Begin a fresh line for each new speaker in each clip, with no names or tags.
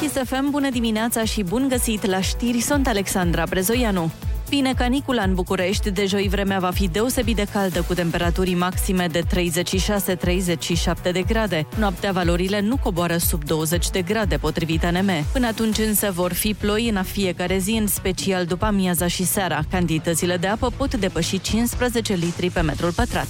Kiss FM, bună dimineața și bun găsit la știri, sunt Alexandra Brezoianu. Vine canicula în București, de joi vremea va fi deosebit de caldă cu temperaturi maxime de 36-37 de grade. Noaptea valorile nu coboară sub 20 de grade potrivit ANM. Până atunci însă vor fi ploi în fiecare zi, în special după amiaza și seara. Cantitățile de apă pot depăși 15 litri pe metrul pătrat.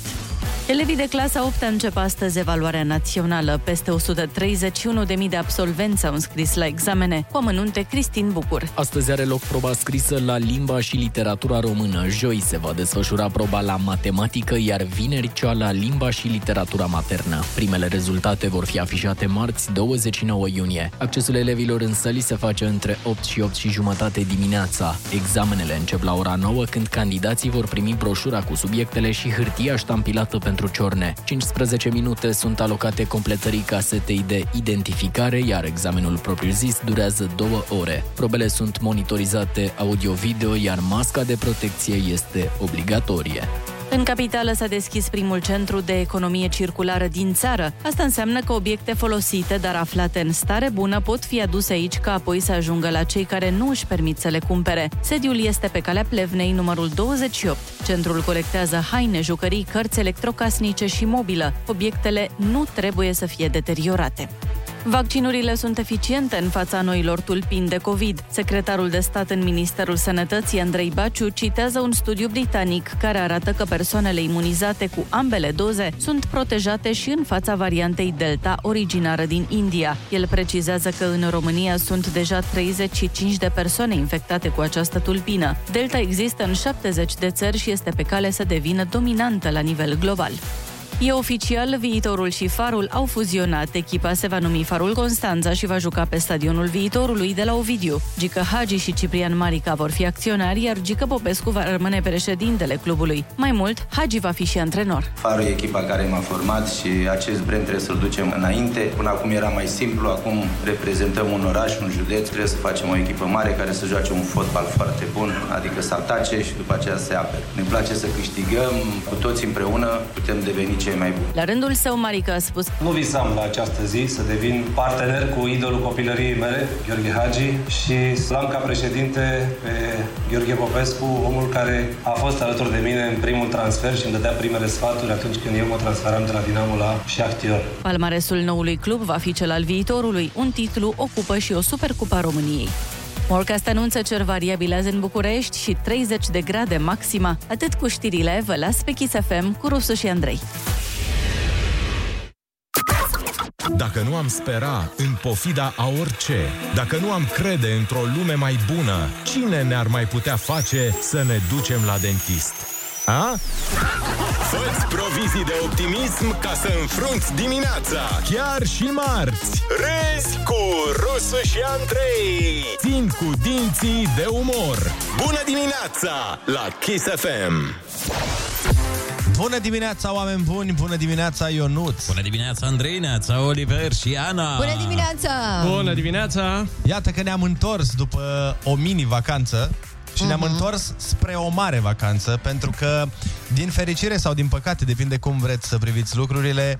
Elevii de clasa 8 încep astăzi evaluarea națională. Peste 131.000 de absolvenți au înscris la examene. Cu amănunte Cristin Bucur.
Astăzi are loc proba scrisă la limba și literatura română. Joi se va desfășura proba la matematică, iar vineri cea la limba și literatura maternă. Primele rezultate vor fi afișate marți 29 iunie. Accesul elevilor în săli se face între 8 și 8 și jumătate dimineața. Examenele încep la ora 9 când candidații vor primi broșura cu subiectele și hârtia ștampilată pentru pentru ciorne. 15 minute sunt alocate completării casetei de identificare, iar examenul propriu-zis durează 2 ore. Probele sunt monitorizate audio-video, iar masca de protecție este obligatorie.
În capitală s-a deschis primul centru de economie circulară din țară. Asta înseamnă că obiecte folosite, dar aflate în stare bună, pot fi aduse aici ca apoi să ajungă la cei care nu își permit să le cumpere. Sediul este pe calea Plevnei, numărul 28. Centrul colectează haine, jucării, cărți electrocasnice și mobilă. Obiectele nu trebuie să fie deteriorate. Vaccinurile sunt eficiente în fața noilor tulpini de COVID. Secretarul de stat în Ministerul Sănătății, Andrei Baciu, citează un studiu britanic care arată că persoanele imunizate cu ambele doze sunt protejate și în fața variantei Delta originară din India. El precizează că în România sunt deja 35 de persoane infectate cu această tulpină. Delta există în 70 de țări și este pe cale să devină dominantă la nivel global. E oficial, Viitorul și Farul au fuzionat. Echipa se va numi Farul Constanța și va juca pe stadionul Viitorului de la Ovidiu. Gică Hagi și Ciprian Marica vor fi acționari, iar Gică Popescu va rămâne președintele clubului. Mai mult, Hagi va fi și antrenor.
Farul e echipa care m-a format și acest brand trebuie să-l ducem înainte. Până acum era mai simplu, acum reprezentăm un oraș, un județ. Trebuie să facem o echipă mare care să joace un fotbal foarte bun, adică să atace și după aceea să se apere. Ne place să câștigăm, cu toți împreună putem deveni ce cei mai buni.
La rândul său, Marica a spus
Nu visam la această zi să devin partener cu idolul copilăriei mele, Gheorghe Hagi, și să am ca președinte pe Gheorghe Popescu, omul care a fost alături de mine în primul transfer și îmi dădea primele sfaturi atunci când eu mă transferam de la Dinamo la Shakhtyor.
Palmaresul noului club va fi cel al viitorului, un titlu, o cupă și o supercupa României. Morcast anunță cer variabil azi în București și 30 de grade maxima. Atât cu știrile, vă las pe Kiss FM cu Rusu și Andrei.
Dacă nu am spera în pofida a orice, dacă nu am crede într-o lume mai bună, cine ne-ar mai putea face să ne ducem la dentist? A?
Fă-ți provizii de optimism ca să înfrunți dimineața
Chiar și marți
Râzi cu Rusu și Andrei
Țin cu dinții de umor
Bună dimineața la Kiss FM
Bună dimineața, oameni buni! Bună dimineața, Ionut!
Bună dimineața, Andrei, Neața, Oliver și Ana!
Bună dimineața!
Bună dimineața!
Iată că ne-am întors după o mini-vacanță și uh-huh. ne-am întors spre o mare vacanță, pentru că, din fericire sau din păcate, depinde cum vreți să priviți lucrurile,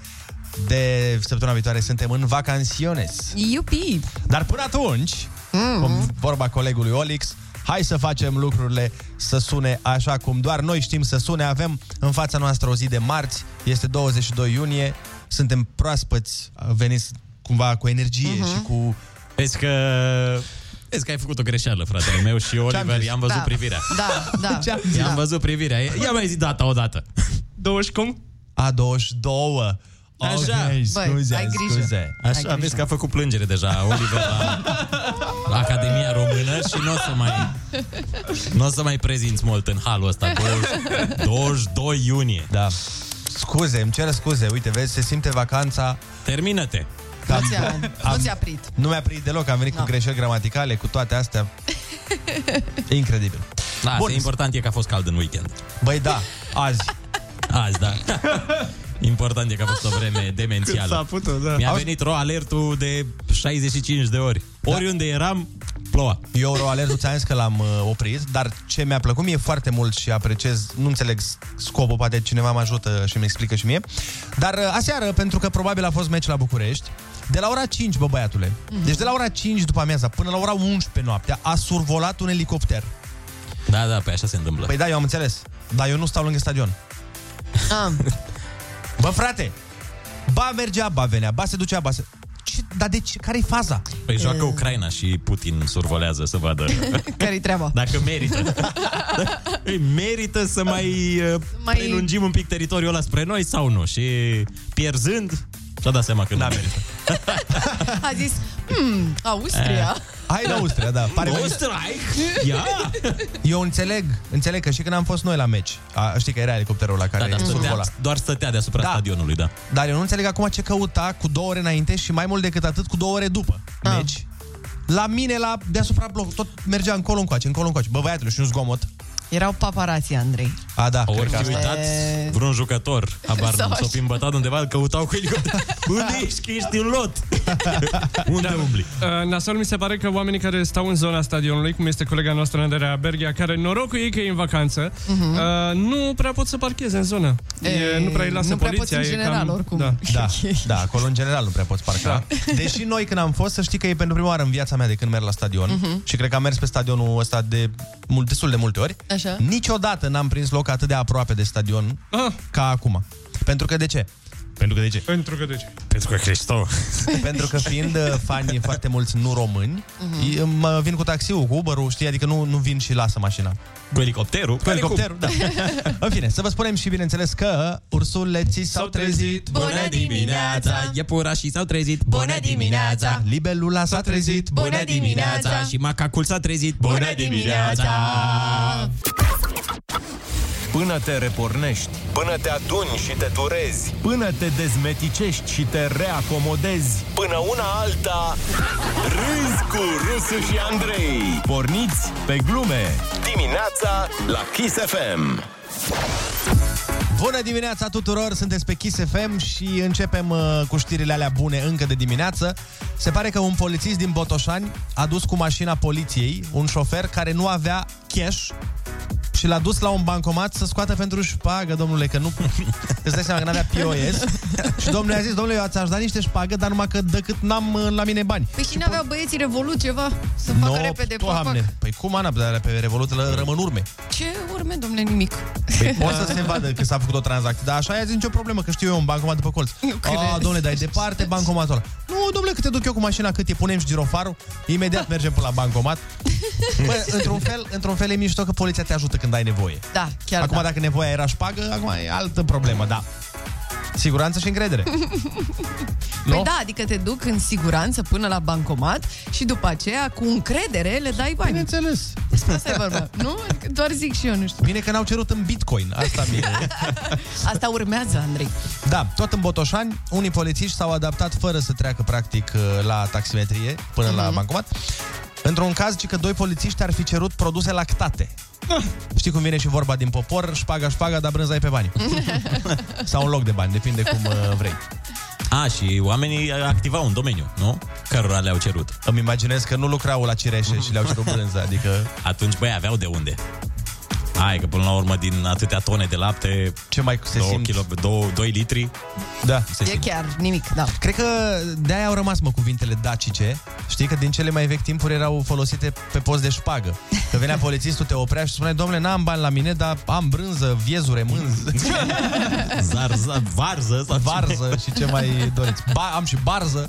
de săptămâna viitoare suntem în vacanciones.
Iupi!
Dar până atunci, mm-hmm. cum vorba colegului Olix, hai să facem lucrurile să sune așa cum doar noi știm să sune. Avem în fața noastră o zi de marți, este 22 iunie, suntem proaspăți, veniți cumva cu energie uh-huh. și cu...
Vezi că... Vezi că ai făcut o greșeală, fratele meu și Oliver, i-am văzut da. privirea.
Da, da.
Ce-am i-am da. văzut privirea. Ia mai zi data odată.
20 cum?
A, 22.
Așa. Okay,
scuze, Băi, ai grijă. scuze.
Așa, ai grijă. vezi că a făcut plângere deja Oliver la, la Academia Română și nu o să mai nu o să mai prezinți mult în halul ăsta 20, 22 iunie.
Da. Scuze, îmi cer scuze. Uite, vezi, se simte vacanța.
Termină-te.
Am, nu, ți-a, nu ți-a prit.
Nu mi-a prit deloc, am venit no. cu greșeli gramaticale, cu toate astea. Incredibil.
Da, Bun. important e că a fost cald în weekend.
Băi, da, azi.
Azi, da. Important e că a fost o vreme demențială. Cât
s-a putut, da.
Mi-a venit ro alertul de 65 de ori. Da. Oriunde eram, ploua.
Eu Euroalert, ți-am zis că l-am uh, oprit, dar ce mi-a plăcut mie foarte mult și apreciez, nu înțeleg scopul, poate cineva mă ajută și mi explică și mie, dar uh, aseară, pentru că probabil a fost meci la București, de la ora 5, bă băiatule,
Mhm.
deci de la ora 5 după amiaza până la ora 11 noaptea, a survolat un elicopter.
Da, da, pe așa se întâmplă.
Păi da, eu am înțeles, dar eu nu stau lângă stadion. Bă, frate, ba mergea, ba venea, ba se ducea, ba se... Ce, dar de ce? Care-i faza?
Păi joacă Ucraina și Putin survolează să vadă
Care-i treaba?
dacă merită. Îi merită să mai, uh,
mai-
mai prelungim un pic teritoriul ăla spre noi sau nu. Și pierzând, și-a dat seama că
Da.
nu merită.
A zis, hmm, Austria.
Eh. Hai la Austria, da. Pare
Österreich?
Ia.
Eu înțeleg, înțeleg că și când am fost noi la meci, a, știi că era elicopterul la care
Da, da,
da,
stătea,
survola.
doar stătea deasupra da. stadionului, da.
Dar eu nu înțeleg acum ce căuta cu două ore înainte și mai mult decât atât cu două ore după meci. La mine, la deasupra bloc, tot mergea încolo încoace, încolo încoace. Bă, băiatule, și un zgomot.
Erau paparații, Andrei.
A, da,
Ori
cred că
fi
asta.
uitat
E-
vreun jucător, abar
Sau
nu, s-o fi îmbătat undeva, îl căutau cu elicopter. Unde ești? Că ești în lot.
Da.
Unde umbli?
Uh, Nasol mi se pare că oamenii care stau în zona stadionului, cum este colega noastră Andreea Berghia, care norocul ei că e în vacanță,
Mhm.
uh, nu prea pot să parcheze în zonă. E, nu prea îi lasă
nu prea
poliția.
poți în
e
general,
cam,
oricum.
Da.
Da, da, acolo în general nu prea poți parca. Da. Deși noi când am fost, să știi că e pentru prima oară în viața mea de când merg la stadion
Mhm.
uh-huh. și cred că am mers pe stadionul ăsta de mult, destul de multe ori.
Așa.
Niciodată n-am prins loc atât de aproape de stadion
ah.
ca acum. Pentru că de ce? Pentru că de ce?
Pentru că de ce?
Pentru că Cristo.
Pentru că fiind uh, fani foarte mulți nu români,
Mhm.
uh-huh. mă vin cu taxiul, cu Uber-ul, știi, adică nu, nu vin și lasă mașina.
Cu elicopterul?
Cu elicopterul, da. În fine, să vă spunem și bineînțeles că ursuleții s-au trezit.
Bună dimineața! Iepurașii s-au trezit. Bună dimineața!
Libelula s-a trezit.
Bună dimineața! Și macacul s-a trezit. Bună dimineața!
Până te repornești,
Până te aduni și te turezi
până te dezmeticești și te reacomodezi,
Până una alta Râzi cu Rusu și Andrei
porniți pe glume.
Dimineața la Kiss FM
Bună dimineața tuturor, sunteți pe Kiss FM și începem uh, cu știrile alea bune încă de dimineață. Se pare că un polițist din Botoșani a dus cu mașina poliției un șofer care nu avea cash și l-a dus la un bancomat să scoată pentru șpagă, domnule, că nu... Îți dai seama că n-avea POS. și domnule a zis, domnule, eu ți-aș da niște șpagă, dar numai că decât n-am uh, la mine bani.
Păi și n-aveau băieții Revolut ceva? Să facă repede, pac, pac.
doamne, păi cum, Ana, dar pe Revolut le rămân urme.
Ce urme, domne, nimic.
Păi, o
Da.
să se vadă că s-a făcut o tranzacție, dar așa e azi nicio problemă, că știu eu un bancomat după colț. A,
cred.
domnule, dar e departe
Deci-
bancomatul ăla. Nu, domnule, că te duc eu cu mașina, cât e, punem și girofarul, imediat mergem până la bancomat. Bă, Păi, într-un fel, într-un fel e mișto că poliția te ajută când ai nevoie.
Da, chiar
acum,
da.
dacă nevoia era șpagă, acum e altă problemă, da. Siguranță și încredere.
Păi
Nu?
da, adică te duc în siguranță până la bancomat și după aceea, cu încredere, le dai bani.
Bineînțeles.
Asta e vorba, nu? Adică Doar zic și eu, nu știu.
Bine că n-au cerut în bitcoin, asta mie.
Asta urmează, Andrei.
Da, tot în Botoșani, unii polițiști s-au adaptat fără să treacă practic uh, la taximetrie până la bancomat. Într-un caz, ci că doi polițiști ar fi cerut produse lactate. Știi cum vine și vorba din popor, șpaga, șpaga, dar brânza e pe bani. Sau un loc de bani, depinde cum uh, vrei.
A, și oamenii activau un domeniu, nu? Cărora le-au cerut.
Îmi imaginez că nu lucrau la cireșe și le-au cerut brânză, adică...
Atunci, băi, aveau de unde. Hai, că până la urmă, din atâtea tone de lapte...
Ce mai se
două
simt?
Kilo, două, doi litri...
Da.
Se
E
simt.
chiar nimic, da.
Cred că de-aia au rămas, mă, cuvintele dacice. Știi că din cele mai vechi timpuri erau folosite pe post de șpagă. Că venea polițistul, te oprea și spunea, domnule, n-am bani la mine, dar am brânză, viezure, mânz,
Zar, zar, varză sau
varză și ce mai doriți. Ba, am și barză.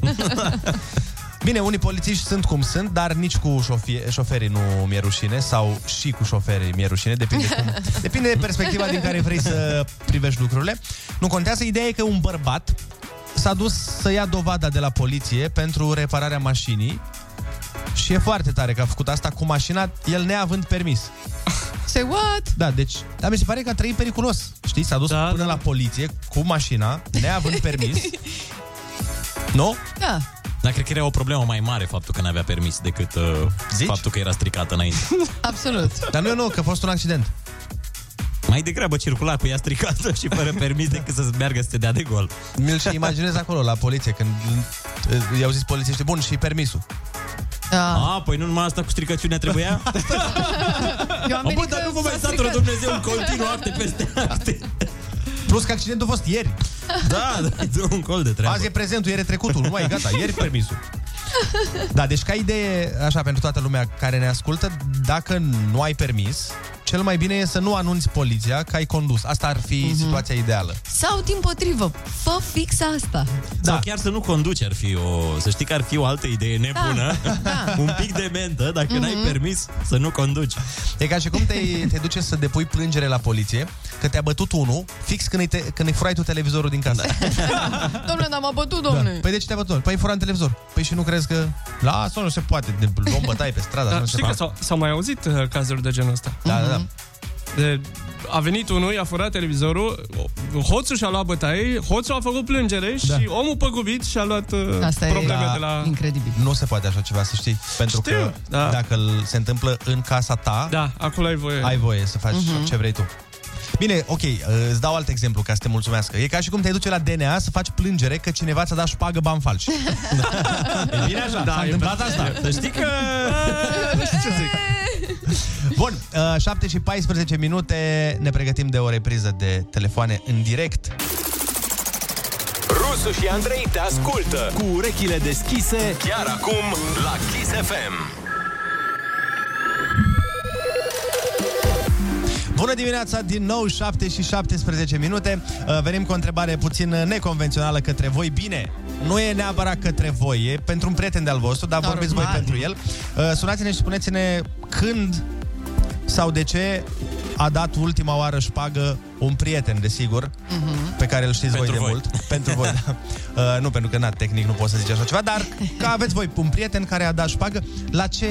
Bine, unii polițiști sunt cum sunt, dar nici cu șofie, șoferii nu mi-e rușine sau și cu șoferii mi-e rușine, depinde, cum, depinde de perspectiva din care vrei să privești lucrurile. Nu contează, ideea e că un bărbat s-a dus să ia dovada de la poliție pentru repararea mașinii și e foarte tare că a făcut asta cu mașina, el neavând permis.
Say what?
Da, deci, dar mi se pare că a trăit periculos. Știi, s-a dus da, până da. la poliție cu mașina, neavând permis. nu?
Da.
Dar cred că era o problemă mai mare faptul că n-avea permis decât uh,
Zici?
faptul că era stricată înainte.
Absolut.
Dar nu, nu, că a fost un accident.
Mai degrabă circula cu ea stricată și fără permis decât să meargă să te dea de gol.
eh, Mi-l și imaginez acolo, la poliție, când uh, i-au zis polițiștii, bun, și permisul.
Da. A, păi nu numai asta cu stricăciunea trebuia?
Eu am
Bă,
venit
dar
că
nu vă mai
s-a
satură
stricat.
Dumnezeu în continuu acte peste acte.
Plus că accidentul a fost ieri.
Da, da, e un col de treabă.
Azi e prezentul, ieri e trecutul, nu mai e gata, ieri permisul. Da, deci ca idee, așa, pentru toată lumea care ne ascultă, dacă nu ai permis, cel mai bine e să nu anunți poliția că ai condus. Asta ar
Mhm.
fi situația ideală.
Sau, din potrivă, fă fix asta.
Da. Sau chiar să nu conduci ar fi o... Să știi că ar fi o altă idee nebună.
Da. Mhm.
un pic de mentă, dacă mm-hmm. n-ai permis să nu conduci.
E ca și cum te, te duce să depui plângere la poliție că te-a bătut unul fix când îi, te, când îi furai tu televizorul din
Da.
casă.
Domnule, n-am abătut,
Da.
domnule.
Păi de ce te-a bătut? Păi fura în televizor. Păi și nu crezi că... Lasă, nu se poate. De, luăm bătaie pe stradă. așa
Dar
nu se
Da, știi că
poate.
s-au, s-au mai auzit uh, cazuri de genul ăsta. Mhm.
Da, da, da.
De, a venit unul, i-a furat televizorul, o- hoțul și-a luat bătaie, hoțul a făcut plângere da. și omul păgubit și-a luat uh,
Asta e
probleme
Da.
de la...
incredibil.
Nu se poate așa ceva, să știi. Pentru
Știu,
că
da.
dacă îl- se întâmplă în casa ta,
Da, acolo ai voie.
ai voie să faci
Mhm.
ce vrei tu. Bine, ok, ă, îți dau alt exemplu ca să te mulțumească. E ca și cum te duce la DNA să faci plângere că cineva ți-a dat șpagă bani falși. e bine așa, da, s-a întâmplat asta.
Ah,
Da.
Să știi că...
Bun, uh, 7 și 14 minute, ne pregătim de o repriză de telefoane în direct.
Rusu și Andrei te ascultă cu urechile deschise chiar acum la Kiss FM.
Bună dimineața, din nou 7 și 17 minute. Uh, Venim cu o întrebare puțin uh, neconvențională către voi. Bine, nu e neapărat către voi, e pentru un prieten de-al vostru, dar
Normal.
vorbiți voi pentru el. Uh, Sunați-ne și spuneți-ne când sau de ce a dat ultima oară șpagă un prieten, desigur, uh-huh. pe care îl știți
Pentru
voi de
voi.
mult. Pentru voi, da. Uh, nu, pentru că, na, tehnic nu pot să zici așa ceva, dar că aveți voi un prieten care a dat șpagă, la ce,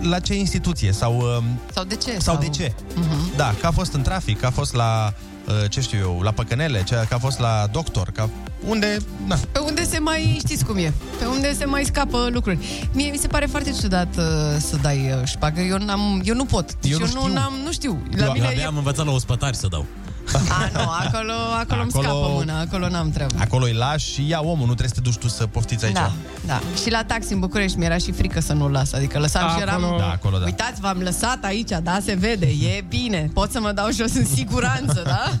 la ce instituție sau... uh,
Sau Mhm. de ce?
sau de ce? Uh-huh. Da, că a fost în trafic, că a fost la, uh, ce știu eu, la păcănele, ce- că a fost la doctor, că unde, Da. na.
Pe unde se mai, știți cum e, pe unde se mai scapă lucruri. Mie mi se pare foarte ciudat uh, să dai uh, șpagă, eu, n-am, eu nu pot. Deci
Eu nu știu.
n-am, nu știu. La
Eu
mine
Abia
e...
am învățat la ospătari să dau.
A, nu, acolo, acolo îmi
Acolo-
scapă mâna, acolo n-am treabă.
Acolo îi lași și ia omul, nu trebuie să te duci tu să poftiți aici.
Da, da. Și la taxi în București mi-era și frică să nu-l las. Adică lăsam și eram...
Da, acolo, da.
Uitați, v-am lăsat aici, da, se vede, e bine. Pot să mă dau jos în siguranță, da?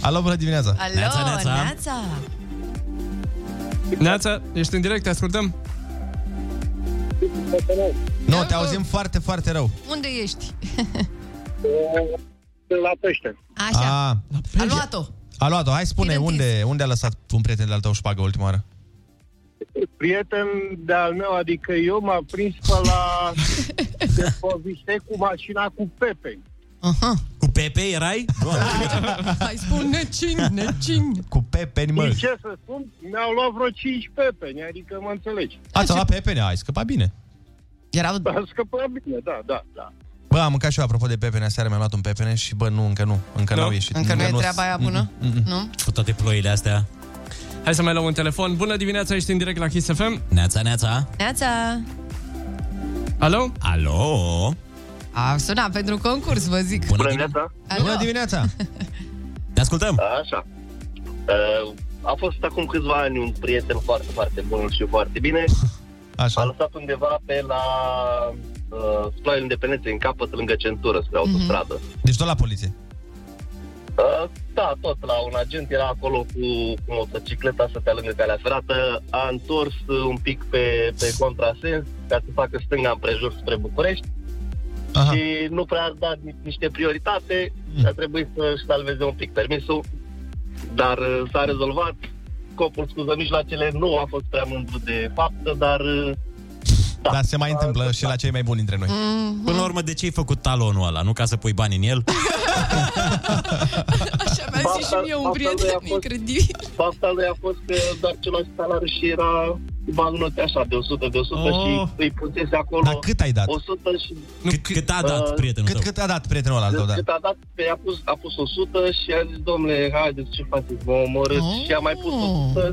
Alo, bună dimineața!
Alo,
Neața, neața.
Neața, ești în direct, te ascultăm?
Nu, te auzim foarte, foarte rău.
Unde ești?
La pește.
Așa, a,
A,
a luat-o.
a luat-o, hai spune,
Bine
unde, unde a lăsat un prieten de-al tău șpagă ultima oară?
Prieten de-al meu, adică eu m-am prins pe la depozite cu mașina cu Pepe.
Aha.
Cu Pepe erai? Doamne.
Hai, spune cine, cine.
Cu pepeni,
Și
mă.
ce să spun, mi-au luat vreo 5 pepeni, adică mă înțelegi.
Ați luat pepene, ai scăpat bine.
Erau...
A scăpat bine, da, da, da.
Bă, am mâncat și eu, apropo de pepene, aseară mi-am luat un pepene și, bă, nu, încă nu, încă
Nu?
n-au ieșit.
Încă nu e
s-
treaba aia bună? Nu?
Cu toate ploile astea.
Hai să mai luăm un telefon. Bună dimineața, ești în direct la Kiss FM.
Neața, neața.
Neața.
Alo?
Alo?
A sunat pentru concurs, vă zic.
Bună, Bună
Bună dimineața.
Alo.
Bună dimineața!
Te ascultăm.
Așa. Uh, A fost acum câțiva ani un prieten foarte, foarte bun și foarte bine. A
Așa.
lăsat undeva pe la uh, Sploiul Independenței, în capăt, lângă centură, spre autostradă.
Deci tot la poliție.
Uh, Da, tot la un agent era acolo cu, cu motocicleta, stătea lângă calea ferată, a întors uh, un pic pe, pe contrasens ca să facă stânga împrejur spre București
Aha.
și nu prea a dat ni- niște prioritate și a trebuit să-și salveze un pic permisul, dar uh, s-a rezolvat. Scopul scuză mijloacele nu a fost prea mândru de faptă, dar uh,
Da, Dar se mai întâmplă și la cei mai buni dintre noi. Mm.
Mhm.
Până la urmă, de ce ai făcut talonul ăla? Nu ca să pui bani în el?
Așa mi-a zis și
Asta-
mie un
asta
prieten
lui a fost-
incredibil.
fapta lui a fost că doar ce luase salariul și era bagnote așa de 100 de 100 oh.
Oh.
și îi pusese acolo
Dar cât ai dat?
100 și
Nu,
Cât, cât a dat
Uh,
prietenul
Cât,
tău?
cât a dat prietenul ăla al tău, da?
Cât a dat, pe a pus, a pus 100 și a zis, domnule, haideți, ce faceți, mă omorâți?
Oh.
Oh. Și a mai pus 100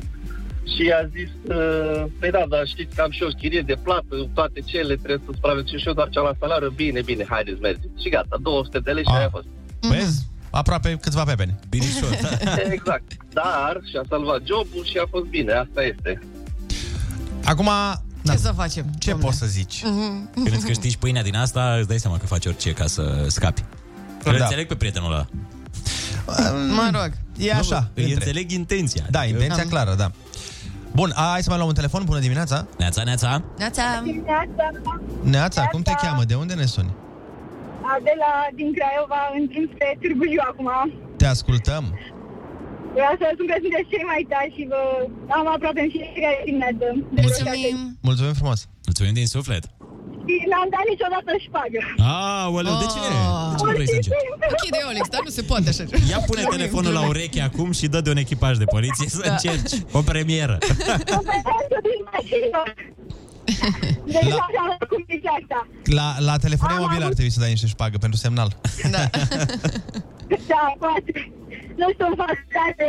și a zis, uh, păi da, dar știți că am și eu chirie de plată, toate cele, trebuie să supraviețuiesc și eu, doar ce am la salariu, bine, bine, haideți, mergeți. Și gata, 200 de lei și
Ah.
aia a fost.
Vezi? Aproape câțiva pepeni.
Mm-hmm. Binișor.
Exact. Dar și-a salvat jobul și a fost bine, asta este.
Acum,
Ce să facem?
Ce poți să zici?
Mhm.
Când îți câștigi pâinea din asta, îți dai seama că faci orice ca să scapi. Da. Îl înțeleg pe prietenul ăla.
Mă rog.
Mm. E așa.
Îi înțeleg intenția. adică-
Da, intenția
Am.
clară, da. Bun, a, hai să mai luăm un telefon. Bună dimineața!
Neața, neața!
Neața.
Neața, cum te cheamă? De unde ne suni?
De la, din Craiova, în drum spre Târgu Jiu acum.
Te ascultăm.
Vreau să spun că sunteți cei mai tari și vă am aproape în fiecare dimineață. Mulțumim!
Mulțumim frumos!
Mulțumim din suflet!
Și n-am dat niciodată șpagă.
Aoleu, de ce?
Ah.
De ce nu vrei să începi?
Închide, Olex, dar nu se poate așa.
Ia pune telefonul la ureche acum și dă de un echipaj de poliție să
Da.
încerci o premieră.
Deci
La-
la... așa cum zice asta.
La, la telefonie mobilă ar trebui să dai niște șpagă pentru semnal.
Da.
Da, poate. Nu știu, în facultate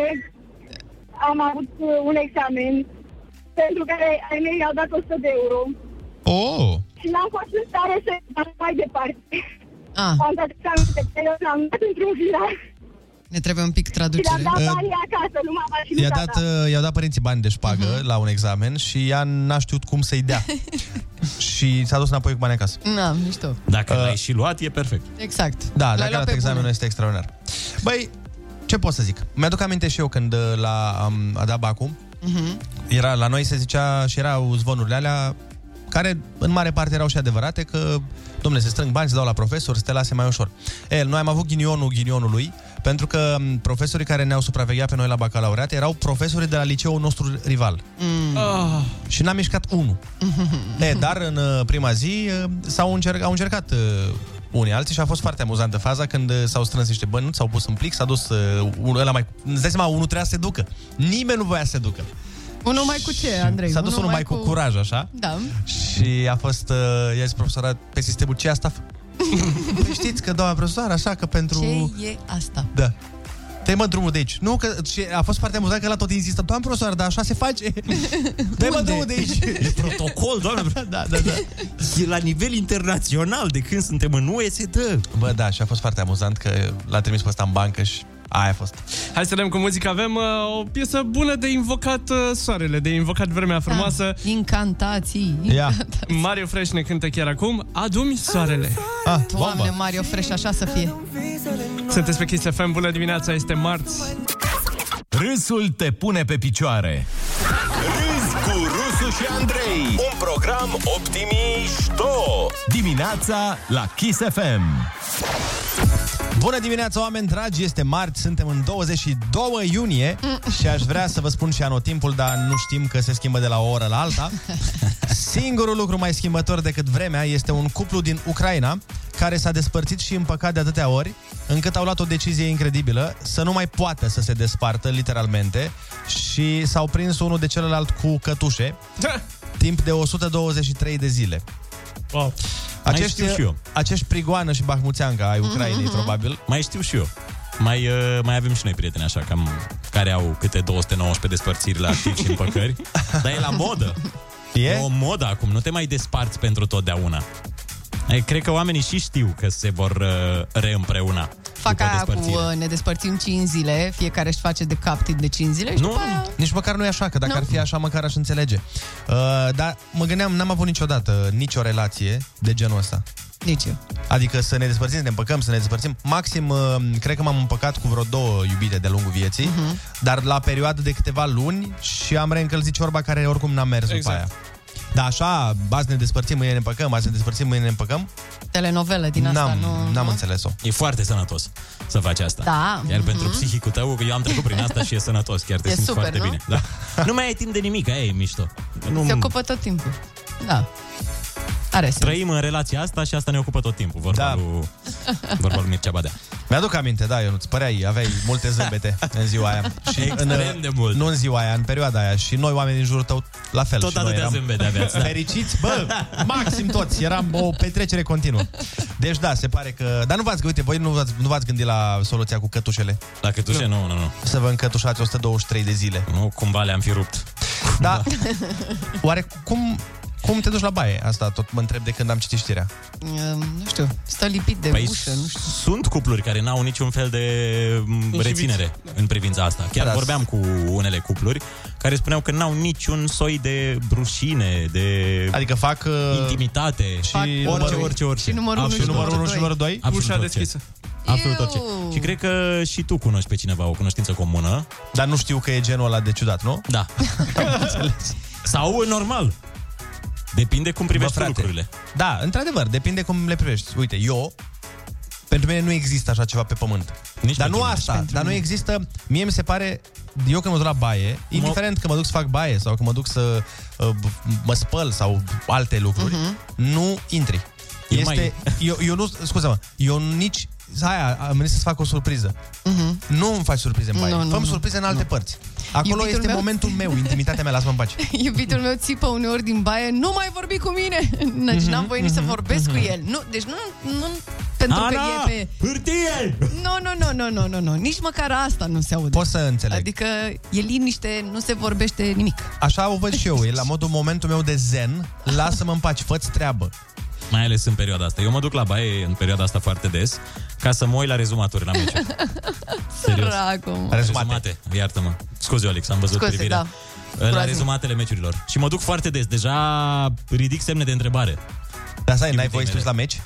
am avut uh, un examen pentru care ai mei au dat 100 de euro
Oh!
și n-am fost în stare să dau mai departe.
Ah.
Am dat examen pe telefon, l-am dat într-un final
Ne trebuie un pic
și
traducere.
le-am dat
Uh,
banii acasă, nu m-a și
I-a
nu
dat, uh, i-au dat părinții bani de șpagă uh-huh. la un examen și ea n-a știut cum să-i dea. și s-a dus înapoi cu bani acasă.
Na, mișto.
Dacă uh, l-ai și luat, e perfect.
Exact.
Da,
L-ai
dacă
luat
arată
pe
examenul
bune.
este extraordinar. Băi, ce pot să zic? Mi-aduc aminte și eu când uh, la am dat acum,
Mhm.
era la noi se zicea și erau zvonurile alea care în mare parte erau și adevărate că domne, se strâng bani, se dau la profesori, să te lase mai ușor. El, noi am avut ghinionul ghinionului, pentru că m, profesorii care ne-au supravegheat pe noi la bacalaureat erau profesorii de la liceul nostru rival.
Mm.
Ah. Și n-a mișcat unul. E, dar în uh, prima zi uh, s-au încerc, au încercat uh, unii alții și a fost foarte amuzantă faza când uh, s-au strâns niște bani, s-au pus în plic, s-a dus uh, unul ăla mai... Îți dai seama, unul trebuia să se ducă. Nimeni nu voia să se ducă.
Unul mai cu ce, Andrei?
S-a dus unul mai cu curaj, așa.
Da.
Și a fost, uh, i-a zis profesora, pe sistemul ce e asta? păi știți că doamna profesoară, așa că pentru...
Ce e asta?
Da. Te mă drumul de aici. Nu, că și a fost foarte amuzant că la tot insistă. Doamne profesoară, dar așa se face. Dă mă
Unde?
drumul de aici.
E protocol, doamne.
da, da, da.
E la nivel internațional, de când suntem în UE, se dă.
Bă, da, și a fost foarte amuzant că l-a trimis pe ăsta în bancă și aia a fost.
Hai să vedem cu muzică. Avem uh, o piesă bună de invocat uh, soarele, de invocat vremea frumoasă.
Da. Incantații.
Ia.
Mario Fresh ne cântă chiar acum. Adumi soarele.
Ah,
Doamne, Mario Fresh, așa să fie.
Sunteți pe Kiss FM. Bună dimineața, este marți.
Râsul te pune pe picioare.
Râzi cu Rusu și Andrei Un program optimișto
Dimineața la Kiss FM.
Bună dimineața, oameni dragi! Este marți, suntem în 22 iunie și aș vrea să vă spun și anotimpul, dar nu știm că se schimbă de la o oră la alta. Singurul lucru mai schimbător decât vremea este un cuplu din Ucraina care s-a despărțit și împăcat de atâtea ori încât au luat o decizie incredibilă să nu mai poată să se despartă, literalmente, și s-au prins unul de celălalt cu cătușe timp de 123 de zile.
Wow.
Mai știu și eu. Mhm,
acești prigoană și bahmuțeanca ai Ucrainei, probabil,
Mai știu și eu. Mai, uh, mai avem și noi prieteni așa, cam, care au câte 219 despărțiri la activ și împăcări. Dar e la modă.
E?
o modă acum, nu te mai desparți pentru totdeauna. Ei, cred că oamenii și știu că se vor uh, reîmpreuna.
Fac
după
aia cu
despărțire.
uh, ne despărțim 5 zile, fiecare își face de captit de 5 zile și
Nu,
după
nu,
aia...
Nici măcar nu e așa, că dacă
Nu.
ar fi așa, măcar aș înțelege. Uh, dar mă gândeam, n-am avut niciodată nicio relație de genul ăsta.
Nici eu.
Adică să ne despărțim, să ne împăcăm, să ne despărțim. Maxim, uh, cred că m-am împăcat cu vreo două iubite de-a lungul vieții,
Mhm.
uh-huh. dar la perioadă de câteva luni și am reîncălzit ciorba care oricum n-a mers exact.
Exact.
după aia. Da, așa, azi ne despărțim, mâine ne împăcăm, azi ne despărțim, mâine ne împăcăm.
Telenovelă din asta,
N-am,
nu...
n-am
nu?
înțeles-o.
E foarte sănătos să faci asta.
Da.
Iar
Mhm.
pentru psihicul tău, că eu am trecut prin asta și e sănătos, chiar te
E
simți
super,
foarte
nu?
bine. Da. Nu mai ai timp de nimic, aia e mișto. Nu...
Se ocupă tot timpul. Da. Are sens.
Trăim în relația asta și asta ne ocupă tot timpul, vorba,
Da.
lui, vorba lui Mircea Badea.
Mi-aduc aminte, da, eu nu-ți păreai, aveai multe zâmbete în ziua aia. Și
Extrem
în, uh,
de mult.
Nu în ziua aia, în perioada aia. Și noi, oamenii din jurul tău, la fel.
Tot
și noi
atâtea
eram
zâmbete aveați, da.
Fericiți, bă, maxim toți. Eram o petrecere continuă. Deci da, se pare că... Dar nu v-ați gândit, voi nu v-ați, nu v-ați gândit la soluția cu cătușele.
La cătușe, nu, nu, nu.
Să vă încătușați 123 de zile.
Nu, cumva le-am fi rupt.
Da. Oare cum... Cum te duci la baie? Asta tot mă întreb de când am citit știrea.
Ehm, Nu știu, stă lipit de
Păi
ușă, nu știu.
sunt cupluri care n-au niciun fel de m,
Inhibiție.
reținere în privința asta. Chiar
Da.
vorbeam cu unele cupluri care spuneau că n-au niciun soi de brușine, de...
Adică fac...
Intimitate. Și orice,
numărul-
orice, orice.
și numărul unu și
Absolut
numărul
orice.
unu și numărul doi?
Absolut
Ușa
orice.
deschisă.
Absolut orice. Și cred că și tu cunoști pe cineva, o cunoștință comună.
Dar nu știu că e genul ăla de ciudat, nu?
Da. Sau normal. Depinde cum privești tu lucrurile.
Da, într-adevăr, depinde cum le privești. Uite, eu, pentru mine nu există așa ceva pe pământ.
Nici
dar
pentru
nu
mine.
asta,
Nici pentru
dar nu
mine.
există, mie mi se pare, eu când mă duc la baie, indiferent că mă duc să fac baie sau că mă duc să uh, mă spăl sau alte lucruri,
Mhm.
nu intri.
Eu
Este,
mai-
eu, eu nu, scuze-mă, eu nici, aia, am venit să-ți fac o surpriză. Nu îmi faci surprize în baie,
Mhm. Nu, nu,
fă-mi
nu.
surprize în alte părți. Acolo
Iubitul
este
meu-
momentul meu, intimitatea mea, lasă-mă în pace.
Iubitul meu țipă uneori din baie, nu mai vorbi cu mine. Deci
Mhm,
n-am voie nici să
mhm,
vorbesc cu
mhm.
el. Nu, deci nu, nu pentru că
Ana,
e pe...
Hârtie!
Nu, nu, nu, nu, nu, nu, nu. Nici măcar asta nu se aude.
Pot să înțeleg.
Adică e liniște, nu se vorbește nimic.
Așa o văd și eu, e la modul momentul meu de zen, lasă-mă în pace, fă-ți treabă.
Mai ales în perioada asta. Eu mă duc la baie în perioada asta foarte des ca să mă uit la rezumaturi la meciuri. Serios.
Săracu, mă.
Rezumate. Iartă-mă. Scuze, Alex, am văzut
Scuze,
privirea.
da.
La
Groaznic.
rezumatele meciurilor. Și mă duc foarte des. Deja ridic semne de întrebare.
Dar stai, n-ai voie să la meci?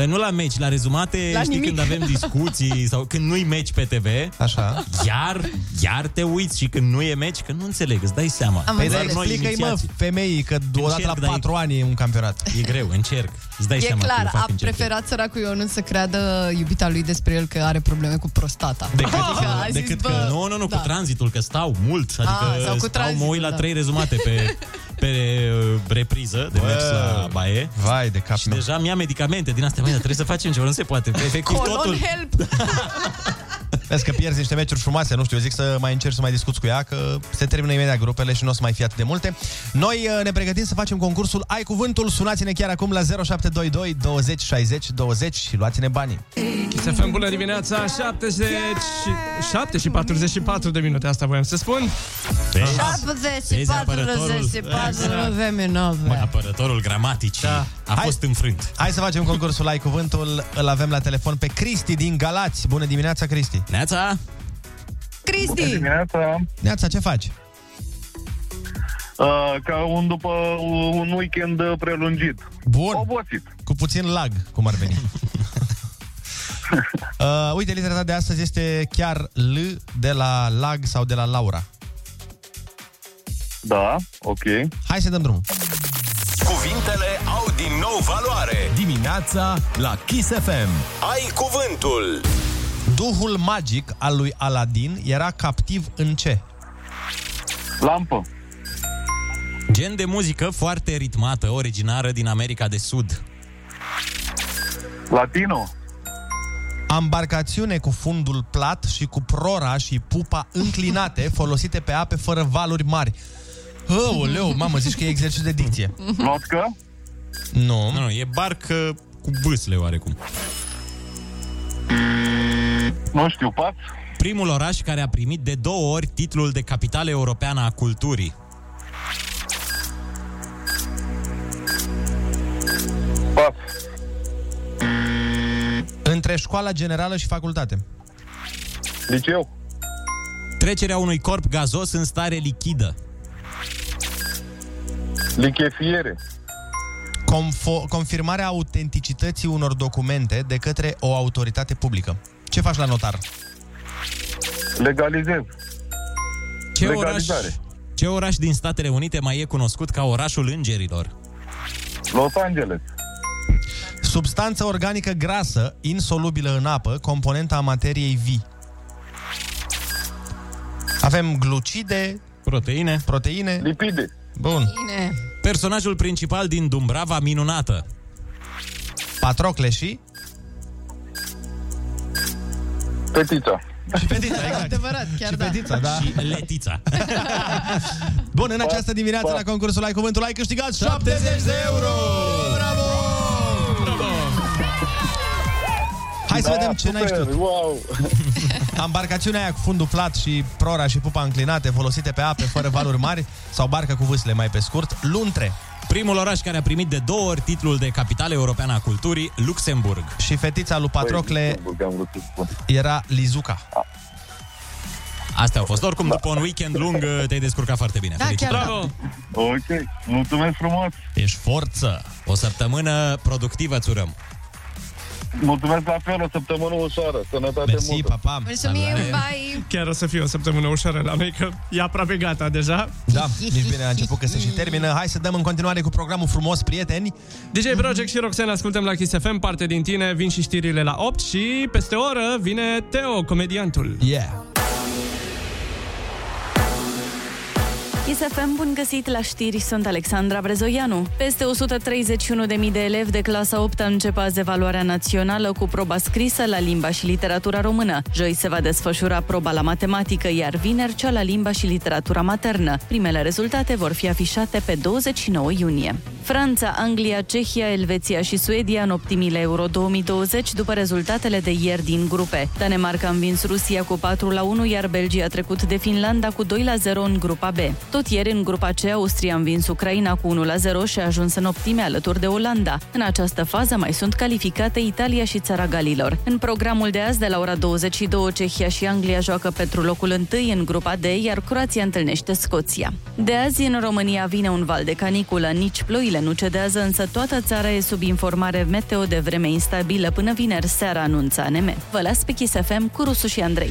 Uh, Nu la meci, la rezumate,
La
știi,
nimic.
când avem discuții sau când nu-i meci pe TV,
Așa.
iar, iar te uiți și când nu e meci, că nu înțeleg, îți dai seama.
păi
Doar
dar explică-i, mă,
inițiații.
femeii, că odată la
Încerc, dar e-
patru ani e un campionat.
E greu, încerc. Îți dai
e
seama că
clar,
eu fac
a
încercări.
preferat săracul Ionuț să creadă iubita lui despre el că are probleme cu prostata.
Decât,
Adică a
că,
zis,
decât
bă, da.
că, nu, nu, nu, cu tranzitul, că stau mult, adică
Ah, sau
stau,
cu
mă
tranzitul,
uit la
da.
trei rezumate pe, pe uh, repriză de
Bă,
mers la baie.
Vai de cap
și deja mi-am medicamente din astea, mai trebuie să facem ceva, nu se poate. Efectiv,
Colon
totul.
help!
Vezi că pierzi niște meciuri frumoase, nu știu, eu zic să mai încerci să mai discuți cu ea, că se termină imediat grupele și nu o să mai fie atât de multe. Noi uh, ne pregătim să facem concursul Ai Cuvântul, sunați-ne chiar acum la 0722 20 60 20 și luați-ne banii.
Să fim bună dimineața, 70, 7 și 44 de minute, asta voiam să spun. Ah,
Vezi?
70,
Vezi, apărătorul.
40, 49.
Apărătorul gramaticii da. a
Hai.
fost înfrânt.
Hai să facem concursul Ai Cuvântul, îl avem la telefon pe Cristi din Galați. Bună dimineața, Cristi!
Neața!
Cristi!
Dimineața!
Neața, ce faci?
Uh, ca un după un weekend uh, prelungit.
Bun.
Obosit.
Cu puțin lag, cum ar veni. uh, uite, litera ta de astăzi este chiar L de la lag sau de la Laura.
Da, ok.
Hai să dăm drumul.
Cuvintele au din nou valoare.
Dimineața la Kiss FM.
Ai cuvântul.
Duhul magic al lui Aladin era captiv în ce?
Lampă.
Gen de muzică foarte ritmată, originară din America de Sud.
Latino.
Ambarcațiune cu fundul plat și cu prora și pupa înclinate folosite pe ape fără valuri mari. Aoleu, mamă, zici că e exercițiu de Deci dicție.
Lotcă.
Nu.
Nu, nu, e barcă cu vâsle oarecum.
Mm, Nu știu, pas.
Primul oraș care a primit de două ori titlul de capitală europeană a culturii.
Pas.
Între școala generală și facultate.
Liceu.
Trecerea unui corp gazos în stare lichidă.
Lichefiere.
Confo- confirmarea autenticității unor documente de către o autoritate publică. Ce faci la notar?
Legalizez.
Ce oraș,
Legalizare.
ce oraș din Statele Unite mai e cunoscut ca orașul îngerilor?
Los Angeles.
Substanță organică grasă, insolubilă în apă, componenta a materiei vii. Avem glucide,
Proteine.
proteine.
Lipide.
Bun.
Bine.
Personajul principal din Dumbrava minunată.
Patrocle și...
Petița.
Și petița, exact.
Adevărat, chiar
și
da.
petița, da.
Și Letița.
Bun, în această dimineață la concursul Ai Cuvântul ai câștigat 70 de euro! Bravo! Hai să
Da,
vedem ce n-ai
super,
știut.
Wow.
Ambarcațiunea aia cu fundul plat și prora și pupa înclinate folosite pe ape fără valuri mari sau barcă cu vâsle mai pe scurt, luntre.
Primul oraș care a primit de două ori titlul de capitală europeană a culturii, Luxemburg.
Și fetița lui Patrocle era Lizuca.
Astea au fost. Oricum, după un weekend lung, te-ai descurcat foarte bine.
Da,
Felicitări.
chiar da.
Ok, mulțumesc frumos! Ești forță! O săptămână productivă îți urăm!
Mulțumesc la fel, o săptămână ușoară. Sănătate
Mersi, multă. papa!
Mulțumim, bye!
Chiar o să fie o săptămână ușoară la noi, că e aproape gata deja.
Da, nici bine a început că se și termină. Hai să dăm în continuare cu programul frumos, prieteni.
DJ Project și Roxana ascultăm la Kiss FM, parte din tine, vin și știrile la 8 și peste o oră vine Teo, comediantul.
Yeah!
ISFM, bun găsit la știri, sunt Alexandra Brezoianu. Peste 131.000 de elevi de clasa 8 încep azi evaluarea națională cu proba scrisă la limba și literatura română. Joi se va desfășura proba la matematică, iar vineri cea la limba și literatura maternă. Primele rezultate vor fi afișate pe 29 iunie. Franța, Anglia, Cehia, Elveția și Suedia în optimile Euro 2020 după rezultatele de ieri din grupe. Danemarca a învins Rusia cu 4 la 1, iar Belgia a trecut de Finlanda cu 2 la 0 în grupa B. Tot ieri în grupa C, Austria a învins Ucraina cu 1 la 0 și a ajuns în optime alături de Olanda. În această fază mai sunt calificate Italia și Țara Galilor. În programul de azi, de la ora 22, Cehia și Anglia joacă pentru locul întâi în grupa D, iar Croația întâlnește Scoția. De azi, în România vine un val de caniculă, nici ploile nu cedează, însă toată țara e sub informare meteo de vreme instabilă până vineri seara, anunța ANM. Vă las pe Kiss FM cu Rusu și Andrei.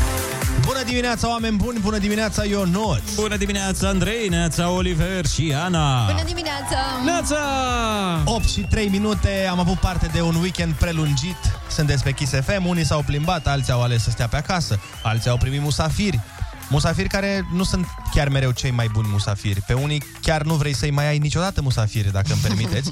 Bună dimineața, oameni buni! Bună dimineața, Ionut!
Bună dimineața, Andrei, neața, Oliver și Ana!
Bună dimineața!
Neața! 8 și 3 minute, am avut parte de un weekend prelungit. Sunteți pe Kiss FM, unii s-au plimbat, alții au ales să stea pe acasă, alții au primit musafiri. Musafiri care nu sunt chiar mereu cei mai buni musafiri. Pe unii chiar nu vrei să-i mai ai niciodată musafiri, dacă îmi permiteți,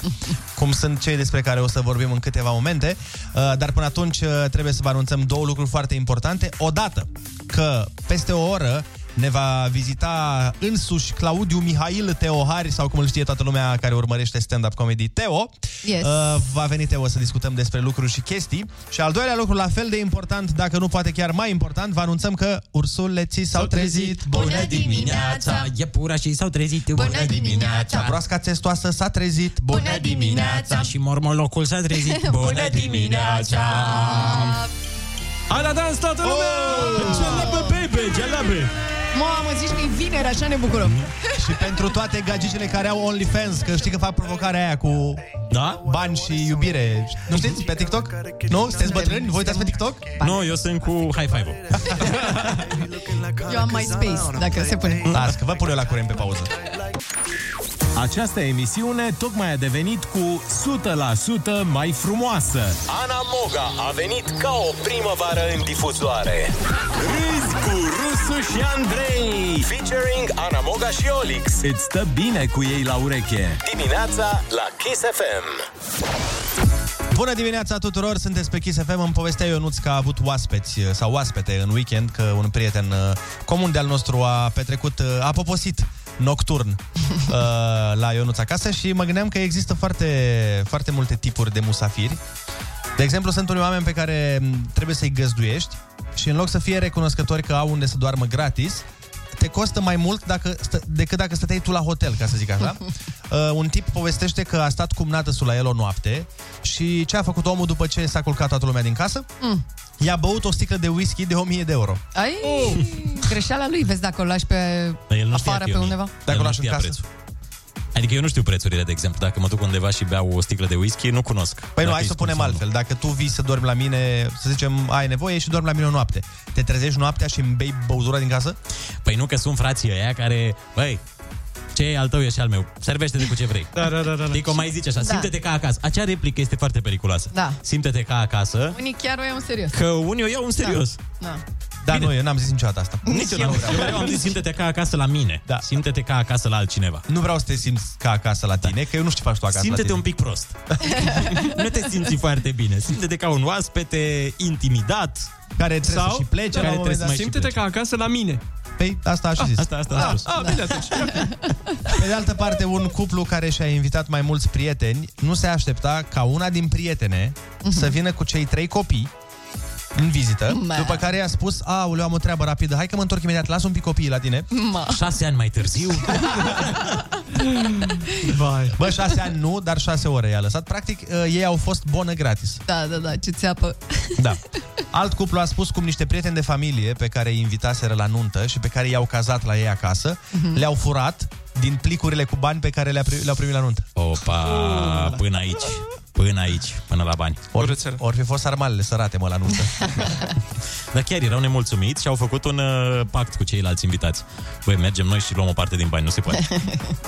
cum sunt cei despre care o să vorbim în câteva momente. Uh, Dar până atunci uh, trebuie să vă anunțăm două lucruri foarte importante. Odată că peste o oră ne va vizita însuși Claudiu Mihail Teohari, sau cum îl știe toată lumea care urmărește stand-up comedy, Teo.
Yes.
Uh, va veni Teo să discutăm despre lucruri și chestii. Și al doilea lucru, la fel de important, dacă nu poate chiar mai important, vă anunțăm că ursuleții s-au trezit.
Bună dimineața! Iepurașii s-au trezit, bună dimineața!
Broasca testoasă s-a trezit.
Bună dimineața! Și mormolocul s-a trezit, bună dimineața!
Hai
da,
la dans toată lumea!
Gealabe, Oh! baby, gealabe!
Mamă, zici că e vineri, așa ne bucurăm.
Și pentru toate gagicile care au OnlyFans, că știi că fac provocarea aia cu da? bani și iubire. Nu știți? Pe TikTok? Nu? Sunteți bătrâni? Vă uitați pe TikTok?
Nu, eu sunt cu high five-ul.
Eu am mai space, dacă Adică se pune.
Las, că vă pun eu la curent pe pauză.
Această emisiune tocmai a devenit cu 100% mai frumoasă. Ana Moga a venit ca o primăvară în difuzoare. Râzi cu Rusu și Andrei. Featuring Ana Moga și Olix. Îți stă bine cu ei la ureche. Dimineața la Kiss FM.
Bună dimineața tuturor, sunteți pe Kiss FM Îmi povestea Ionuț că a avut oaspeți uh, Sau oaspete în weekend Că un prieten uh, comun de-al nostru a petrecut uh, A poposit nocturn uh, La Ionuț acasă Și mă gândeam că există foarte, foarte multe tipuri de musafiri De exemplu, sunt unii oameni pe care m, Trebuie să-i găzduiești Și în loc să fie recunoscători că au unde să doarmă gratis te costă mai mult dacă, stă, decât dacă stăteai tu la hotel, ca să zic așa. Uh, un tip povestește că a stat cum natăsul la el o noapte și ce a făcut omul după ce s-a culcat toată lumea din casă?
Mm.
I-a băut o sticlă de whisky de 1000 de euro.
Ai? Greșeala lui, vezi dacă o lași pe
Dar el nu știa
afară,
că
pe
eu nu-
undeva.
el nu știa prețul. Adică eu nu știu prețurile, de exemplu. Dacă mă duc undeva și beau o sticlă de whisky, nu cunosc.
Păi nu,
Dacă
hai să
ești
punem
cum sau nu.
altfel. Dacă tu vii să dormi la mine, să zicem, ai nevoie și dormi la mine o noapte. Te trezești noaptea și îmi bei băutura din casă?
Păi nu, că sunt frații ăia care... Băi, ce e al tău e și al meu. Servește-te cu ce vrei.
Da, da, da, da.
Știi că o mai zice așa,
Da.
simte-te ca acasă. Acea replică este foarte periculoasă.
Da.
Simte-te ca acasă,
Unii chiar o iau în serios.
că unii o iau în serios.
Da.
Da, nu, eu n-am zis niciodată asta.
Nici eu n-am zis. Eu mereu am zis, simte-te ca acasă la mine. Da. Simte-te ca acasă la altcineva. Da.
Nu vreau să te simți ca acasă la tine, că eu nu știu ce faci tu acasă la
Simte-te
tine.
un pic prost. nu te simți foarte bine. Simte-te ca un oaspete intimidat.
Care trebuie
sau
să și plece la un
care
moment
trebuie
dat.
să mai și
Simte-te
plece. Ah,
Ca acasă la mine.
Păi, asta aș zis. Ah,
Asta, asta, asta.
A, bine atunci.
Pe de altă parte, un cuplu care și-a invitat mai mulți prieteni nu se aștepta ca una din prietene să vină cu cei trei copii în vizită,
Ma.
după care i-a spus, aoleu, am o treabă rapidă, hai că mă întorc imediat, las un pic copiii la tine.
Ma.
Șase ani mai târziu.
Vai. Bă, șase ani nu, dar șase ore i-a lăsat. Practic, uh, ei au fost bonă gratis.
Da, da, da, ce țeapă.
Da. Alt cuplu a spus cum niște prieteni de familie pe care îi invitaseră la nuntă și pe care i-au cazat la ei acasă,
Mhm.
le-au furat din plicurile cu bani pe care le-a pri- le-au primit la nuntă.
Opa, până aici. Până aici, până la bani.
Ori, ori fi fost armalele sărate, mă, la nuntă.
Dar chiar erau nemulțumiți și au făcut un uh, pact cu ceilalți invitați. Băi, mergem noi și luăm o parte din bani, nu se poate.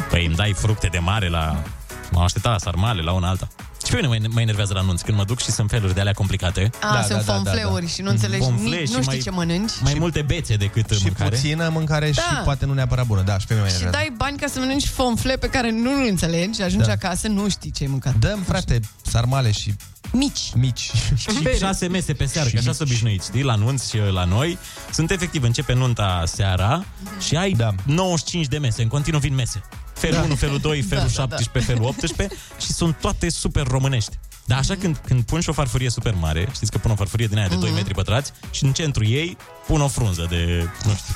Păi îmi dai fructe de mare la... M-am așteptat la sarmale, la una alta. Și pe mine mă, mă enervează la anunț când mă duc și sunt feluri de alea complicate.
A, da, sunt da, fonfleuri da, da. și nu înțelegi,
Fonfle
nici,
și
nu știi
mai-
ce mănânci.
Mai multe bețe decât și mâncare.
Puțină mâncare
Da.
și poate nu neapărat bună, da, și pe mine mă
Și
enervează.
dai bani ca să mănânci fonfle pe care nu îl înțelegi și ajungi
Da.
da. acasă, nu știi ce ai mâncat.
Dăm, frate, sarmale și
Mici.
mici.
Și șase mese pe seară, că așa sunt obișnuiți, știi, la nunți și la noi. Sunt efectiv, începe nunta seara și ai da. 95 de mese, în continuu vin mese. Felul
Da.
1, felul 2,
Da,
felul
da,
17, felul 18 și sunt toate super românești. Dar așa când, când pun și o farfurie super mare, știți că pun o farfurie din aia de 2
Mhm.
metri pătrați și în centru ei pun o frunză de, nu știu,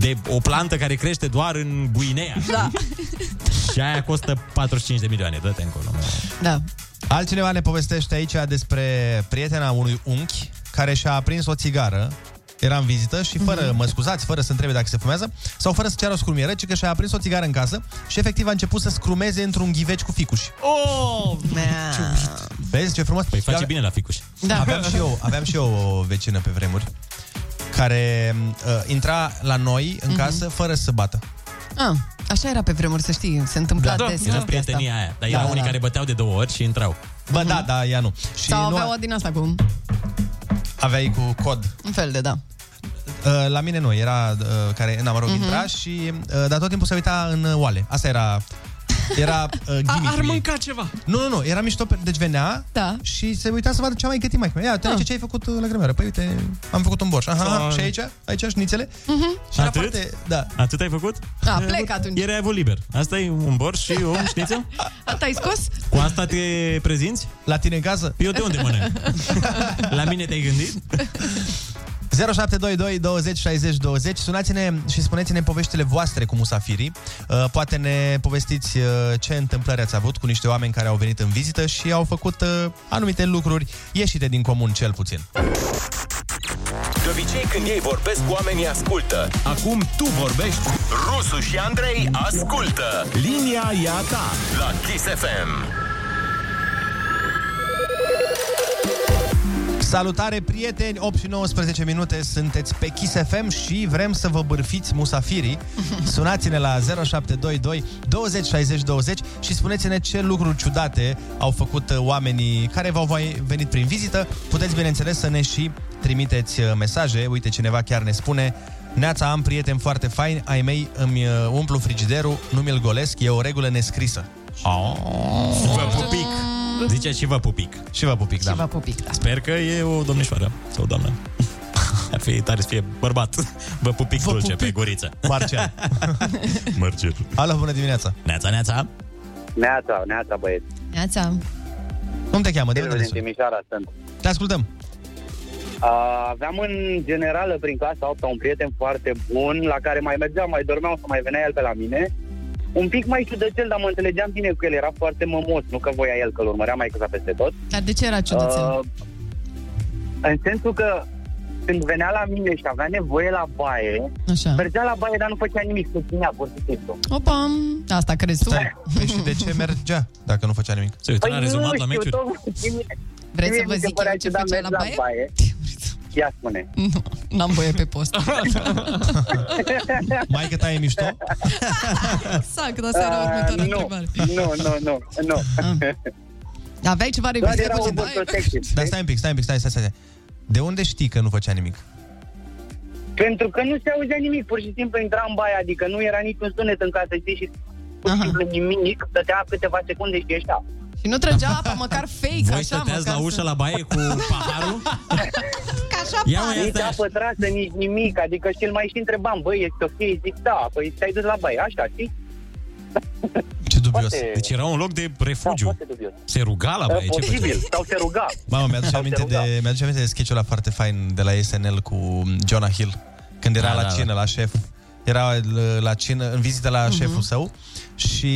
de o plantă care crește doar în Guinea.
Da.
Și aia costă 45 de milioane, dă-te încolo. mă.
Da.
Altcineva ne povestește aici despre prietena unui unchi care și-a aprins o țigară era în vizită
Mhm.
și fără, mă scuzați, fără să întrebe dacă se fumează sau fără să ceară o scrumieră, ci că și-a aprins o țigară în casă și efectiv a început să scrumeze într-un ghiveci cu ficuși.
Oh, man.
Vezi ce frumos? Păi
Face bine la ficuș.
Da.
Aveam și eu, aveam și eu o vecină pe vremuri care uh, intra la noi
Mhm.
în casă fără să bată.
Ah, așa era pe vremuri, să știi, se întâmpla des.
Da, Era
chestia
prietenia aia. Dar
Da,
erau unii
da.
care băteau de două ori și intrau.
Bă, da, da, ea nu. Și
Mhm. Sau
nu
aveau
a-
din asta cu
aveai cu cod
un fel de, da.
Uh, la mine nu, era uh, care, na, mă rog,
Mhm.
intra și, uh, dar tot timpul se uita în uh, oale. Asta era, era uh,
A, ar
gimmick-ul ei.
mânca ceva.
Nu, nu, nu, era mișto, pe- deci venea da. și se uita să vadă ce a mai gătit mai. Ia, te ah. ce ai făcut uh, la grămeară? Păi uite, am făcut un borș. Aha, aha,
Ah.
și aici, aici șnițele.
Uh-huh.
Și era
Atât?
foarte, da.
Atât ai făcut?
A, plec atunci.
Ieri ai avut liber. Asta e un borș și un șnițel?
A, ai scos?
Cu asta te prezinți?
La tine în casă?
Eu de unde mănânc? La mine te-ai gândit?
0722 20 60 20 Sunați-ne și spuneți-ne poveștile voastre cu musafirii Uh, Poate ne povestiți uh, ce întâmplări ați avut cu niște oameni care au venit în vizită Și au făcut uh, anumite lucruri ieșite din comun cel puțin
De obicei, când ei vorbesc, oamenii ascultă. Acum tu vorbești. Rusu și Andrei ascultă. Linia e a ta la Kiss FM.
Salutare prieteni, 8 și 19 minute sunteți pe Kiss FM și vrem să vă bârfiți musafirii. Sunați-ne la 0722 20 60 20 și spuneți-ne ce lucruri ciudate au făcut uh, oamenii care v-au voi- venit prin vizită. Puteți, bineînțeles, să ne și trimiteți uh, mesaje. Uite, cineva chiar ne spune Neața, am prieteni foarte faini, ai mei îmi uh, umplu frigiderul, nu mi-l golesc, e o regulă nescrisă.
Vă pupic. Zicea Ah. și vă pupic.
Și vă pupic, da.
Și vă pupic, da.
Sper că e o domnișoară sau o doamnă. Ar fi tare să fie bărbat. Vă pupic vă dulce pe guriță.
Marcel.
Marcel.
Alo, bună dimineața!
Neața, neața.
Neața, neața băieți.
Neața.
Cum te cheamă? De
Silviu
unde ne
din
suni?
Timișoara sunt.
Te ascultăm!
Uh, aveam în generală prin clasa 8 un prieten foarte bun la care mai mergeam, mai dormeam sau mai venea el pe la mine. Un pic mai ciudățel, dar mă înțelegeam bine cu el, era foarte mămos, nu că voia el, că-l urmărea mai căza peste tot.
Dar de ce era ciudățel?
Uh, în sensul că când venea la mine și avea nevoie la baie,
Așa.
mergea la baie, dar nu făcea nimic, se ținea pur și simplu.
Opa, asta crezi tu?
Păi și de ce mergea dacă nu făcea nimic?
Se uita
Păi
la rezumat la meciuri.
Vreți să vă zic eu ce făcea la baie?
Ia spune.
Nu, n-am voie pe post.
Mai că ta e mișto?
exact, asta era următoarea
nu,
întrebare.
nu, nu, nu, nu.
Aveai ceva
Doar
revistat
era
Ah. cu
o
Da,
ce baie?
protecție.
Dar stai un pic, stai un pic, stai, stai, stai. stai. De unde știi că nu făcea nimic?
Pentru că nu se auzea nimic, pur și simplu intra în baie, adică nu era niciun sunet în casă, știi, și pur și simplu nimic, stătea câteva secunde și ieșea.
Și nu trăgea apa, măcar fake,
Voi
așa,
stăteați
măcar
la ușa la baie cu paharul?
Ca așa
Ia
pare.
mai
Nici apă trasă, nici nimic, adică și el mai și întrebam, băi, ești ok? Zic, da, păi te-ai dus la baie, așa, știi?
Ce dubios.
Poate-
Deci era un loc de refugiu. Se ruga la baie, ce
Posibil,
făcea?
sau se ruga.
Mamă, mi-aduce aminte, de, mi-aduce aminte de sketch-ul ăla foarte fain de la SNL cu Jonah Hill, când era
Da,
la
da,
cină, la șef. Era l- la cină, în vizită la șeful său și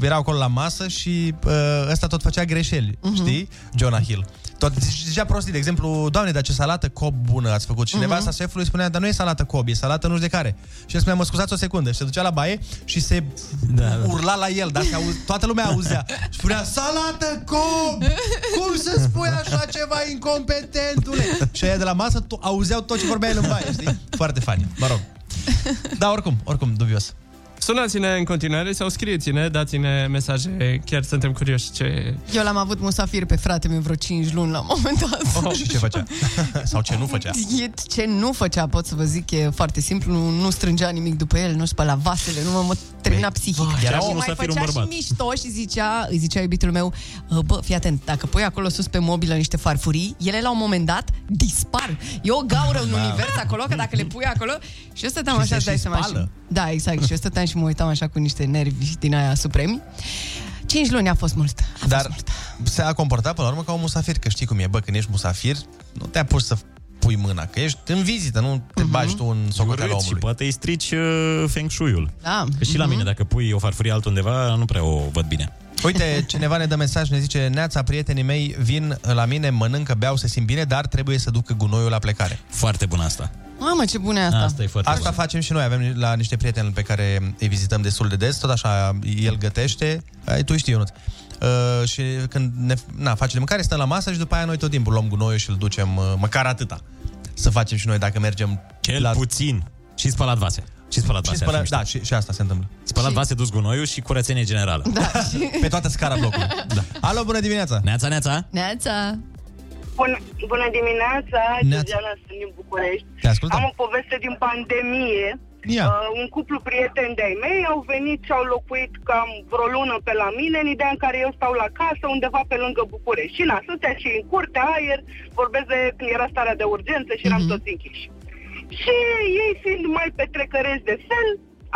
erau acolo la masă și ă, ăsta tot făcea greșeli, știi? Jonah Hill. Tot zicea prostii, de exemplu, doamne, dar ce salată cob bună ați făcut. Și nevasta șefului spunea, dar nu e salată cob, e salată nu știu de care. Și el spunea, mă scuzați o secundă. Și se ducea la baie și se da, urla la el, dar se auz, toată lumea auzea. Și spunea, salată cob! Cum să spui așa ceva, incompetentule? Și aia de la masă to- auzeau tot ce vorbea el în baie, știi? Foarte funny, mă rog. Da, oricum, oricum, dubios.
Sunați-ne în continuare sau scrieți-ne, dați-ne mesaje, chiar suntem curioși ce...
Eu l-am avut musafir pe frate meu vreo 5 luni la un moment dat.
Oh, și ce făcea? Sau ce nu
Da.
făcea?
E ce nu făcea, pot să vă zic, e foarte simplu, nu, nu strângea nimic după el, nu spăla vasele, nu mă, mă termina
Păi,
psihic.
vai, era
și
un
mai
musafir, un
făcea și
bărbat.
mișto și zicea, îi zicea iubitul meu, bă, fii atent, dacă pui acolo sus pe mobilă niște farfurii, ele la un moment dat dispar. E o gaură în
Mamă.
univers acolo, că dacă le pui acolo... Și eu stăteam
Ah, da. Și
așa,
se și
îți dai seama. Și,
spală.
da, exact. Și eu stăteam și mă uitam așa cu niște nervi din aia supremi. Cinci luni a fost mult.
Dar se-a comportat până la urmă ca un musafir, că știi cum e, bă, când ești musafir, nu te apuci să pui mâna, că ești în vizită, nu te bagi tu în socoteala
Urât și
omului.
poate îi strici uh, feng shui-ul.
Da.
Că și la
Mhm.
mine, dacă pui o farfurie altundeva, nu prea o văd bine.
Uite, cineva ne dă mesaj, ne zice Neața, prietenii mei vin la mine, mănâncă, beau, se simt bine, dar trebuie să ducă gunoiul la plecare.
Foarte bun asta.
Mamă, ce bună e asta.
Asta facem și noi, avem ni- la niște prieteni pe care îi vizităm destul de des, tot așa, el gătește, ai, tu știi, Ionut. Uh, și când ne, na, face de mâncare, stăm la masă și după aia noi tot timpul luăm gunoiul și îl ducem, uh, măcar atâta, să facem și noi dacă mergem
Cel la... puțin. Și spălat vase. Și spălat
Și
vase.
spăla-
da,
și, și asta se întâmplă.
Spălat
Și-
vase, dus gunoiul și curățenie generală.
Da,
pe toată scara blocului. Da. Alo, bună dimineața!
Neața, neața!
Neața!
Bună, bună dimineața,
Neața.
Georgiana, sunt din București.
Te ascultăm.
Am o poveste din pandemie.
Ia.
Uh, un cuplu prieten de-ai mei au venit și au locuit cam vreo lună pe la mine, în ideea în care eu stau la casă, undeva pe lângă București. Și în Asuncia și în curte, aer, vorbesc de când era starea de urgență și eram toți închiși. Și ei fiind mai petrecăreți de fel,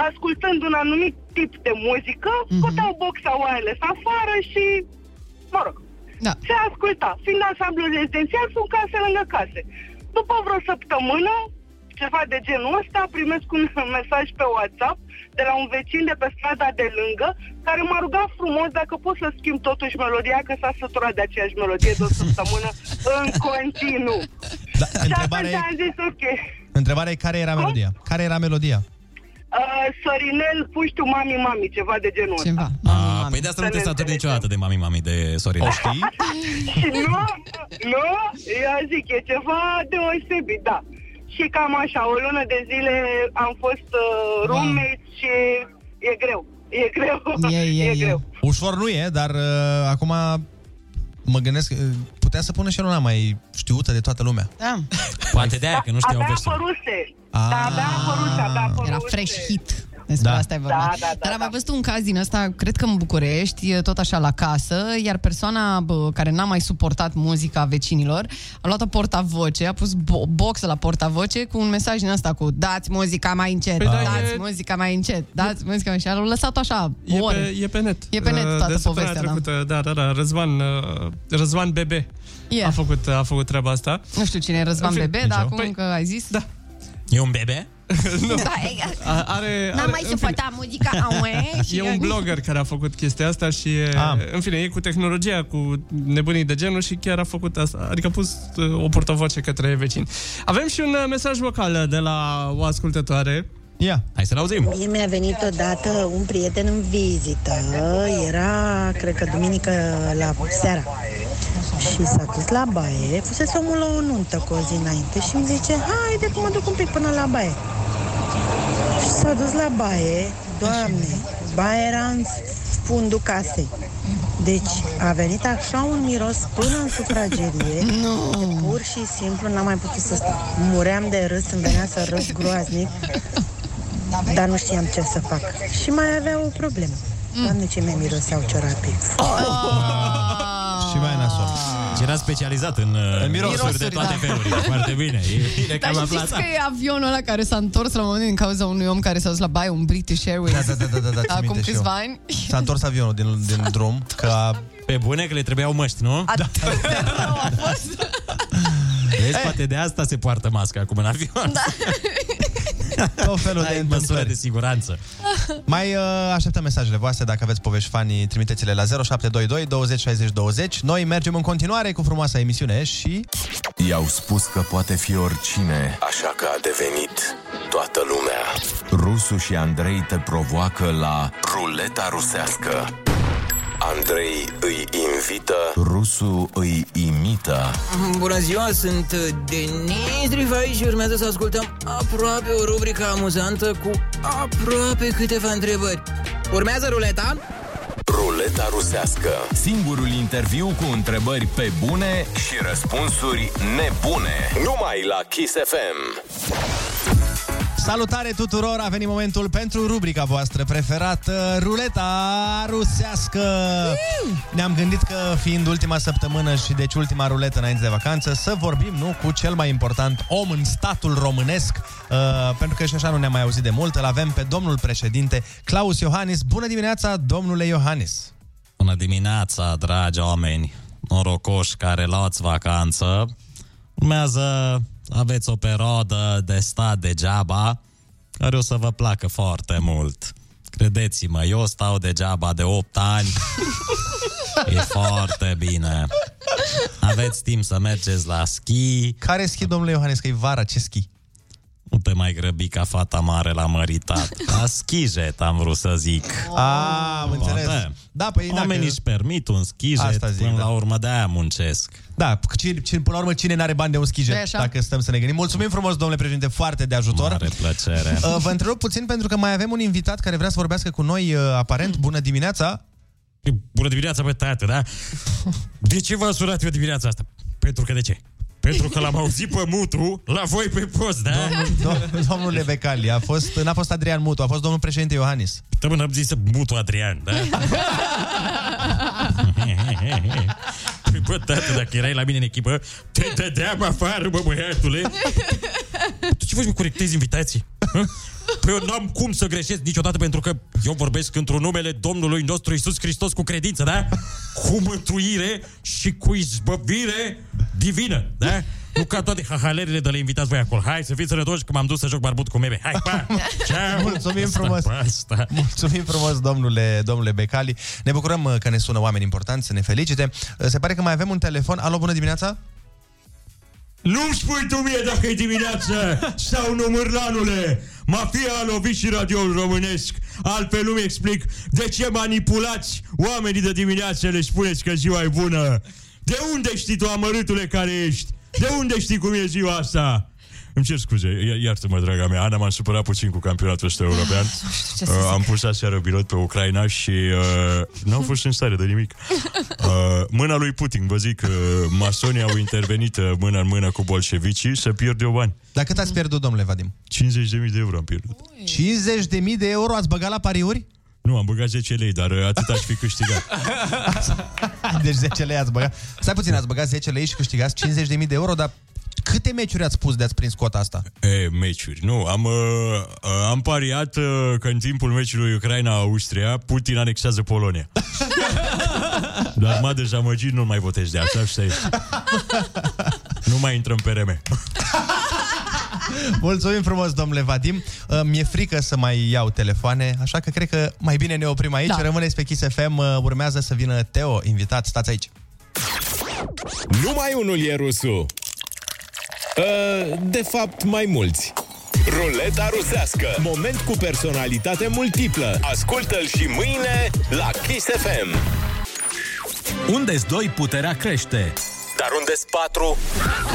ascultând un anumit tip de muzică, scoteau boxa wireless afară și, mă rog,
da.
se asculta. Fiind ansamblu rezidențial, sunt case lângă case. După vreo săptămână, ceva de genul ăsta, primesc un mesaj pe WhatsApp de la un vecin de pe strada de lângă, care m-a rugat frumos dacă pot să schimb totuși melodia, că s-a săturat de aceeași melodie de o săptămână în continuu.
Da,
Și
întrebarea,
atunci
e,
am zis, ok,
întrebarea e care era melodia? Care era melodia?
uh, Sorinel, puștiu, mami, mami, ceva de genul ăsta.
Ceva.
A, păi de asta nu
Să
te
ne
saturi niciodată de mami-mami de Sorin.
O știi?
Și nu, nu, eu zic, e ceva deosebit, da. Și cam așa, o lună de zile am fost uh, roommates și e greu, e greu, e greu.
Ușor nu e, dar uh, acum mă gândesc, uh, putea să pună și el una mai știută de toată lumea.
Da.
Poate de aia, că nu știau Ah.
Abia
versul.
apăruse, da, abia apăruse, abia apăruse.
Era fresh hit. Despre
Da.
asta e vorba.
Da, da, da,
Dar am mai văzut un caz din ăsta, cred că în București, e tot așa la casă, iar persoana bă, care n-a mai suportat muzica vecinilor a luat o portavoce, a pus bo- box la portavoce cu un mesaj din ăsta cu dați muzica mai încet,
Păi
păi
da,
dați
e-
muzica mai încet, dați muzica mai încet. Și a lăsat așa o
E
oră.
pe, e pe net.
E pe net
Uh,
toată
de săptămâna
povestea, da.
trecută, da. da, da, Răzvan, uh, Răzvan Bebe
Yeah.
a, făcut, a făcut treaba asta.
Nu știu cine e Răzvan
În fine,
Bebe,
nici
dar
eu.
acum
Păi-
că ai zis... Da.
E un bebe?
nu.
da
A- Are,
N-am
are,
mai
în fine.
suportat muzica, aue, și
E un blogger care a făcut chestia asta și e,
Ah.
în fine, e cu tehnologia, cu nebunii de genul și chiar a făcut asta. Adică a pus uh, o portavoce către vecini. Avem și un uh, mesaj vocal de la o ascultătoare.
Ia.
Hai să-l auzim.
Mie mi-a venit odată un prieten în vizită. Era, cred că, duminică la seara. Și s-a dus la baie. Fusese omul la o nuntă cu o zi înainte și îmi zice, haide că mă duc un pic până la baie. Și s-a dus la baie. Doamne, baia era în fundul casei. Deci a venit așa un miros până în sufragerie no. că pur și simplu n-am mai putut să stau. Muream de râs, îmi venea să râs groaznic, dar nu știam ce să fac. Și mai avea o problemă. Doamne, ce mi-a miroseau ciorapii.
Și mai nasol.
Și era specializat Ah. în, uh,
În
mirosuri,
mirosuri,
de toate
da.
felurile. Foarte bine. E bine că
Dar
am
știți
aflat
că e avionul ăla care s-a întors la un moment din cauza unui om care s-a dus la baie, un British Airways.
Da, da, da, da, da, țin
Acum
minte și
câțiva
eu.
ani.
S-a întors avionul din, din drum că a...
Pe bune că le trebuiau măști, nu?
Da.
Vezi, poate de asta se poartă masca acum în avion. Da.
Tot felul de
Măsura de siguranță.
Mai uh, așteptăm mesajele voastre Dacă aveți povești fanii, trimiteți-le la 0722 20 60 20 Noi mergem în continuare cu frumoasa emisiune și...
I-au spus că poate fi oricine, așa că a devenit toată lumea. Rusu și Andrei te provoacă la ruleta rusească. Andrei îi invită, Rusu îi imită.
Bună ziua, sunt uh, Denis Rifai și urmează să ascultăm aproape o rubrică amuzantă cu aproape câteva întrebări. Urmează ruleta?
Ruleta rusească. Singurul interviu cu întrebări pe bune și răspunsuri nebune. Numai la Kiss FM.
Salutare tuturor, a venit momentul pentru rubrica voastră preferată, ruleta rusească. Ne-am gândit că fiind ultima săptămână și deci ultima ruletă înainte de vacanță, să vorbim nu cu cel mai important om în statul românesc, uh, pentru că și așa nu ne-am mai auzit de mult. Îl avem pe domnul președinte Claus Iohannis. Bună dimineața, domnule Iohannis.
Bună dimineața, dragi oameni norocoși care luați vacanță. Urmează, aveți o perioadă de stat degeaba, care o să vă placă foarte mult. Credeți-mă, eu stau degeaba de 8 ani. E foarte bine. Aveți timp să mergeți la schi.
Care schi, domnule Iohannis, că e vara, ce schi?
Nu te mai grăbi ca fata mare la măritat. La schijet, am vrut să zic.
Ah, am înțeles. Da, păi
Oamenii
dacă-
își permit un schijet,
Asta
până
zic,
zic,
da.
la urmă de aia muncesc.
Da, cine, cine, până la urmă, cine n-are bani de un
Nu-i
schijet,
așa?
dacă stăm să ne gândim. Mulțumim frumos, domnule președinte, foarte de ajutor.
Mare plăcere.
Uh, Vă întrerup puțin pentru că mai avem un invitat care vrea să vorbească cu noi, uh, aparent.
Mm.
Bună dimineața!
Bună dimineața, bă, tată, da? De ce v-am sunat eu dimineața asta? Pentru că de ce? Pentru că l-am auzit pe Mutu la voi pe post, da?
Domnul, domnule Becali, a fost, n-a fost Adrian Mutu, a fost domnul președinte Iohannis.
Domnul am zis Mutu Adrian, da? Păi, bă, tată, dacă erai la mine în echipă, te dădeam afară, bă, băiatule. Tu ce faci, mă, corectezi invitații? Hă? Păi eu n-am cum să greșesc niciodată pentru că eu vorbesc într-un numele Domnului nostru Isus Hristos cu credință, da? Cu mântuire și cu izbăvire divină, da? Nu ca toate hahalerile de le invitați voi acolo. Hai să fiți sănătoși că m-am dus să joc barbut cu meme. Hai, pa! Ceau!
Mulțumim
Asta,
frumos.
pa, Asta.
Mulțumim frumos, domnule, domnule Becali. Ne bucurăm uh, că ne sună oameni importanți să ne felicite. Uh, Se pare că mai avem un telefon. Alo, bună dimineața!
Nu-mi spui tu mie dacă e dimineață sau nu, mârlanule! Mafia a lovit și radioul românesc. Altfel nu-mi explic de ce manipulați oamenii de dimineață, le spuneți că ziua e bună. De unde știi tu, amărâtule care ești? De unde știi cum e ziua asta? Îmi cer scuze, i- iartă-mă, draga mea, Ana m-a supărat puțin cu campionatul ăsta european.
Ah, ce să
Uh,
zic.
am pus aseară bilot pe Ucraina și uh, n-am fost în stare de nimic. Uh, mâna lui Putin, vă zic, uh, masonii au intervenit uh, mână în mână cu bolșevicii să pierd eu bani.
Dar cât ați pierdut, domnule Vadim?
50.000 de euro am pierdut.
50.000 de euro ați băgat la pariuri?
Nu, am băgat 10 lei, dar uh, atât aș fi câștigat.
Deci 10 lei ați băgat. Stai puțin, ați băgat 10 lei și câștigați 50.000 de euro, dar câte meciuri ați pus de ați prins cota asta?
E, meciuri, nu. Am, uh, uh, am pariat uh, că în timpul meciului Ucraina-Austria, Putin anexează Polonia. Dar m-a dezamăgit, nu mai votez de asta, asta este. Nu mai intrăm pe reme.
Mulțumim frumos, domnule Vadim. Uh, Mi-e frică să mai iau telefoane, așa că cred că mai bine ne oprim aici. Da.
Da.
Rămâneți pe Kiss FM, uh, urmează să vină Teo, invitat. Stați aici.
Numai unul e rusul.
Ă,
Uh, De fapt, mai mulți.
Ruleta rusească.
Moment cu personalitate multiplă.
Ascultă-l și mâine la Kiss FM.
Unde doi puterea crește.
Dar unde sunt patru?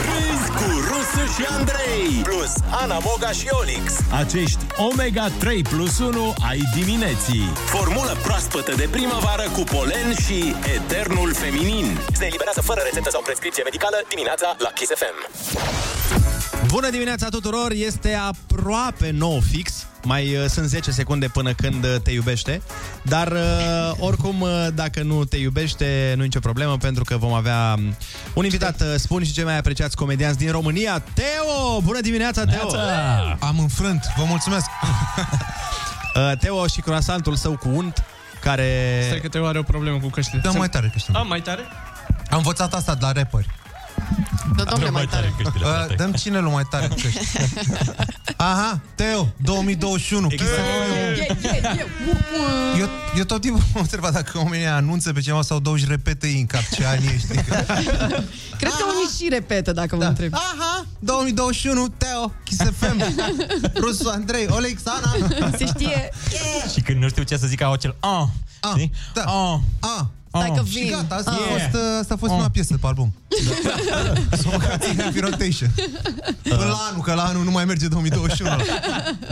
Râzi cu Rusu și Andrei Plus Ana Moga și Olix
Da. Acești Omega 3 plus 1 ai dimineții.
Formulă proaspătă de primăvară cu polen și eternul feminin Se eliberează fără rețetă sau prescripție medicală dimineața la Kiss FM
Bună dimineața tuturor! Este aproape 9 fix. Mai uh, sunt 10 secunde până când uh, te iubește. Dar uh, oricum, uh, dacă nu te iubește, nu e nicio problemă, pentru că vom avea um, un invitat, uh, spun și cei mai apreciați comedianți din România, Teo! Bună dimineața, Teo!
Neața!
Am înfrânt, vă mulțumesc! uh, Teo și croasantul său cu unt, care...
Stai că te are o problemă cu căștile.
Dă mai tare
căștile. Da, mai tare?
Am învățat asta de la rapperi.
Da, domnule, mai tare.
Uh, Dăm cine lui mai tare căști. Aha, Teo, 2021.
Exact.
Exact.
uh,
Eu, eu tot timpul mă întreba dacă oamenii anunță pe cineva sau dau își repete în cap ce an ești.
Cred că unii și repetă, dacă
Da.
mă întreb.
Ah,
Aha, 2021, Teo, Kiss FM, Rusu, Andrei, Olex, Ana.
Se știe.
Și când nu știu ce să zic, au acel... Oh,
Ah, da. Ah, ah.
Stai că
Și
vin.
gata, asta,
Ah.
a fost, uh, asta a fost prima piesă pe album. Sau ca ține Happy Rotation. Până la anul, că la anul nu mai merge 2021. ăla.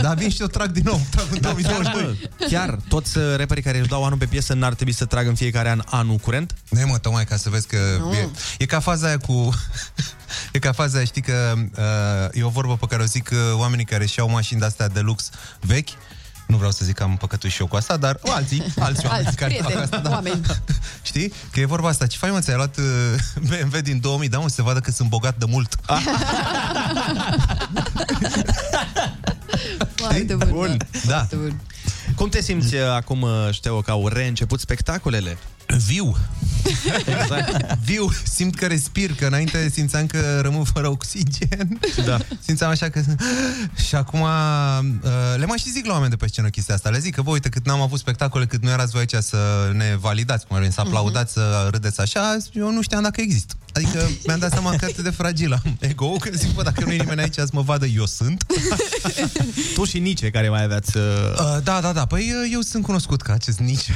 Dar vin și eu trag din nou, trag în 2022.
Chiar toți uh, reperii care își dau anul pe piesă n-ar trebui să tragă în fiecare an anul curent?
Ne mă, tocmai ca să vezi că
Nu.
e, e ca faza aia cu... E ca faza aia, știi că uh, e o vorbă pe care o zic uh, oamenii care și-au mașini de-astea de lux vechi, nu vreau să zic că am păcătuit și eu cu asta, dar alții, alți oameni
Alți
care fac
prieteni,
asta, da.
oameni.
Știi? Că e vorba asta. Ce faci, mă, ți-ai luat uh, BMW din 2000, da, mă, să se vadă că sunt bogat de mult.
Foarte bun. Bun.
Da.
Cum te simți uh, acum, uh, Șteo, că au reînceput spectacolele?
Viu. Exact. Viu, simt că respir, că înainte simțeam că rămân fără oxigen.
Da.
Simțeam așa că... Și acum uh, le mai și zic la oameni de pe scenă chestia asta. Le zic că, bă, uite, cât n-am avut spectacole, cât nu erați voi aici să ne validați, cum ar veni, să aplaudați, să râdeți așa, eu nu știam dacă există. Adică mi-am dat seama cât de fragil am ego că zic, bă, dacă nu e nimeni aici să mă vadă, eu sunt.
tu și Nice, care mai aveați... Uh...
Uh, da, da, da, păi uh, eu sunt cunoscut ca acest nici.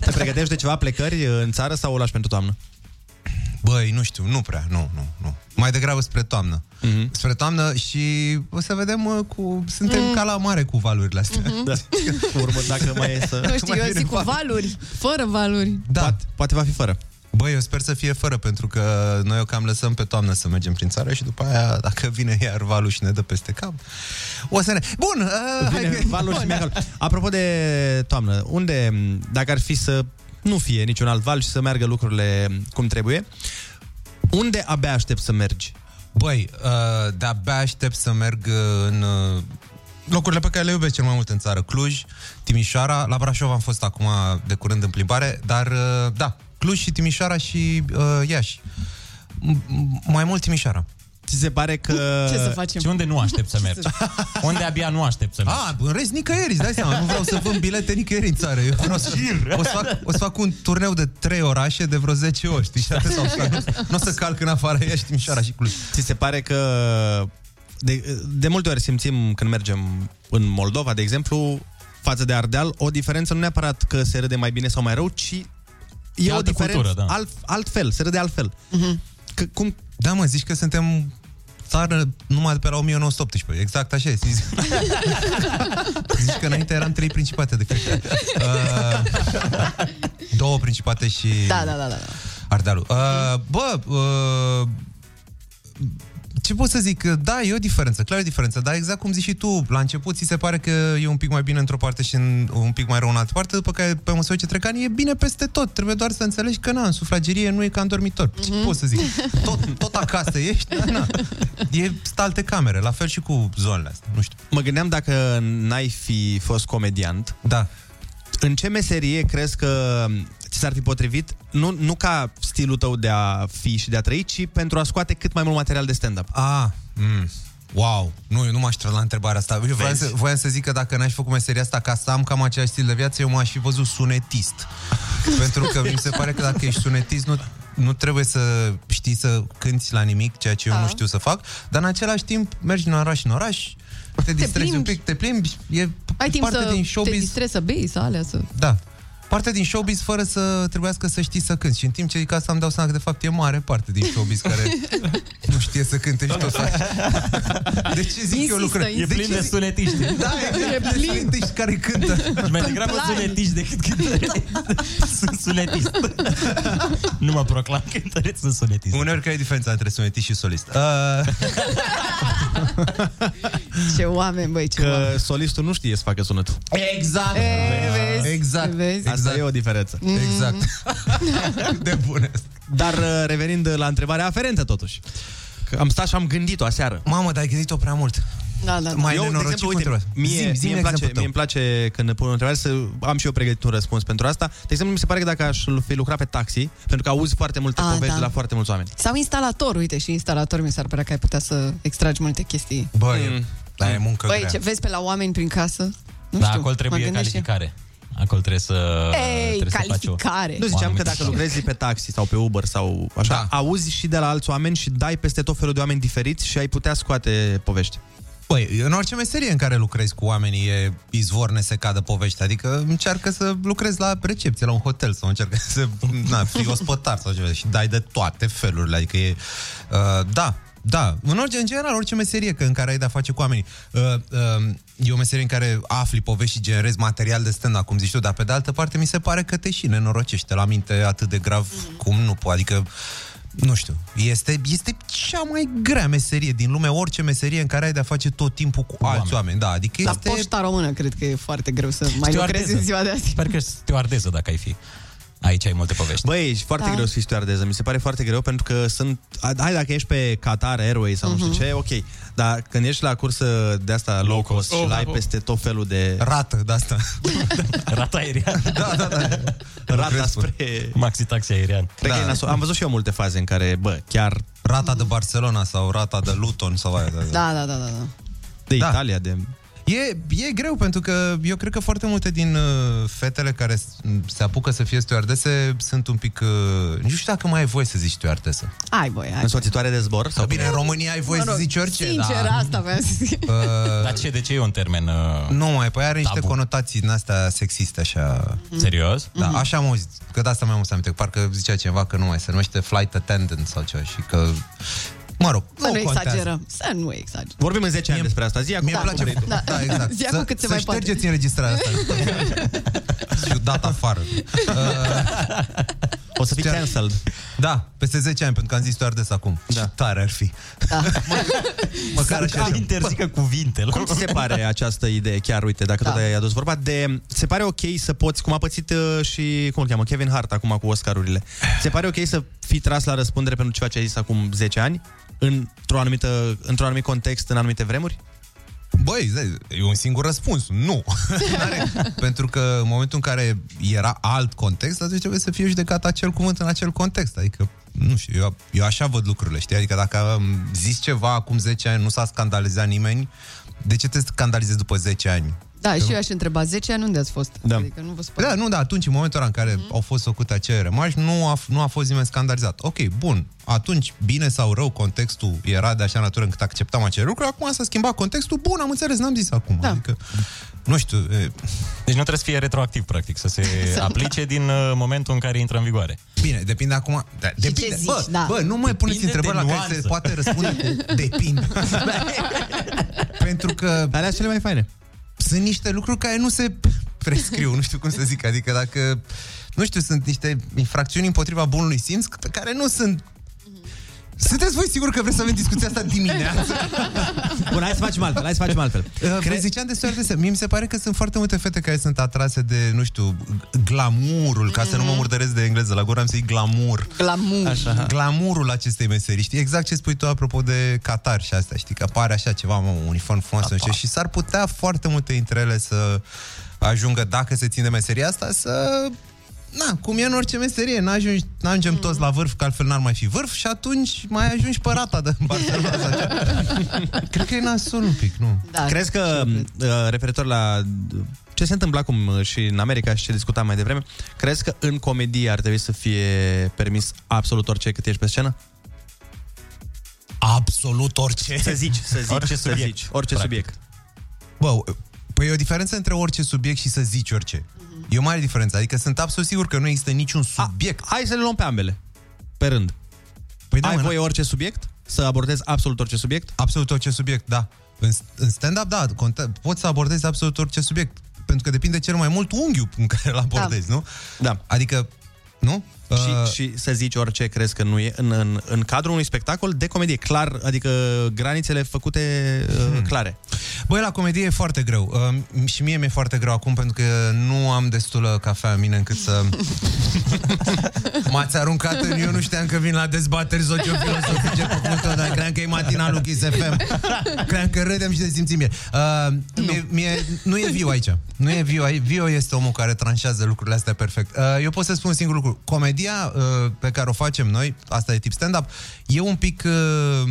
Te pregătești de ceva plecări uh, în țară sau o lași pentru toamnă?
Băi, nu știu, nu prea, nu, nu, nu. Mai degrabă spre toamnă.
Mhm.
Mm-hmm. Spre toamnă și o să vedem mă, cu... Suntem mm. ca la mare cu valurile astea.
Mhm.
Da. Urmă, dacă mai e să...
Nu știu, eu zic cu valuri, fără valuri.
Da. Poate,
poate va fi fără.
Băi, eu sper să fie fără, pentru că noi o cam lăsăm pe toamnă să mergem prin țară și după aia, dacă vine iar valul și ne dă peste cap, o să ne... Bun! Uh,
Vine valul și meargă. Apropo de toamnă, unde, m, dacă ar fi să nu fie niciun alt val și să meargă lucrurile cum trebuie, unde abia aștept să mergi?
Băi, uh, de-abia aștept să merg uh, în uh, locurile pe care le iubesc cel mai mult în țară. Cluj, Timișoara, la Brașov am fost acum de curând în plimbare, dar uh, da, Cluj și Timișoara și uh, Iași. M- m- mai mult Timișoara.
Ți se pare că...
Ce să facem?
Și unde nu aștept să mergi? unde abia nu aștept să mergi?
A, Ah, în rest nicăieri, îți dai seama, nu vreau să vând bilete nicăieri în țară. Eu vreau să, o, să fac, o să fac un turneu de 3 orașe de vreo 10 ori, știi? Și atât s-au scăzut. Nu o să calc în afara Iași, Timișoara și Cluj.
Ți se pare că de, de multe ori simțim când mergem în Moldova, de exemplu, față de Ardeal, o diferență nu neapărat că se râde mai bine sau mai rău, ci e, o
altă
diferență
cultură, da.
alt, altfel, se râde altfel.
Mhm.
Că, cum...
Da, mă, zici că suntem țară numai de pe la 1918. Exact așa e. Zici, zici că înainte eram trei principate de cred. că. Uh, două principate și
Da, da, da, da.
Ardealul. Uh, bă, uh, ce pot să zic? Da, e o diferență, clar e o diferență, dar exact cum zici și tu, la început ți se pare că e un pic mai bine într-o parte și în, un pic mai rău în altă parte, după care pe măsură ce trec ani e bine peste tot. Trebuie doar să înțelegi că na, în sufragerie nu e ca în dormitor. Ce pot să zic? Tot, tot acasă ești, da, na. E sunt alte camere, la fel și cu zonele astea, nu știu.
Mă gândeam dacă n-ai fi fost comediant,
da.
în ce meserie crezi că ți s-ar fi potrivit, nu, nu ca stilul tău de a fi și de a trăi, ci pentru a scoate cât mai mult material de stand-up?
A, mm. Wow, nu, eu nu m-aș trăda la întrebarea asta. Eu voiam să, voiam să zic că dacă n-aș fi făcut meseria asta ca să am cam același stil de viață, eu m-aș fi văzut sunetist. Pentru că mi se pare că dacă ești sunetist, nu, nu trebuie să știi să cânti la nimic, ceea ce eu
Da.
nu știu să fac, dar în același timp mergi în oraș în oraș, te distrezi un
plimbi.
pic, te plimbi, e
Ai timp
parte
să
din
te
showbiz.
distrezi, să bei, să alea, să...
Da. parte din showbiz fără să trebuiască să știi să cânti. Și în timp ce ca asta îmi dau seama că de fapt e mare parte din showbiz care nu știe să cânte și tot. De ce zic eu
Insistă,
lucruri?
insistă.
De
E plin
ce
de
zic-
sunetiști.
Da,
E
exact,
plin.
de sunetiști care cântă.
Și mai degragă sunetiști decât cântăreți. Sunt sunetist.
Nu mă proclam cântăreț, sunt sonetist. Uneori care e diferența între sonetist și solist? Uh,
Ce oameni, băi, ce
Că solistul nu știe să facă sunetul.
Exact.
Eh,
E, vezi,
exact.
Vezi?
Asta e o diferență.
Exact.
Mm.
De bune. Dar uh, revenind la întrebarea aferentă totuși. Că am stat și am gândit-o aseară.
Mamă, dar ai gândit-o prea mult.
Da, da, da.
Mai
eu, de
nenorocit
exemplu,
cu
uite,
întrebarea.
mie,
Zi- zi
mie,
un
îmi place,
exemplu tău.
mie îmi place când pun o întrebare să am și eu pregătit un răspuns pentru asta. De exemplu, mi se pare că dacă aș fi lucrat pe taxi, pentru că auzi foarte multe
A,
povești
da.
de la foarte mulți oameni.
Sau instalator, uite, și instalator mi s-ar părea că ai putea să extragi multe chestii.
Băi, mm. dar e muncă
Băi, ce vezi pe la oameni prin casă? Nu
Da,
știu,
acolo
mă
trebuie
gândesc și-
calificare. Acolo trebuie să...
Ei,
trebuie să faci o-
calificare.
Nu ziceam că dacă lucrezi pe taxi sau pe Uber sau așa, da. auzi și de la alți oameni și dai peste tot felul de oameni diferiți și ai putea scoate povești.
Băi, în orice meserie în care lucrezi cu oamenii e izvor nesecadă povești, adică încearcă să lucrezi la recepție, la un hotel sau încearcă să na, fii ospătar sau ceva și dai de toate felurile, adică e... Uh, da, da, în, orice, în general, orice meserie că, în care ai de-a face cu oamenii. Uh, uh, e o meserie în care afli povești și generezi material de stand cum zici tu, dar pe de altă parte mi se pare că te și nenorocește la minte atât de grav cum nu poți. Adică nu știu, este, este cea mai grea meserie din lume, orice meserie în care ai de-a face tot timpul cu alți oameni. Da, adică
La
este...
poșta română cred că e foarte greu să mai lucrezi în ziua de azi.
Sper că stewardeză dacă ai fi. Aici ai multe povești.
Băi, e foarte
Da.
greu să fii stewardeză, mi se pare foarte greu pentru că sunt, hai dacă ești pe Qatar Airways sau nu
Mhm.
știu ce, ok, dar când ești la cursă de asta low cost
cost.
și
Oh,
la ai
oh.
peste tot felul de...
Rată de asta.
Rata aerian.
da, da, da.
Rata spre...
Maxi taxi aerian.
Cred că e nasol. Am văzut și eu multe faze în care, bă, chiar...
Rata de Barcelona sau rata de Luton sau aia. Da,
Da, da, da, da. da.
De Italia, de...
E, e greu pentru că eu cred că foarte multe din uh, fetele care s- se apucă să fie stewardese sunt un pic... Uh, nu știu dacă mai ai voie să zici stewardesă.
Ai voie, ai.
Însoțitoare de zbor? Sau
bine, în România ai voie
Mă rog,
să zici orice.
Sincer,
da.
asta vreau să zic.
Dar ce, de ce e un termen... Uh...
Uh, Nu mai, păi are niște conotații din astea sexiste așa.
Mm-hmm.
Serios?
Da, așa am auzit, că de asta mi-am adus aminte, că parcă zicea cineva că nu mai se numește flight attendant sau ceva și că mă rog,
Să nu,
nu contează.
exagerăm, să nu exagerăm.
Vorbim în 10 ani despre asta. Zi acum
Mie
Da.
îmi place.
Da.
Da, da exact.
Zi acum
Să-
cât se
să
mai poate.
ștergeți înregistrarea asta. Și dat afară.
O să fii cancelled.
Da, peste 10 ani, pentru că am zis doar des acum. Da. Ce tare ar fi.
Da.
Măcar
așa. interzică cuvintele.
Cum ți se pare această idee? Chiar, uite, dacă tot ai adus vorba de... Se pare ok să poți, cum a pățit uh, și, cum îl cheamă, Kevin Hart acum cu Oscarurile. Se pare ok să fii tras la răspundere pentru ceea ce ai zis acum 10 ani? Într-o anumită, într-un anumit context, în anumite vremuri?
Băi, da, e un singur răspuns, nu. N-are. Pentru că în momentul în care era alt context, atunci trebuie să fie judecat acel cuvânt în acel context. Adică, nu știu, eu, eu așa văd lucrurile, știi? Adică dacă am zis ceva acum 10 ani, nu s-a scandalizat nimeni, de ce te scandalizezi după 10 ani?
Da, și eu aș întreba 10 ani unde ați fost?
Da.
Adică nu vă spun.
Da, nu, da, atunci, în momentul ăla în care
Mhm.
mm-hmm. au fost făcute acele remarci, nu a, f- nu a fost nimeni scandalizat. Ok, bun, atunci, bine sau rău, contextul era de așa natură încât acceptam acele lucruri, acum s-a schimbat contextul, bun, am înțeles, n-am zis acum. Da. Adică, nu știu... E...
Deci nu trebuie să fie retroactiv, practic, să se
Exact.
Să-
aplice din uh, momentul în care intră în vigoare.
Bine, depinde acum... Da, depinde.
zici,
bă,
da.
bă, nu mai puneți
Depinde de
întrebări la care
nuanță.
se poate răspunde cu depinde. Pentru că...
Alea cele mai faine.
Sunt niște lucruri care nu se prescriu, nu știu cum să zic. Adică dacă... Nu știu, sunt niște infracțiuni împotriva bunului simț pe care nu sunt
Mhm.
sunteți voi sigur că vreți să avem discuția asta dimineața?
Bun, hai să facem altfel, hai să facem altfel.
Cre- ziceam de soartese. Mie mi se pare că sunt foarte multe fete care sunt atrase de, nu știu, glamurul, ca să nu mă murdăresc de engleză, la gură am să zic glamour.
Glamour.
Așa. Glamurul acestei meserii, știi? Exact ce spui tu apropo de Qatar și astea, știi? Că apare așa ceva, mă, un uniform frumos, nu știu, și s-ar putea foarte multe dintre ele să ajungă, dacă se ține meseria asta, să Na, cum e în orice meserie, n-ajungi, n-ajungem toți la vârf, că altfel n-ar mai fi vârf și atunci mai ajungi pe rata de Barcelona. sau ce. Cred că e nasol un pic, nu?
Da, Crezi că, uh, referitor la uh, ce se întâmplă acum uh, și în America și ce discutam mai devreme, crezi că în comedie ar trebui să fie permis absolut orice cât ești pe scenă?
Absolut orice.
Să zici, să zici,
Orice
să
subiect,
zici, orice
practic.
subiect. Mhm.
Bă, păi e o diferență între orice subiect și să zici orice. E o mare diferență. Adică sunt absolut sigur că nu există niciun subiect.
hai să le luăm pe ambele. Pe rând.
Păi da,
Ai
mă,
voie orice subiect? Să abordezi absolut orice subiect?
Absolut orice subiect, da. În, în stand-up, da, conte- poți să abordezi absolut orice subiect. Pentru că depinde cel mai mult unghiul în care îl abordezi, da. nu?
Da.
Adică, nu? Uh,
Și, și să zici orice crezi că nu e în, în, în cadrul unui spectacol de comedie, clar, adică granițele făcute hmm. clare.
Băi, la comedie e foarte greu. Uh, și mie mi-e foarte greu acum pentru că nu am destulă cafea în mine încât să... M-ați aruncat în... Eu nu știam că vin la dezbateri sociofilosofice pe cultul, dar cream că e matina lui Kiss FM. Cream că râdem și ne simțim bine. Uh, mie, mie, nu e viu aici. Nu e viu aici. Viu este omul care tranșează lucrurile astea perfect. Uh, eu pot să spun un singur lucru. Comedia uh, pe care o facem noi, asta e tip stand-up, e un pic... Uh,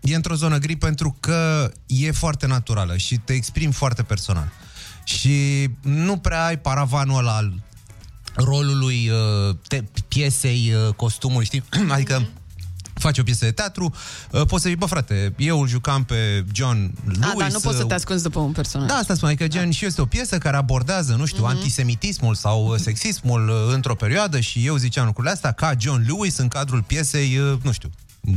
e într-o zonă gri pentru că e foarte naturală și te exprimi foarte personal. Și nu prea ai paravanul ăla al rolului uh, te- piesei, uh, costumului, știi? adică faci o piesă de teatru, uh, poți să zici, bă frate, eu îl jucam pe John Lewis.
A, dar nu poți să te
uh,
ascunzi după un personaj.
da, Mhm. asta spun, adică gen și este o piesă care abordează, nu știu, antisemitismul sau uh, sexismul uh, într-o perioadă și eu ziceam lucrurile astea ca John Lewis în cadrul piesei, uh, nu știu,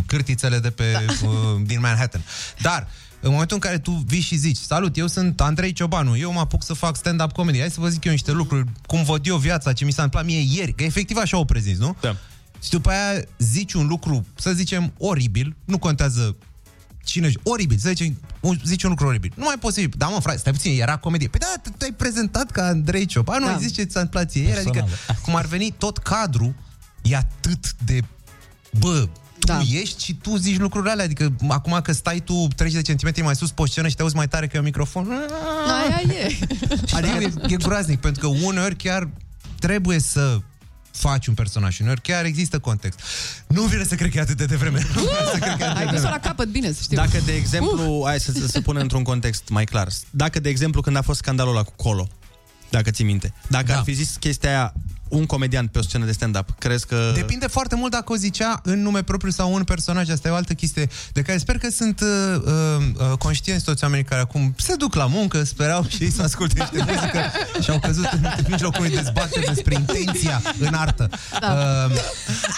cârtițele de pe, da. uh, din Manhattan. Dar, în momentul în care tu vii și zici, salut, eu sunt Andrei Ciobanu, eu mă apuc să fac stand-up comedy, hai să vă zic eu niște lucruri, cum văd eu viața, ce mi s-a întâmplat mie ieri, că efectiv așa o prezinți, nu? Da. Și după aia zici un lucru, să zicem, oribil, nu contează cine oribil, să zicem, un- zici un lucru oribil. Nu mai poți să zici, da mă frate, stai puțin, era comedie. Păi da, tu ai prezentat ca Andrei Ciobanu,
Da.
da. ai zis ce ți s-a întâmplat ție ieri, adică cum ar veni tot cadrul e atât de bă, tu da. ești și tu zici lucrurile alea, adică acum că stai tu 30 de centimetri mai sus pe scenă și te auzi mai tare că e un microfon.
Aia e.
Adică e, e groaznic, pentru că uneori chiar trebuie să faci un personaj și uneori chiar există context. Nu vine să cred că e atât de devreme.
Da, Ai dus-o la capăt, bine, să știu.
Dacă, de exemplu, uh. hai să, să, să punem într-un context mai clar. Dacă, de exemplu, când a fost scandalul ăla cu Colo, dacă ți minte, dacă da. ar fi zis chestia aia un comedian pe o scenă de stand-up, crezi că...
Depinde foarte mult dacă o zicea în nume propriu sau un personaj. Asta e o altă chestie de care sper că sunt uh, uh, uh, conștienți toți oamenii care acum se duc la muncă, sperau și ei să asculte niște muzică și au căzut în mijlocul unei dezbateri despre intenția în artă.
Da.
Uh,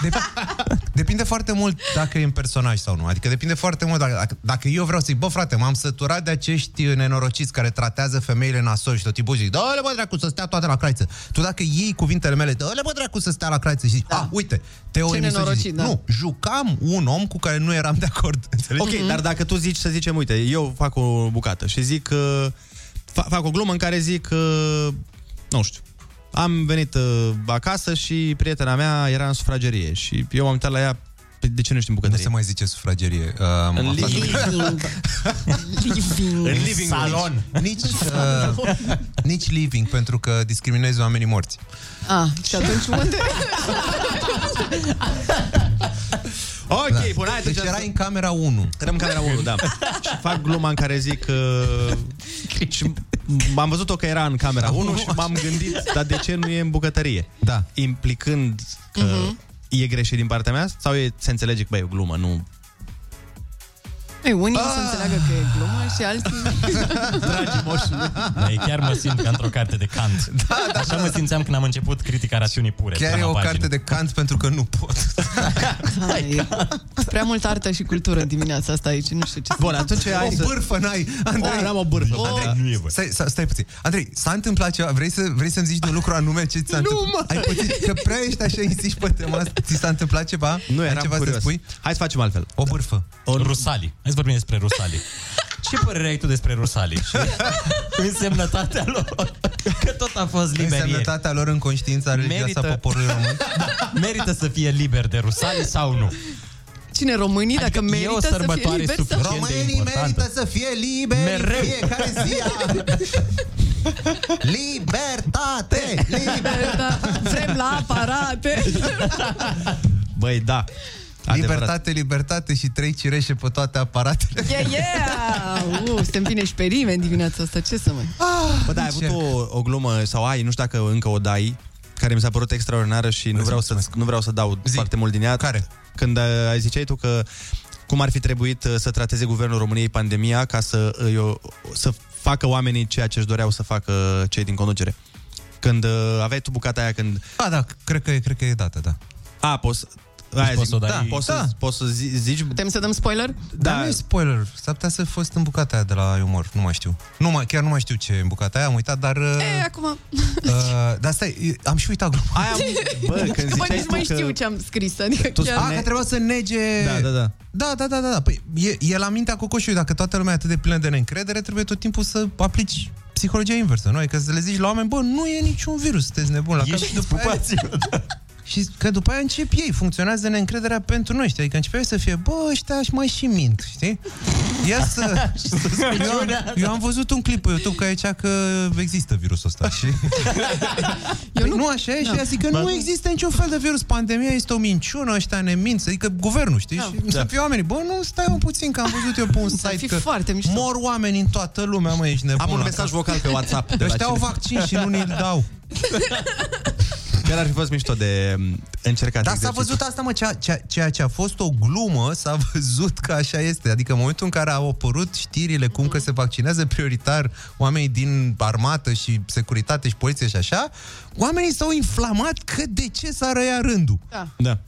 dep- depinde foarte mult dacă e în personaj sau nu. Adică depinde foarte mult dacă, dacă, dacă eu vreau să-i, bă frate, m-am săturat de acești uh, nenorociți care tratează femeile nasol și tot tipul zic, dă-le bă dracu să stea toate la craiță. Tu dacă iei cuvintele mele, dă-le bă dracu să stea la craiță și zici, da. a, uite, Teo
Ce
e misogin."
nenorocit, da.
Nu, jucam un om cu care nu eram de acord. Înțelegi?
Ok, mm-hmm. dar dacă tu zici, să zicem, uite, eu fac o bucată și zic că... Fa- fac o glumă în care zic că... Nu știu. Am venit uh, acasă și prietena mea era în sufragerie și eu am uitat la ea "Păi de ce nu ești în bucătărie? Nu se
mai zice sufragerie. Uh,
în
aflat-
Da,
living.
living.
În living
Mm-hmm. salon. Nici, uh, nici living, pentru că discriminezi oamenii morți.
A, și atunci unde?
Ok, da. bun, hai,
Deci erai în camera 1.
Eram în camera 1, da. și fac gluma în care zic că... și am văzut-o că era în camera 1 și m-am gândit, dar de ce nu e în bucătărie?
Da.
Implicând că e greșit din partea mea sau e, se înțelege că, băi, e o glumă, nu...
Ei, unii
Ah!
o să înțeleagă că e glumă și alții...
Dragii moșului.
Da, e chiar mă simt ca într-o carte de Kant. Da, da, Așa mă simțeam când am început critica rațiunii pure.
Chiar e o carte de Kant pentru că nu pot.
Hai, prea multă artă și cultură dimineața asta aici, nu știu ce
Bun, atunci
o bârfă n-ai. Andrei,
n-am o bârfă.
Andrei, stai, stai, stai puțin. Andrei, s-a întâmplat ceva? Vrei, să, vrei să-mi zici de un lucru anume ce ți s-a
Nu,
întâmplat?
mă!
Ai pățit că prea ești așa, insisti pe tema asta. Ți s-a întâmplat ceva?
Nu,
Ai
eram
ceva
curios.
să spui?
Hai să facem altfel.
O bârfă.
O... Rusalii. Hai să vorbim despre Rusalii. Ce părere ai tu despre Rusalii? Și însemnătatea lor. Că tot a fost liber
Însemnătatea lor în conștiința religioasă a
Merită. Da.
poporului român. Deci,
Merită să fie liber de Rusalii sau nu?
Cine românii,
Adică
dacă
e o
merită să fie
sărbătoare
liber sau...
suficient de Românii importantă. merită
să fie liberi
Mereu.
fiecare zi. Libertate!
Libertate! Vrem la aparate!
Băi, da.
Libertate, libertate și trei cireșe pe toate aparatele.
Yeah, yeah! Uh, se împine și pe rime în dimineața asta, ce să mai... Deci-
Bă, da, ai
Păi,
avut o, o glumă sau ai, nu știu dacă încă o dai, care mi s-a părut extraordinară și nu vreau, să, nu vreau să dau Zi. foarte mult din ea. Care? Când uh, ai ziceai tu că cum ar fi trebuit uh, să trateze guvernul României pandemia ca să, uh, eu, să facă oamenii ceea ce își doreau să facă cei din uh, conducere. Când uh, aveai tu bucata aia când...
A, da, cred că, cred că e dată, da.
A, poți...
Deci
aia
poți
zic,
să o dai-
da, poți,
Da.
Să, poți să zi- zici...
Putem să dăm spoiler?
Da. Dar nu e spoiler, s-ar putea să fi fost în bucata aia de la umor, nu mai știu. Nu mai, chiar nu mai știu ce e în bucata aia, am uitat, dar...
E,
Uh,
acum...
uh, dar stai, am și uitat gluma.
Aia,
Bă, nici mai știu ce am scris, adică
Tu
chiar...
spune... Ah, că trebuia să nege...
Da, da, da.
Da, da, da, da, da. Păi e, e la mintea cocoșului, dacă toată lumea e atât de plină de neîncredere, trebuie tot timpul să aplici psihologia inversă, nu? Adică să le zici la oameni, bă, nu e niciun virus, sunteți nebun la cap. Și după aia... Și că după aia încep ei, funcționează neîncrederea pentru noi, știi? Adică începeai să fie, bă, ăștia și mai și mint, știi? Ia să... eu, am, eu am văzut un clip pe YouTube care zicea că există virusul ăsta și... Eu Păi nu, nu așa e și
Da.
ea zic că
Ba
nu
da.
există niciun fel de virus. Pandemia este o minciună, ăștia ne minți. Adică guvernul, știi?
Da.
Și
Da.
să fie oamenii. Bă, nu, stai un puțin, că am văzut eu pe un site
fi
că
foarte mișto.
mor oameni în toată lumea, mă, ești nebun.
Am un
la
mesaj
cap.
vocal pe WhatsApp de la
Ăștia au
cineva.
vaccin și nu ne-l dau.
Chiar ar fi fost mișto de m,
Dar
încercat
s-a
exercițiu.
văzut asta, mă, ceea, ceea, ceea ce a fost o glumă, s-a văzut că așa este. Adică în momentul în care au apărut știrile cum că se vaccinează prioritar oamenii din armată și securitate și poliție și așa, oamenii s-au inflamat că de ce s-a răia rândul.
Da.
Da.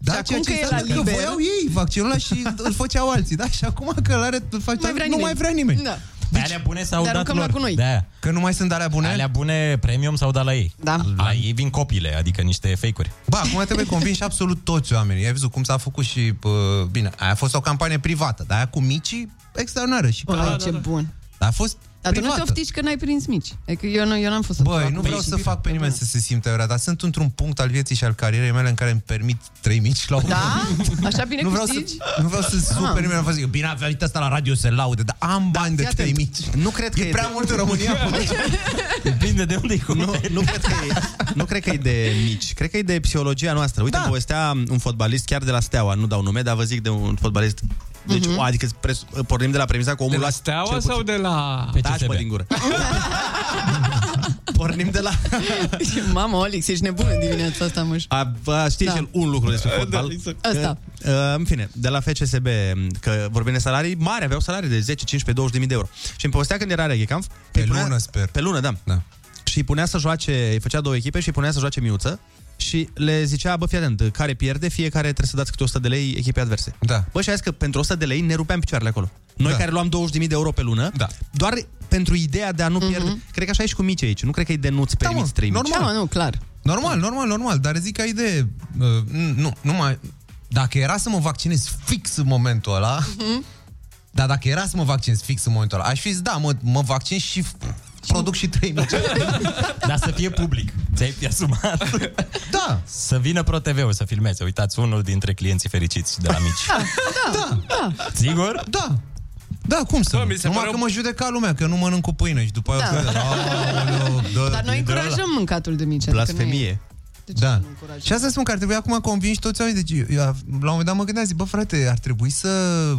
Da,
Și
ceea
acum
ce
că era
înseamnă că
liber-
voiau ei vaccinul ăla și îl făceau alții, da? Și acum că îl are, îl face,
Nu mai vrea
nu
nimeni.
mai vrea nimeni.
Da.
Deci, alea bune s-au
le
dat
aruncăm
lor.
la gunoi.
De-aia.
Că nu mai sunt alea bune?
Alea bune premium s-au dat la ei.
Da.
La ei vin copiile, adică niște fake-uri.
Ba, acum trebuie convinși absolut toți oamenii. Ai văzut cum s-a făcut și... Bă, bine, aia a fost o campanie privată, dar aia cu micii, extraordinară. Și
Bă,
clar-
Oh, ce bun.
Dar a fost
Dar tu nu te
privată.
oftici că n-ai prins mici. Adică eu, nu, eu n-am fost
Băi, nu vreau să fac pe nimeni să se simtă rău, dar sunt într-un punct al vieții și al carierei mele în care îmi permit trei mici la un
Da? Așa bine
nu vreau să,
câștigi?
nu vreau să
Ah. Da,
super nimeni, vă zic, bine, a venit asta la radio se laude, dar am bani de
fii
trei
atent.
mici.
Nu cred că
e,
e
prea
de-
mult în România.
Depinde de unde e cum.
Nu, nu, cred că e, nu cred că e de mici, cred că e de psihologia noastră. Uite, da. povestea un fotbalist chiar de la Steaua, nu dau nume, dar vă zic de un fotbalist. Deci,
Mhm.
uh-huh. adică pres, pornim de la premisa că omul
De la
a- cel
Steaua
puțin-
sau de la...
Taci, mă, din gură. Pornim de la...
Mamă, Olix, ești nebună dimineața asta, mă.
A, a știe da.
Da.
și el un lucru despre
Da,
fotbal.
exact.
Că-
Ăsta.
Uh, în fine, de la FCSB, că vorbim de salarii mari, aveau salarii de 10, 15, 20 de mii de euro. Și îmi povestea când era Reghecamp. Pe punea, lună,
sper.
Pe lună, da. da. Și îi punea să joace, îi făcea două echipe și îi punea să joace miuță. Și le zicea, bă, fii atent, care pierde, fiecare trebuie să dați câte 100 de lei echipei adverse.
Da.
Bă, și a zis că pentru 100 de lei ne rupeam picioarele acolo. Noi
Da.
care luam 20.000 de euro pe lună,
da.
doar pentru ideea de a nu pierde. Cred că așa e și cu mici aici. Nu cred că e de nu-ți permiți da, trei mici.
normal.
Da, mă, nu, clar.
Normal, normal, normal, dar zic ca idee, uh, nu, nu mai... Dacă era să mă vaccinez fix în momentul ăla, dar dacă era să mă vaccinez fix în momentul ăla, aș fi zis, da, mă, mă vaccin și f- produc și trei mici.
Dar să fie public. Ți-ai asumat.
Da.
Să vină Pro TV-ul să filmeze. Uitați, unul dintre clienții fericiți de la mici.
Da, da,
Sigur?
da. Da, cum să?
Bă, mi
Bă,
se
Numai
pare
că
o-
mă judeca lumea, că nu mănânc cu pâine și după aia...
Da.
Da. Aoleu, dă,
Dar noi
e de ăla.
încurajăm mâncatul de mici. adică nu e-
Blasfemie.
De ce
Da.
nu încurajăm?
Și asta spun că ar trebui acum convinși toți oamenii. Deci, eu, la un moment dat mă gândeam, zic, bă, frate, ar trebui să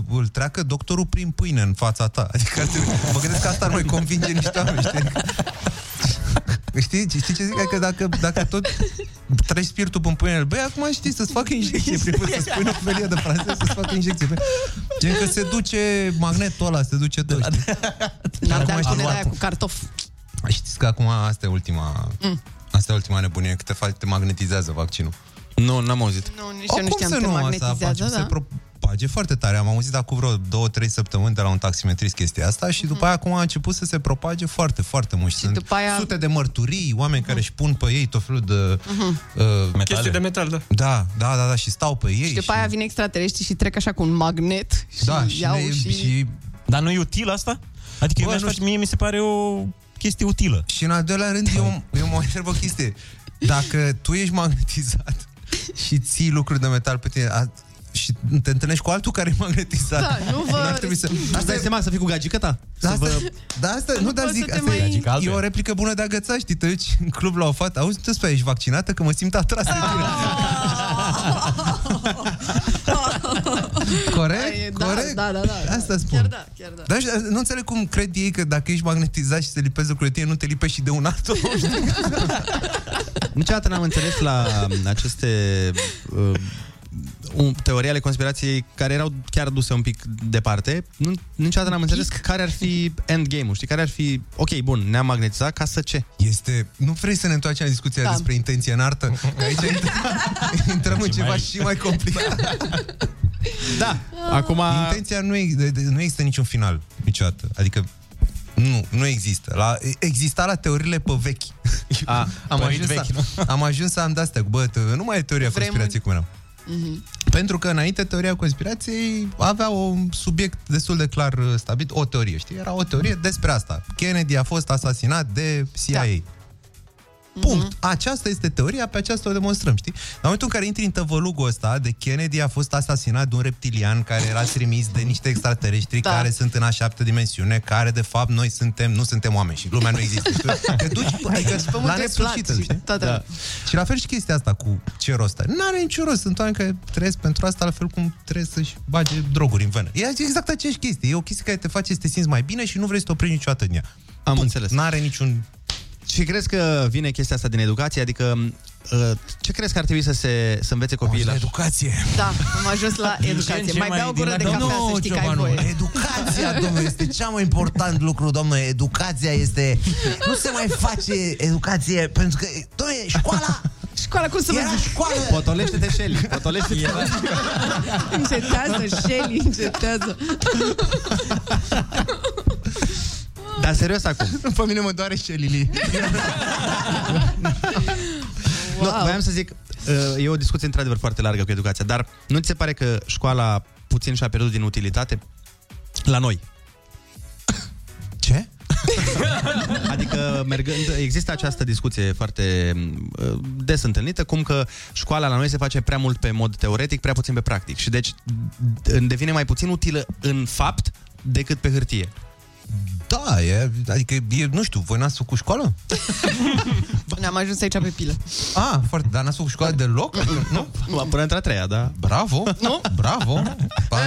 îl treacă doctorul prin pâine în fața ta. Adică ar trebui, mă gândesc că asta ar mai convinge niște oameni, știi? Adică- Știi, știi ce zic? Adică dacă, dacă tot treci spiritul în pâine, băi, acum știi să-ți facă injecție prin pâine, să-ți pui o felie de francez, să-ți facă injecție. Băi, Gen că se duce magnetul ăla, se duce tot, știi?
Dar
Acum
de
știi-
pune aia cu cartof.
Știți că acum asta e ultima...
Mm.
Asta e ultima nebunie, că te, faci, te magnetizează vaccinul.
Nu, n-am auzit.
Nu, nici eu
Oricum
nu știam
să
că magnetizează,
face,
da?
Se propage foarte tare. Am auzit acum vreo două, trei săptămâni de la un taximetrist chestia asta și după aia acum a început să se propage foarte, foarte mult. Și Sunt
după aia- Mhm.
sute de mărturii, oameni care își pun pe ei tot felul de... Uh,
Chestii de metal, da.
Da, da, da, da, și stau pe ei.
Și după aia vin extraterestri și trec așa cu un magnet și
Da, și,
iau
ne,
și...
și... și...
Dar nu e util asta? Adică eu
Bă,
mi-aș
nu
face, mie mi se pare o chestie utilă.
Și în al doilea rând, eu, eu mă întreb o chestie. Dacă tu ești magnetizat și ții lucruri de metal pe tine, a, și te întâlnești cu altul care e magnetizat.
Da, nu vă-
N-ar trebui să...
Îți
Asta
dai
e
seama să fii cu gagica ta?
Da,
Să
asta,
vă...
da, asta, nu,
Nu
dar
poți să
zic,
te
asta
mai-
e,
Gagica
e
altuia.
o replică bună de agățat, știi, te duci în club la o fată, auzi, tu spui, ești vaccinată că mă simt atras de tine.
Ai,
Corect?
da,
Corect?
da, da, da, da.
Asta spun.
Chiar da, chiar da.
Dar nu înțeleg cum cred ei că dacă ești magnetizat și se lipezi lucrurile tine, nu te lipești și de un altul.
Niciodată n-am înțeles la aceste uh, um, un, teorii ale conspirației care erau chiar duse un pic departe, nu, niciodată n-am înțeles care ar fi endgame-ul, știi? Care ar fi, ok, bun, ne-am magnetizat, ca să ce?
Este, nu vrei să ne întoarcem la discuția
Da.
da. despre intenție în artă? Că aici int- intrăm în
Ce
ceva
mai-
și mai complicat. da,
acum-
Intenția nu, e, de- de- nu există niciun final niciodată. Adică nu, nu există. La, exista la teoriile pe vechi. A, am,
teorii
ajuns
vechi,
să, am ajuns să am de-astea. cu, Bă, t- nu mai e teoria
Vremuri-
conspirației cum eram.
Mhm.
Pentru că înainte teoria conspirației avea un subiect destul de clar uh, stabilit, o teorie, știi? Era o teorie despre asta. Kennedy a fost asasinat de CIA. Punct. Aceasta este teoria, pe aceasta o demonstrăm, știi? La momentul în care intri în tăvălugul ăsta de Kennedy a fost asasinat de un reptilian care era trimis de niște extraterestri da. care sunt în a șapte dimensiune, care de fapt noi suntem, nu suntem oameni și lumea nu există. știi? Te duci adică,
Pe
la
multe
nesfârșit,
placi.
știi? Da.
Toată lumea.
Și la fel și chestia asta cu ce rost are. N-are niciun rost, sunt oameni care trăiesc pentru asta, la fel cum trebuie să-și bage droguri în venă. E exact aceeași chestie. E o chestie care te face să te simți mai bine și nu vrei să te oprești niciodată din ea.
Am înțeles.
N-are niciun...
Și crezi că vine chestia asta din educație? Adică, uh, ce crezi că ar trebui să se să învețe copiii la...
Educație!
Da, am ajuns la educație. Mai bea o gură de cafea să știi că ai voie.
Educația, domnule, este cea mai important lucru, domnule. Educația este... Nu se mai face educație, pentru că, domnule, școala...
Școala, cum să
Era școală!
Potolește-te, Shelly! Potolește-te!
Încetează, Shelly, încetează.
Dar serios acum.
Pe mine mă doare și Lili.
wow. nu, voiam să zic, uh, e o discuție într-adevăr foarte largă cu educația, dar nu ți se pare că școala puțin și-a pierdut din utilitate? La noi.
Ce?
Adică, mergând, există această discuție foarte uh, des întâlnită, cum că școala la noi se face prea mult pe mod teoretic, prea puțin pe practic. Și deci d- devine mai puțin utilă în fapt decât pe hârtie.
Da, e, adică, e, nu știu, voi n-ați făcut școală?
Ne-am ajuns aici pe pilă.
Ah, foarte, dar n-ați făcut școală deloc? Adică, nu?
Până între a treia, da.
Bravo! Nu? Bravo! Pa,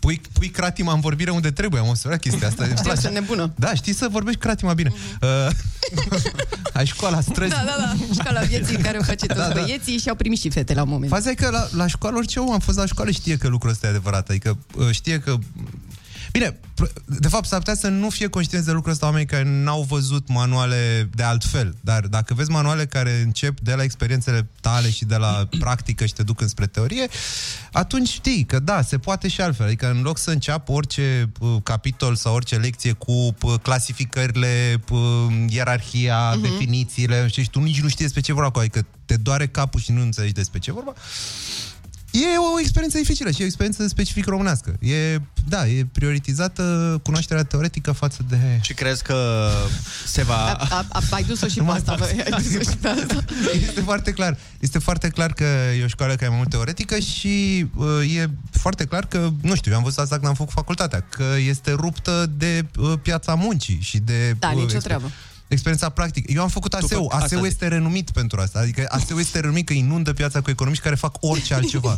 pui, pui cratima în vorbire unde trebuie, am observat chestia asta. Îmi
Știu
place.
să nebună. Mhm.
Da, știi să vorbești cratima bine. Uh, ai școala străzi.
Da, da, da, școala vieții în care o face toți
Da, da.
băieții și au primit și fete la un moment.
Faza e că la, la școală, orice om am fost la școală știe că lucrul ăsta e adevărat. Adică uh, știe că... Bine, pr- de fapt, s-ar putea să nu fie conștienți de lucrul ăsta oamenii care n-au văzut manuale de altfel. Dar dacă vezi manuale care încep de la experiențele tale și de la practică și te duc înspre teorie, atunci știi că da, se poate și altfel. Adică în loc să înceapă orice uh, capitol sau orice lecție cu uh, clasificările, uh, ierarhia, uh-huh. definițiile, nu știu, și tu nici nu știi despre ce vorba, adică te doare capul și nu înțelegi despre ce vorba, E o experiență dificilă și e o experiență specific românească. E, da, e prioritizată cunoașterea teoretică față de...
Și crezi că se
A,
Da.
va...
a, a, ai dus-o și pe asta, bă, ai dus-o și pe asta.
Este foarte clar. Este foarte clar că e o școală care e mai mult teoretică și uh, e foarte clar că, nu știu, eu am văzut asta când am făcut facultatea, că este ruptă de uh, piața muncii și de...
Da,
uh,
nicio
exper-
treabă.
Experiența practică. Eu am făcut
Tu
ASEU.
fă- asta
ASEU
zic.
este renumit pentru asta. Adică ASEU este renumit că inundă piața cu economiști care fac orice altceva.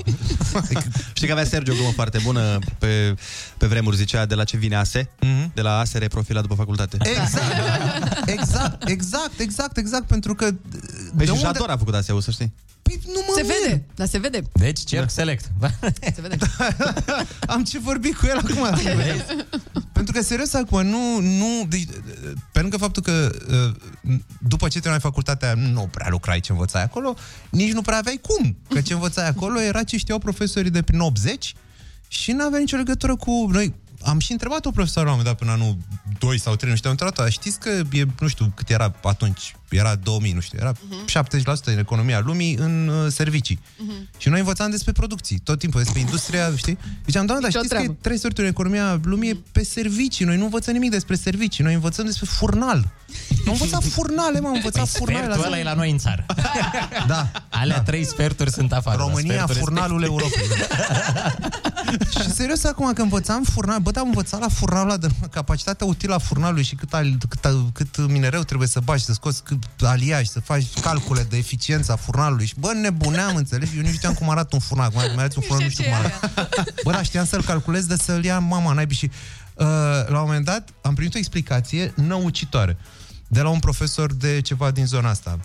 Știi că avea Sergio o glumă foarte bună pe, pe vremuri, zicea de la ce vine ASE,
Mhm.
mm-hmm. de la ASE reprofilat după facultate.
Exact, exact, exact, exact, exact, pentru că... Păi,
Păi și Jador a făcut ASE-ul, să știi.
Nu mă
se vede, dar se vede.
Deci, cerc da. select.
Se vede.
Am ce vorbi cu el acum. pentru că, serios, acum, nu... nu deci, pe lângă faptul că uh, după ce terminai facultatea, nu prea lucrai ce învățai acolo, nici nu prea aveai cum. Că ce învățai acolo era ce știau profesorii de prin 80 și nu avea nicio legătură cu... Noi am și întrebat-o profesoră la un moment dat până anul 2 sau 3, nu știu, am întrebat-o, știți că e, nu știu cât era atunci, era 2000, nu știu, era 70% din economia lumii în uh, servicii. Și noi învățam despre producții, tot timpul, despre industria, știi? Deci am doamnă, dar
Nicio
știți că
treabă.
e trei sorturi în economia lumii e pe servicii. Noi nu învățăm nimic despre servicii, noi învățăm despre furnal. Am învățat furnale, m-am învățat
Păi
furnale.
sfertul ăla e la noi în țară.
Da.
Alea trei sferturi sunt
da,
afară.
România,
Sfertul
furnalul Europei. și serios acum că învățam furnal, bă, dar am învățat la furnal ăla de capacitatea utilă a furnalului și cât, al, cât, cât minereu trebuie să bagi, să scoți cât aliaj, să faci calcule de eficiență a furnalului. Și bă, nebuneam, înțelegi? Eu nu știam cum arată un furnal, acum mai arăți un furnal, nu știu cum arată. Bă, da, știam să-l calculez, de să-l ia mama naibii și... Uh, la un moment dat am primit o explicație năucitoare de la un profesor de ceva din zona asta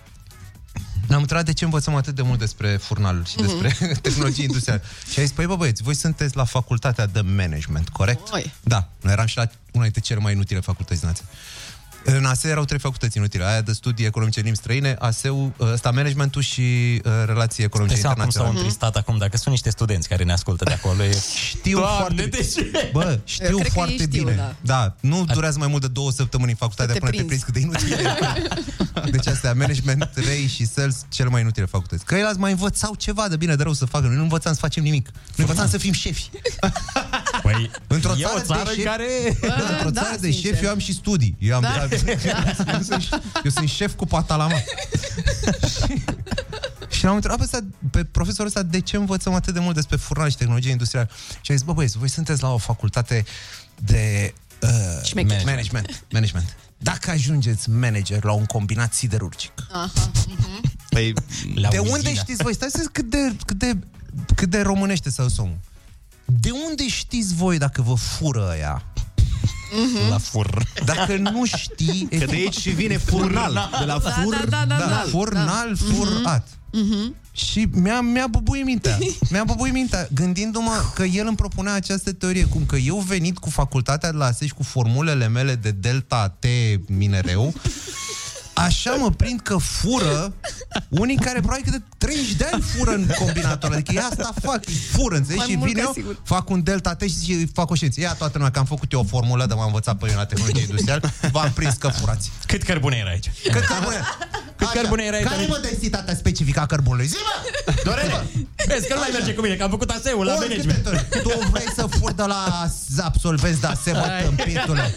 Ne-am întrebat de ce învățăm atât de mult despre furnaluri și
Mhm.
despre tehnologie industrială. Și a zis, păi bă băieți, voi sunteți la facultatea de management, corect?
Oi.
Da, noi eram și la una dintre cele mai inutile facultăți din nație. În ASE erau trei facultăți inutile, aia de studii economice în limbi străine, ASE-ul, ăsta managementul și uh, relații economice
Dai seama cum s-au
internaționale.
întristat acum, dacă sunt niște studenți care ne ascultă de acolo. E...
Știu foarte bine. Bă, știu
cred că
foarte
ei știu,
bine.
da.
da. nu durează mai mult de două săptămâni în facultate
Să te
până te
prinzi.
prinzi cât de inutil e. Deci astea, management, trei și sales, cele mai inutile facultăți. Că ei mai învățau ceva de bine, de rău să facă. Noi nu învățam să facem nimic. Noi învățam să fim șefi.
Păi,
într-o
e
țară,
o țară
de
în
șefi,
care...
Într-o
Da,
țară de
sincer.
șefi eu am și studii. Eu, am,
Da.
eu, sunt, eu sunt șef cu patalama. Și l-am întrebat pe, ăsta, pe profesorul ăsta de ce învățăm atât de mult despre furnal și tehnologie industrială. Și a zis, bă băieți, voi sunteți la o facultate de uh,
Șmecherie.
management. management. management. Dacă ajungeți manager la un combinat siderurgic,
Aha.
păi, de
uzina.
unde știți voi? Stai să zic cât de, cât de, cât de românește sau somul. De unde știți voi dacă vă fură aia?
Mhm.
La fur. Dacă nu știi...
Că de aici și vine furnal, de la Da, fur- da, da, da, da.
furnal, furat.
Mhm.
Și mi-a, mi-a bubuit mintea. Mi-a bubuit mintea, gândindu-mă că el îmi propunea această teorie, cum că eu venit cu facultatea de la ASE și cu formulele mele de delta T minereu, așa mă prind că fură unii care probabil că de 30 de ani fură în combinator. Adică ei asta fac, îi fură, înțelegi?
Mai
Și
mult
vin
ca
eu,
sigur.
fac un delta T și zice, fac o știință. Ia toată lumea că am făcut eu o formulă de m-am învățat pe eu la tehnologie industrială, v-am prins că furați.
Cât cărbune era aici?
Cât cărbune?
Cât cărbune era aici?
Care mă densitatea specifică a cărbunului? Zi, mă! Doreva!
Vezi că nu mai merge cu mine, că am făcut ASEU la
Oricât
management.
de tot. Tu vrei să fur de la absolvenți de asemenea, tâmpitule.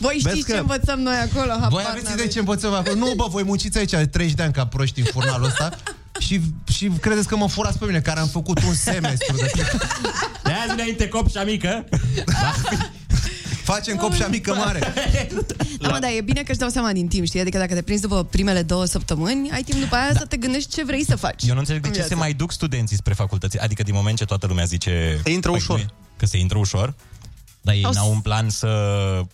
Voi
Vezi
știți
că-
ce învățăm noi acolo? Habar
Voi aveți
n-aveți.
idee ce învățăm acolo? Nu, bă, voi munciți aici de 30 de ani ca proști în furnalul ăsta și, și credeți că mă furați pe mine, care am făcut un semestru de
De azi înainte cop și amică.
Da. Facem cop și amică mare.
Da, mă, dar e bine că își dau seama din timp, știi? Adică dacă te prinzi după primele două săptămâni, ai timp după aia să te gândești ce vrei să faci.
Eu nu înțeleg de
în
ce se
viață.
mai duc studenții spre facultăți. Adică din moment ce toată lumea zice... Se
intră ușor.
Că se intră ușor. Dar ei
Au s-
n-au un plan să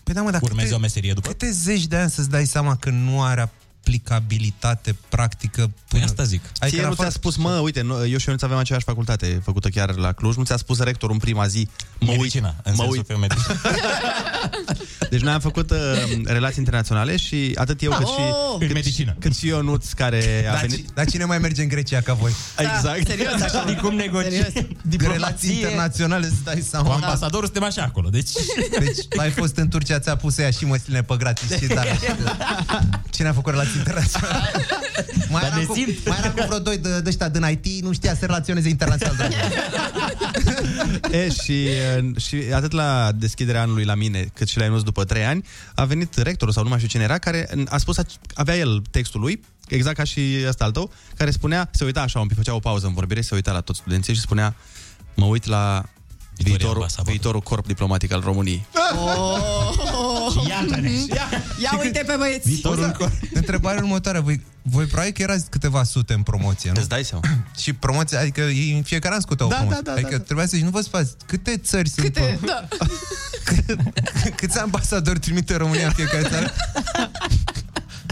Păi da, mă, dacă
urmeze
te-
o meserie după.
Câte zeci de ani să-ți dai seama că nu are aplicabilitate practică până... Păi asta
zic.
Adică Ție nu ți-a spus, mă, uite, nu- eu și eu nu aveam aceeași facultate făcută chiar la Cluj, nu ți-a spus rectorul în prima zi, mă uit,
Medicina, în
mă
sensul
uit.
pe medicină.
Deci noi am făcut uh, relații internaționale și atât eu
Ah,
cât și
oh!
cât,
În medicină.
cât și Ionuț care a
Dar,
venit.
ci- dar cine mai merge în Grecia ca voi?
Exact.
Știi cum negociem
Relații internaționale, să dai seama.
Cu ambasadorul suntem așa acolo, deci...
Deci tu ai fost în Turcia, ți-a pus ea și măsline pe gratis. Și, da, cine a făcut relații internaționale? Mai eram, cu, mai eram cu vreo doi de, de ăștia din IT, nu știa să relaționeze internațional. dragă.
E, și, uh, și atât la deschiderea anului la mine, cât și la Ionuț după 3 ani, a venit rectorul sau nu mai știu cine era, care a spus, avea el textul lui, exact ca și ăsta al tău, care spunea, se uita așa un pic, făcea o pauză în vorbire, se uita la toți studenții și spunea, mă uit la viitorul, viitorul corp diplomatic al României.
Oh!
Iată-ne.
Ia uite pe băieți!
Exact. Întrebarea următoare, voi, voi probabil că erați câteva sute în promoție, nu? Îți
dai seama.
Și promoția, adică ei în fiecare an scoteau
Da,
promoție.
da, da,
adică
da, da.
trebuia să zici, nu vă spați, câte țări sunt?
Câte,
pe-
da.
Câți ambasadori trimite România în fiecare țară?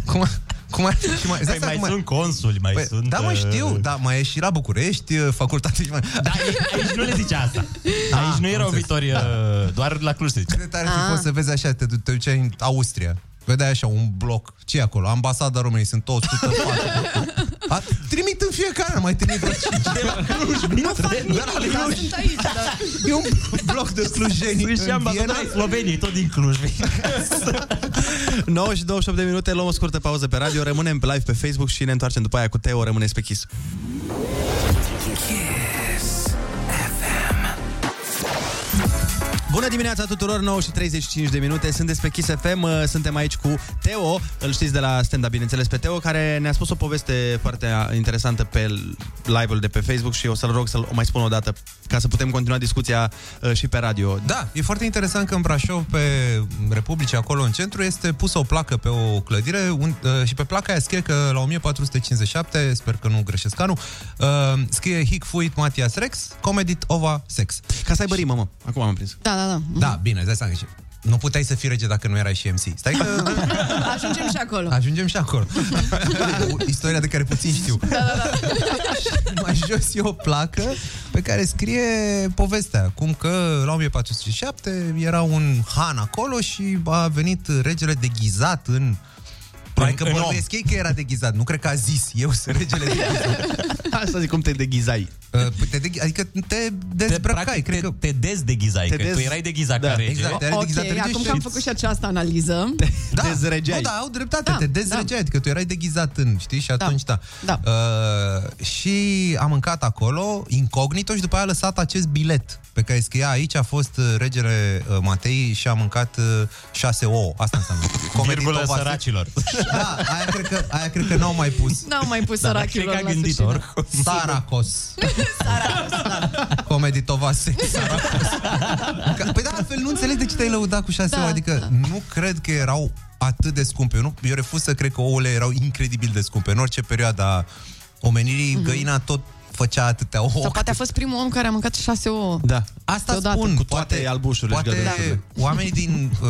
cum, cum ar fi mai...
Păi mai sunt consuli, mai sunt...
Da, mă,
uh,
știu, da, mai e și la București, uh, facultate și mai... Da,
Aici nu le zice asta.
Ah,
Aici nu era o victorie, doar la Cluj se zice.
Cât de tare
Ah.
ar fi fost să vezi așa, te, du- te duceai în Austria, vedeai așa un bloc, ce e acolo? Ambasada României, sunt toți 104. A, trimit în fiecare, an, mai trimit vreo 5.
Nu fac nimic, dar sunt aici, da.
Da, E un bloc de slujeni
Sunt și ambasador ai Sloveniei, tot din Cluj.
9 și 28 de minute, luăm o scurtă pauză pe radio, rămânem pe live pe Facebook și ne întoarcem după aia cu Teo, rămâneți pe Kiss. Bună dimineața tuturor, 9 și 35 de minute, sunt despre Kiss FM, uh, suntem aici cu Teo, îl știți de la stand bineînțeles, pe Teo, care ne-a spus o poveste foarte uh, interesantă pe l- live-ul de pe Facebook și o să-l rog să-l o mai spun o dată ca să putem continua discuția uh, și pe radio.
Da, e foarte interesant că în Brașov, pe Republice, acolo în centru, este pusă o placă pe o clădire un, uh, și pe placa aia scrie că la 1457, sper că nu greșesc anul, uh, scrie Hic fuit Matias Rex, comedit ova sex.
Ca să aibă rimă, mă. Acum am prins.
Da, da, da.
Da, bine, îți dai seama că și- Nu puteai să fii rege dacă nu erai și MC. Stai că
Ajungem și acolo.
ajungem și acolo. Istoria de care puțin știu. Da, da, da. Mai jos e o placă pe care scrie povestea. Cum că la 1407 era un han acolo și a venit regele deghizat în Probabil că
în om.
bănuiesc ei că era deghizat. Nu cred că a zis. Eu sunt regele deghizat. Asta zic cum te deghizai. Te deghi- adică te dezbrăcai. Te, cred că... te
dezdeghizai,
te
că tu erai deghizat ca rege.
Exact, erai deghizat
Ok,
rege
acum
și-
că am făcut și această analiză.
da.
dezrăgeai.
Nu, da, au dreptate,
Da,
da, te dezregeai, da. adică tu erai deghizat în, știi, și atunci da.
da.
Uh, și am mâncat acolo, incognito, și după aia a lăsat acest bilet pe care scria aici a fost uh, regele uh, Matei și a mâncat uh, șase ouă. Asta înseamnă.
Virgulă
Comeditova-
săracilor.
Da, aia cred că, aia cred că n-au mai pus.
N-au mai pus săracilor
Da, cred că
la
a gândit
sfârșit,
oricum. Saracos. Comeditova sex. Că- Păi da, altfel nu înțeleg de ce te-ai lăudat cu șase da, ouă, adică da. nu cred că erau atât de scumpe. Eu, nu, eu refuz să cred că ouăle erau incredibil de scumpe. În orice perioadă a omenirii,
Mhm.
mm-hmm. găina tot făcea atâtea ouă.
Sau poate a fost primul om care a mâncat șase ouă.
Da. Asta
Deodată.
spun, cu toate poate, albușurile
și
poate
gădușurile.
oamenii din uh,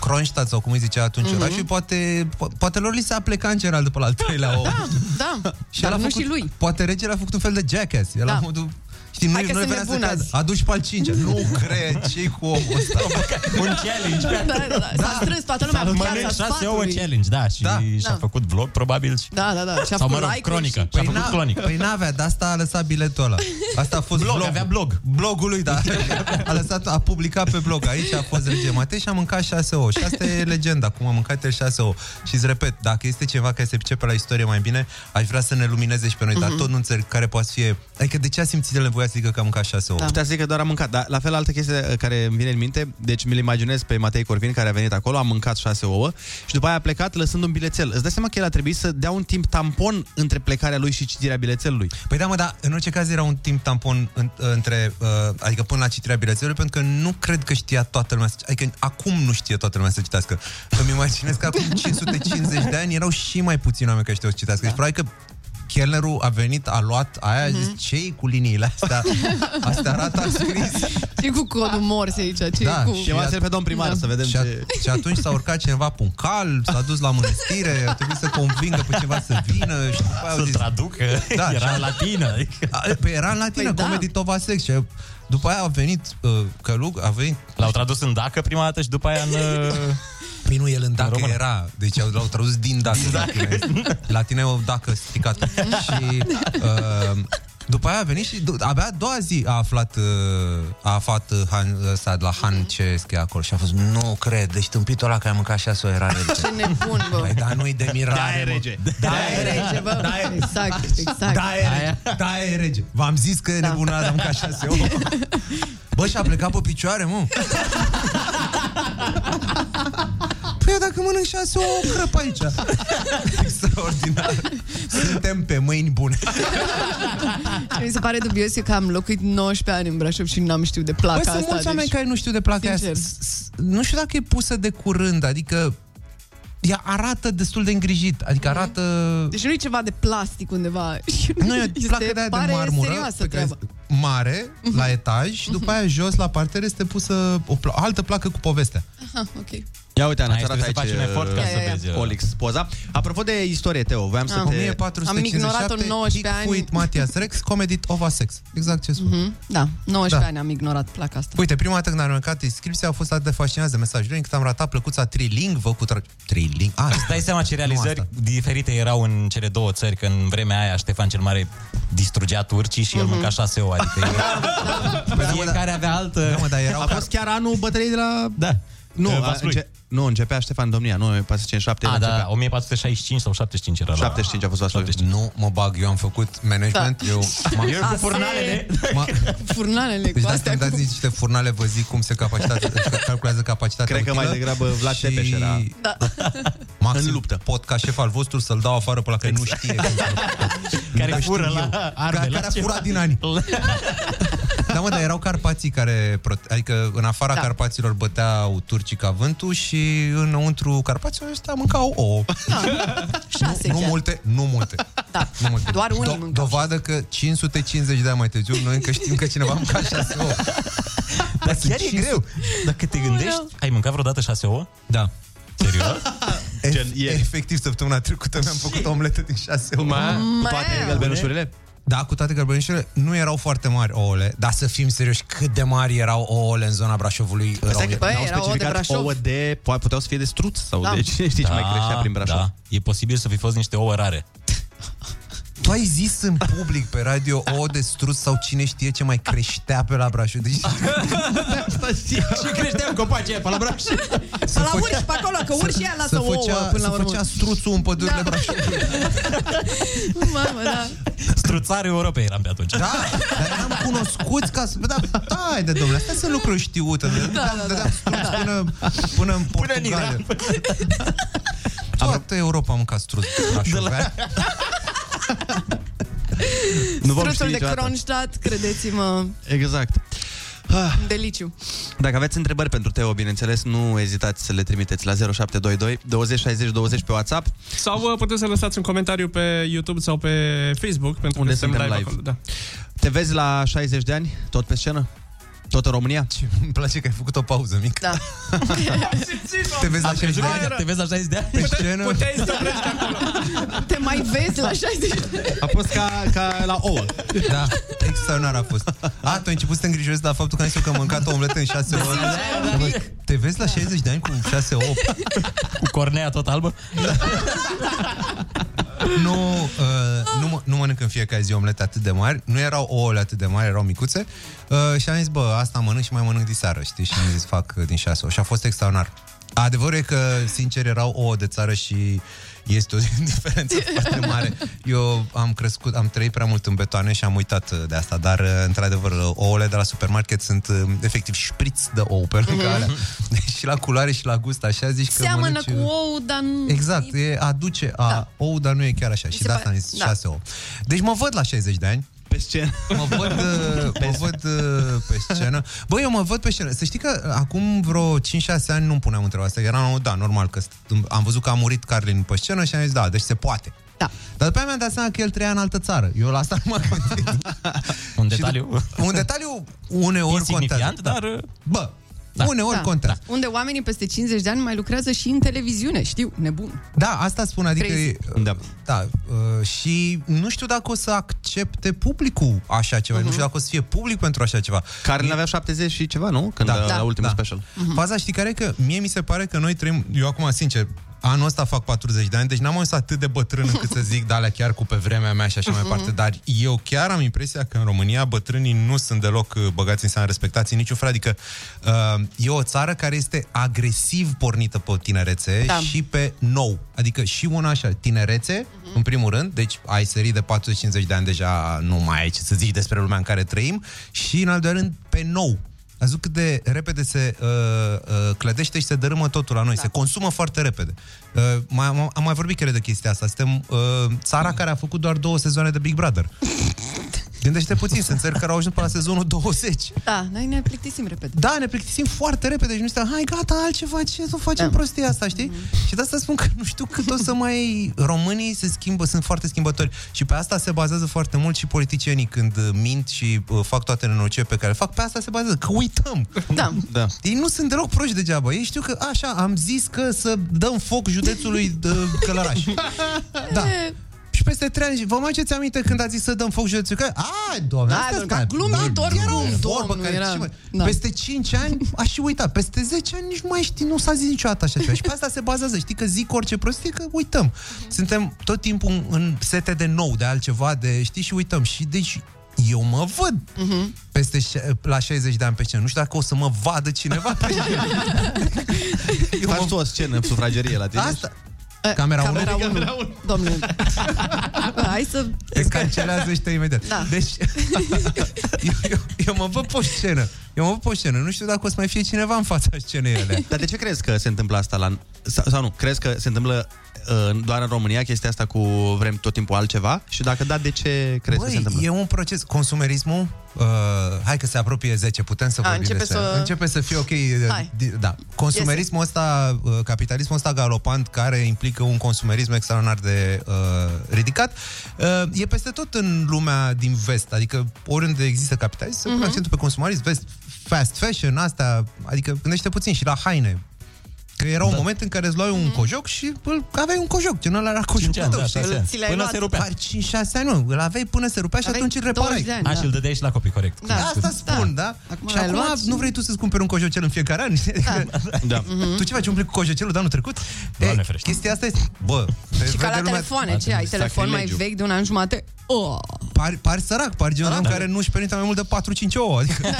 Kronstadt sau cum îi zicea atunci
Mhm.
mm-hmm. orașul, poate, po- poate lor li s-a plecat în general după la al treilea
Oh.
om.
Da, da.
Și
dar
el a
nu
făcut,
și lui.
Poate regele a făcut un fel de jackass. El
Da.
da. la modul... Știi,
Hai
noi,
că
noi
sunt
venea să
nebun
cadă.
azi.
Aduci pe al cincea. Nu cred, ce cu omul ăsta?
Un challenge.
Da, da, da. S-a strâns toată lumea cu piața
Mănânci șase ouă
sfatului.
challenge, da, și da. și-a
Da.
făcut vlog, probabil. Și...
Da, da, da. Și-a
Sau,
făcut
mă rog,
like-uri
cronică.
și-
Și-a făcut cronică.
Păi n-avea, de asta a lăsat biletul ăla. Asta a fost
Blog,
blog,
avea
blog. Blogul lui, da. A lăsat, a publicat pe blog. Aici a fost rege Matei și a mâncat 6 ouă. Și asta e legenda, cum a mâncat el 6 ouă. Și îți repet, dacă este ceva care se pricepe la istorie mai bine, aș vrea să ne lumineze și pe noi, mm-hmm. dar
Mhm.
tot nu înțeleg care poate să fie... Adică de ce a simțit el nevoia să zică că a mâncat 6 ouă?
Da. Putea să zic că doar am mâncat, dar la fel altă chestie uh, care îmi vine în minte, deci mi-l imaginez pe Matei Corvin care a venit acolo, a mâncat șase ouă și după aia a plecat lăsând un bilețel. Îți dai seama că el a trebuit să dea un timp tampon între plecarea lui și citirea bilețelului.
Păi da, mă, dar în orice caz era un timp tampon în, între, uh, adică până la citirea bilețelului, pentru că nu cred că știa toată lumea să Adică acum nu știe toată lumea să citească. Îmi imaginez că acum 550 de ani erau și mai puțini oameni care știau să citească. Da. Deci probabil că Kellnerul a venit, a luat aia, mm-hmm.
Mhm.
zis, ce cu liniile astea? Asta arată a scris.
Și cu codul morse aici.
Da,
Ce cu... Da.
at- și, a- Și atunci s-a urcat cineva pe un cal, s-a dus la mănăstire, a trebuit să convingă pe cineva să vină și după aia au
Să
zis,
traducă,
Da,
era
și-
în latină. adică-
A, Păi era în latină, păi comedy da. Tovasex și după aia a venit uh, Călug, a venit...
L-au tradus în Dacă prima dată și după aia în...
Păi nu, el în Dacă era, deci au- l-au tradus din Dacă. Din dacă. Latina e o Dacă stricat. și uh, după aia a venit și du- abia a doua zi a aflat, uh, a aflat uh, Han, ăsta de la Han ce scrie acolo și a fost, nu cred, deci tâmpitul ăla care a mâncat șase ore era rege.
Da. Ce nebun, bă.
Păi, dar nu-i de mirare,
Da, e
rege.
Da, e rege, bă. Da, e... Exact, exact.
Da, e rege. Da, e rege. V-am zis că e da. nebunat, am ca șase ouă. Bă, și-a plecat pe picioare, mă. Păi eu dacă mănânc șase ouă, crăp aici. Extraordinar. Suntem pe mâini bune.
Mi se pare dubios că am locuit 19 ani în Brașov și n-am știut de placa
Bă,
asta.
sunt mulți oameni
deci...
care nu știu de placa aia.
Sincer.
S- s- Nu știu dacă e pusă de curând, adică ea arată destul de îngrijit, adică arată...
Deci nu e ceva de plastic undeva.
Nu, e
Este-
placă de aia de
pare
marmură
serioasă
pe care
treaba.
este Mare,
Mhm.
la etaj Și după aia jos, la parter, este pusă O pla- altă placă cu povestea
Aha, ok.
Ia uite, Ana,
Hai,
ți arată
trebuie
aici
să faci un efort ca
uh,
să Ia, ia, ia. vezi, uh,
Olix, poza. Apropo de istorie, Teo, voiam să
Ah.
te...
1457, Am ignorat-o 19 ani.
Fuit Matias Rex, Comedit Ova Sex Exact ce spun
Mhm, Da, 19
Da.
ani am ignorat placa asta.
Uite, prima dată când am urcat inscripția Au fost atât de fascinați de mesajul încât am ratat plăcuța trilingvă cu tra- Trilingvă? Ah,
Îți dai seama ce realizări diferite erau în cele două țări, că în vremea aia Ștefan cel Mare distrugea turcii și el mânca șase ouă, adică fiecare avea altă...
Da, mă, dar
A fost chiar anul bătăliei de la...
Da.
Nu,
Uh,
a,
Vaslui.
înce- nu, începea Ștefan Domnia, nu 1457.
A, da,
începea.
da, 1465 sau 75 era
75 a fost Vaslui.
Nu mă bag, eu am făcut management, eu m-am-
Da. Eu cu furnalele.
Ma-
Furnalele
Deci
cu
dacă
astea
îmi dați
cu...
niște furnale, vă zic cum se capacitate, calculează capacitatea
Cred că
utilă
mai degrabă Vlad
și...
Tepeș era.
Da.
Maxim în luptă. pot ca șef al vostru să-l dau afară pe la care nu știe.
Care
Dar
fură
știu
la
eu.
arme,
Care,
la
care a
ceva.
furat din ani. da, mă, dar erau carpații care... prote- Adică în afara
Da.
da. carpaților băteau turcii ca vântul și înăuntru carpaților ăsta mâncau ouă.
Da. Șase
Nu
chiar.
multe, nu multe.
Da.
Nu multe.
Doar unii
Do- Dovadă că 550 de ani mai târziu noi încă știm că cineva mânca șase ouă.
Dar
chiar e greu.
Dacă te gândești, ai mâncat vreodată șase ouă?
Da.
Serios?
Gen, e... Efectiv, săptămâna trecută mi-am făcut o omletă din șase ouă.
Ma, cu toate Ma.
gălbenușurile?
Da, cu toate gălbenușurile. Nu erau foarte mari ouăle, dar să fim serioși, cât de mari erau ouăle în zona Brașovului.
Păi,
Asta că Păi, n-au specificat ouă de... po- Puteau să fie de struț sau de cine știe ce mai creștea prin Brașov.
Da. E posibil să fi fost niște ouă rare.
Tu ai zis în public pe radio o de strus sau cine știe ce mai creștea pe la Brașov. Deci,
Și creșteam copacii pe la Braș.
se
La
făcea-
urși pe acolo, că urșii aia lasă
se făcea,
ouă până la
Se
urmă.
făcea struțul în pădurile
Da.
da. Brașovului.
Mamă, da.
Struțare Europei eram pe atunci.
Da, dar eram cunoscuți ca să... Da, da, hai de domnule, astea sunt lucruri știute. Da, da, da, da, până, până în Portugalia. Toată Europa a mâncat struț brașovean.
Nu vom ști
Struțul de
niciodată.
Kronstadt, credeți-mă,
Exact. Ah.
un deliciu.
Dacă aveți întrebări pentru Teo, bineînțeles, nu ezitați să le trimiteți la 0722 20 60 20 pe WhatsApp.
Sau uh, puteți să lăsați un comentariu pe YouTube sau pe Facebook pentru
Unde
că suntem
suntem
live,
live.
acolo. Da.
Te vezi la 60 de ani, tot pe scenă? Tot în România? Ce,
îmi place că ai făcut o pauză mică.
Da.
Te vezi la
Am crezut
60 de
că-
ani?
Te vezi la 60 de ani?
Pe scenă?
Te mai vezi la 60
A fost ca, ca la ouă.
Da, extraordinar a fost. A, tu ai început să te îngrijorezi la faptul că ai zis că am mâncat o omletă în 6 ore. Te vezi la 60 de ani cu 6 8
Cu cornea tot albă?
Nu, uh, nu, mă- nu mănânc în fiecare zi omlete atât de mari. Nu erau ouăle atât de mari, erau micuțe. Uh, și am zis, bă, asta mănânc și mai mănânc diseară, știi? Și am zis, fac uh, din 6 Și a fost extraordinar. Adevărul e că, sincer, erau ouă de țară și este o diferență foarte mare. Eu am crescut, am trăit prea mult în betoane și am uitat uh, de asta, dar, uh, într-adevăr, uh, ouăle de la supermarket sunt uh, efectiv șpriț de ou pe lângă
Mhm.
alea. Deci și la culoare și la gust, așa zici că
Seamănă
mănânci... uh,
cu ou, dar
Mm.
nu...
Exact, e aduce a da. ou, dar nu e chiar așa. și de asta am zis
da.
6 ou. Deci mă văd la 60 de ani.
Pe scenă.
Mă văd, uh, mă văd uh, pe scenă. Bă, eu mă văd pe scenă. Să știi că uh, acum vreo 5-6 ani nu-mi puneam întrebarea asta. Eram, da, normal, că st- am văzut că a murit Carlin pe scenă și am zis, da, deci se poate.
Da.
Dar după aia mi-am dat seama că el trăia în altă țară. Eu la asta nu m-am gândit.
Un detaliu.
Un detaliu uneori contează.
dar...
Bă, da. uneori da. contează.
Unde oamenii peste 50 de ani mai lucrează și în televiziune, știu, nebun.
Da, asta spun, adică...
Crazy.
Da.
da uh, și nu știu dacă o să accepte publicul așa ceva, uh-huh. nu știu dacă o să fie public pentru așa ceva. Da,
Care avea 70 și ceva, nu? Când a- la ultimul special.
Uh-huh. Faza, știi care e? că mie mi se pare că noi trăim, eu acum sincer, anul ăsta fac 40 de ani, deci n-am ajuns atât de bătrân încât să zic, da, alea chiar cu pe vremea mea și așa uh-huh. mai
Mhm.
departe, dar eu chiar am impresia că în România bătrânii nu sunt deloc uh, băgați în seamă, respectați în niciun fel, adică uh, e o țară care este agresiv pornită pe tinerețe
Da.
da. și pe nou, adică și una așa, tinerețe, uh-huh. în primul rând, deci ai sărit de 40-50 de ani deja, nu mai ai ce să zici despre lumea în care trăim, și în al doilea rând, pe nou. Ați văzut cât de repede se uh, uh, clădește și se dărâmă totul la noi, da. se consumă foarte repede. Uh, mai, am, am mai vorbit, cred, de chestia asta. Suntem uh, țara care a făcut doar două sezoane de Big Brother. Gândește puțin, sunt țări care au ajuns până la sezonul 20.
Da, noi ne plictisim repede.
Da, ne plictisim foarte repede și nu știu, hai, gata, altceva, ce să facem da. prostia asta, știi? Mm-hmm. Și de asta spun că nu știu cât o să mai... Românii se schimbă, sunt foarte schimbători și pe asta se bazează foarte mult și politicienii când uh, mint și uh, fac toate nenorocirile pe care le fac, pe asta se bazează, că uităm.
Da.
da.
Ei nu sunt deloc proști degeaba, ei știu că așa, am zis că să dăm foc județului de Călăraș. Da. Și peste trei ani, vă mai aduceți aminte când ați zis să dăm foc județul? Că, a, doamne,
Da,
asta
doamne, glumit oricum,
era o vorbă
domnul,
care,
era-
și mai-
da.
Peste 5 ani aș și uita, peste 10 ani nici nu mai știi, nu s-a zis niciodată așa ceva. Și pe asta se bazează, știi că zic orice prostie, că uităm. Suntem tot timpul în- în sete de nou, de altceva, de știi și uităm. Și deci eu mă văd
Mhm.
peste ș- la 60 de ani pe scenă. Nu știu dacă o să mă vadă cineva pe scenă.
Eu Faci tu o scenă în sufragerie la tine?
Asta. Camera 1.
Camera 1. Domnule. Hai să...
Îți cancelează ăștia imediat.
Da.
Deci, eu, eu, eu mă văd pe scenă. Eu mă văd pe scenă. Nu știu dacă o să mai fie cineva în fața scenei ele.
Dar de ce crezi că se întâmplă asta la... Sau, sau nu, crezi că se întâmplă uh, doar în România chestia asta cu vrem tot timpul altceva? Și dacă da, de ce crezi că se
Băi,
întâmplă?
e un proces. Consumerismul, uh, hai că se apropie 10, putem să
A,
vorbim
începe
despre...
să-
Începe să fie ok. uh,
Hai.
di- Da. Consumerismul ăsta, uh, capitalismul ăsta galopant, care implică un consumerism extraordinar de uh, ridicat, uh, e peste tot în lumea din vest. Adică oriunde există capitalism, se pune
Mhm.
accentul pe consumerism. Vezi fast fashion, astea, adică gândește puțin și la haine. Că era da. un moment în care îți luai un cojoc și îl aveai un cojoc, gen ăla era cojocul
ani,
tău.
da,
știi?
șase
Îl-
ani.
ți l-ai
Până
luat
se rupea.
doar 5-6 ani, nu, îl aveai până se rupea și
Aveai
atunci îl reparai.
20 de ani, A, da. și îl dădeai și la copii, corect.
Da, asta spun, da. și
l-ai
acum
luat
nu vrei tu să-ți cumperi un cojocel în fiecare an? Adică-
Da.
Tu ce faci, umpli cu cojocelul de anul trecut?
Doamne
e, chestia asta este... Bă, te
Și
vede
ca la
lumea-
telefoane, ce ai? Telefon mai
Sacrilegiu.
vechi de un an jumate? Oh.
Pari, pari sărac, pari genul de om care nu-și permite mai mult de 4-5 ouă. Adică...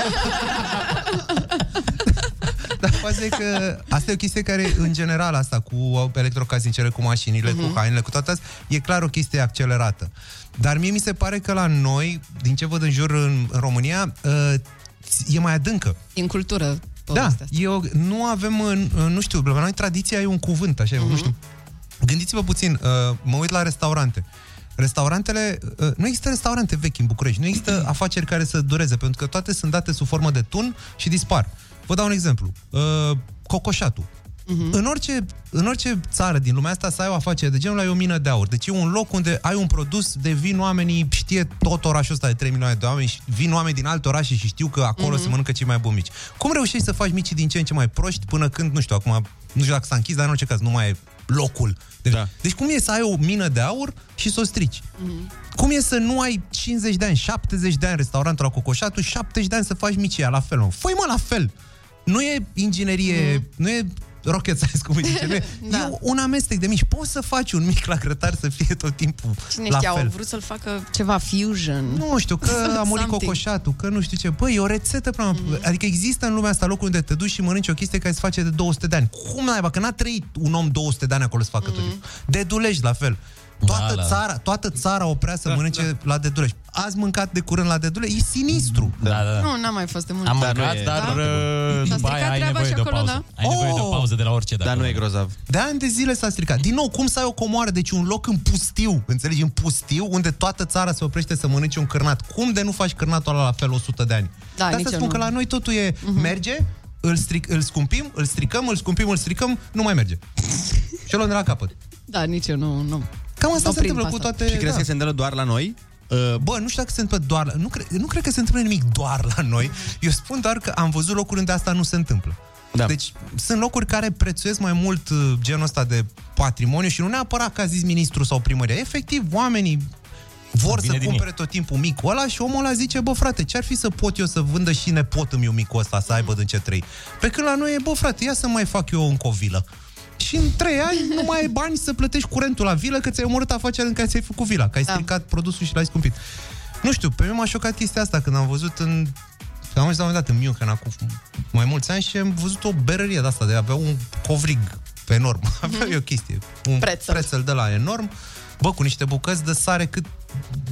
Dar poate că asta e o chestie care, în general, asta cu electrocasnicele, cu mașinile, uh-huh. cu hainele, cu toate astea, e clar o chestie accelerată. Dar mie mi se pare că la noi, din ce văd în jur în, în România, uh, e mai adâncă.
E în cultură.
Da, eu nu avem, în- în- nu știu, la noi tradiția e un cuvânt, așa, uh-huh. nu știu. Gândiți-vă puțin, uh, mă uit la restaurante. Restaurantele, uh, nu există restaurante vechi în București, nu există afaceri care să dureze, pentru că toate sunt date sub formă de tun și dispar. Vă dau un exemplu. Uh, Cocoșatul. În, orice, în orice țară din lumea asta să ai o afacere de genul, ai o mină de aur. Deci e un loc unde ai un produs de vin oamenii, știe tot orașul ăsta de 3 milioane de oameni și vin oameni din alte orașe și știu că acolo se mănâncă cei mai buni mici. Cum reușești să faci micii din ce în ce mai proști până când, nu știu, acum, nu știu dacă s-a închis, dar în orice caz nu mai e locul. Deci, da. deci cum e să ai o mină de aur și să o strici? Cum e să nu ai 50 de ani, 70 de ani restaurantul la Cocoșatul, 70 de ani să faci micia, la fel, mă. Făi mă, la fel! Nu e inginerie, mm. nu e rocket science, cum îi zice, nu e, da. e un amestec de mici. Poți să faci un mic la grătar să fie tot timpul
Cine
la
știa, au
fel.
vrut să-l facă ceva fusion.
Nu știu, că a murit cocoșatul, că nu știu ce. Băi, e o rețetă până la mm. Adică există în lumea asta locul unde te duci și mănânci o chestie care se face de 200 de ani. Cum naiba? Că n-a trăit un om 200 de ani acolo să facă mm. tot timpul. Dedulești la fel. Toată,
da.
da, țara, toată țara oprea să da, mănânce da. la Dedulești. Ați mâncat de curând la Dedulești? E sinistru.
Da, da, da.
Nu, n-am mai fost de mult.
Am
timp.
mâncat, dar
Da?
uh,
S-a
după
stricat
aia ai
treaba
nevoie
și
de o
acolo,
pauză.
da?
Ai nevoie de o
Oh!
pauză de la orice, dacă
Dar nu e
grozav.
De ani de zile s-a stricat. Din nou, cum să ai o comoară? Deci un loc în pustiu, înțelegi? În pustiu, unde toată țara se oprește să mănânce un cârnat. Cum de nu faci cârnatul ăla la fel 100 de ani?
Da,
de
nici
asta
eu
spun
nu. Mhm.
că la noi totul e, merge, îl, stric, îl scumpim, îl stricăm, îl scumpim, îl stricăm, nu mai merge. Și o luăm de la capăt.
Da, nici eu nu. nu.
Cam asta
Nu
se
prind
întâmplă cu toate...
Și crezi
da. Uh,
că se întâmplă doar la noi?
Bă, nu știu dacă se întâmplă doar la... Nu, cre... nu cred că se întâmplă nimic doar la noi. Eu spun doar că am văzut locuri unde asta nu se întâmplă. Da. Deci sunt locuri care prețuiesc mai mult uh, genul ăsta de patrimoniu și nu neapărat că a zis ministru sau primăria. Efectiv, oamenii vor
Vine
să
din
cumpere tot timpul micul ăla și omul ăla zice, bă frate, ce-ar fi să pot eu să vândă și nepot îmi eu micul ăsta, să aibă din ce trei. Pe când la noi e, bă frate, ia să mai fac eu încă o vilă. Și în trei ani nu mai ai bani să plătești curentul la vilă, că ți-ai omorât afacerea în care ți-ai făcut vila, că ai stricat produsul și l-ai scumpit. Nu știu, pe mine m-a șocat chestia asta când am văzut în am ajuns la un moment dat în München acum mai mulți ani și am văzut o berărie de asta, de avea un covrig enorm. Avea
Mhm.
mm-hmm. o chestie, un prețel. prețel de la enorm, bă, cu niște bucăți de sare cât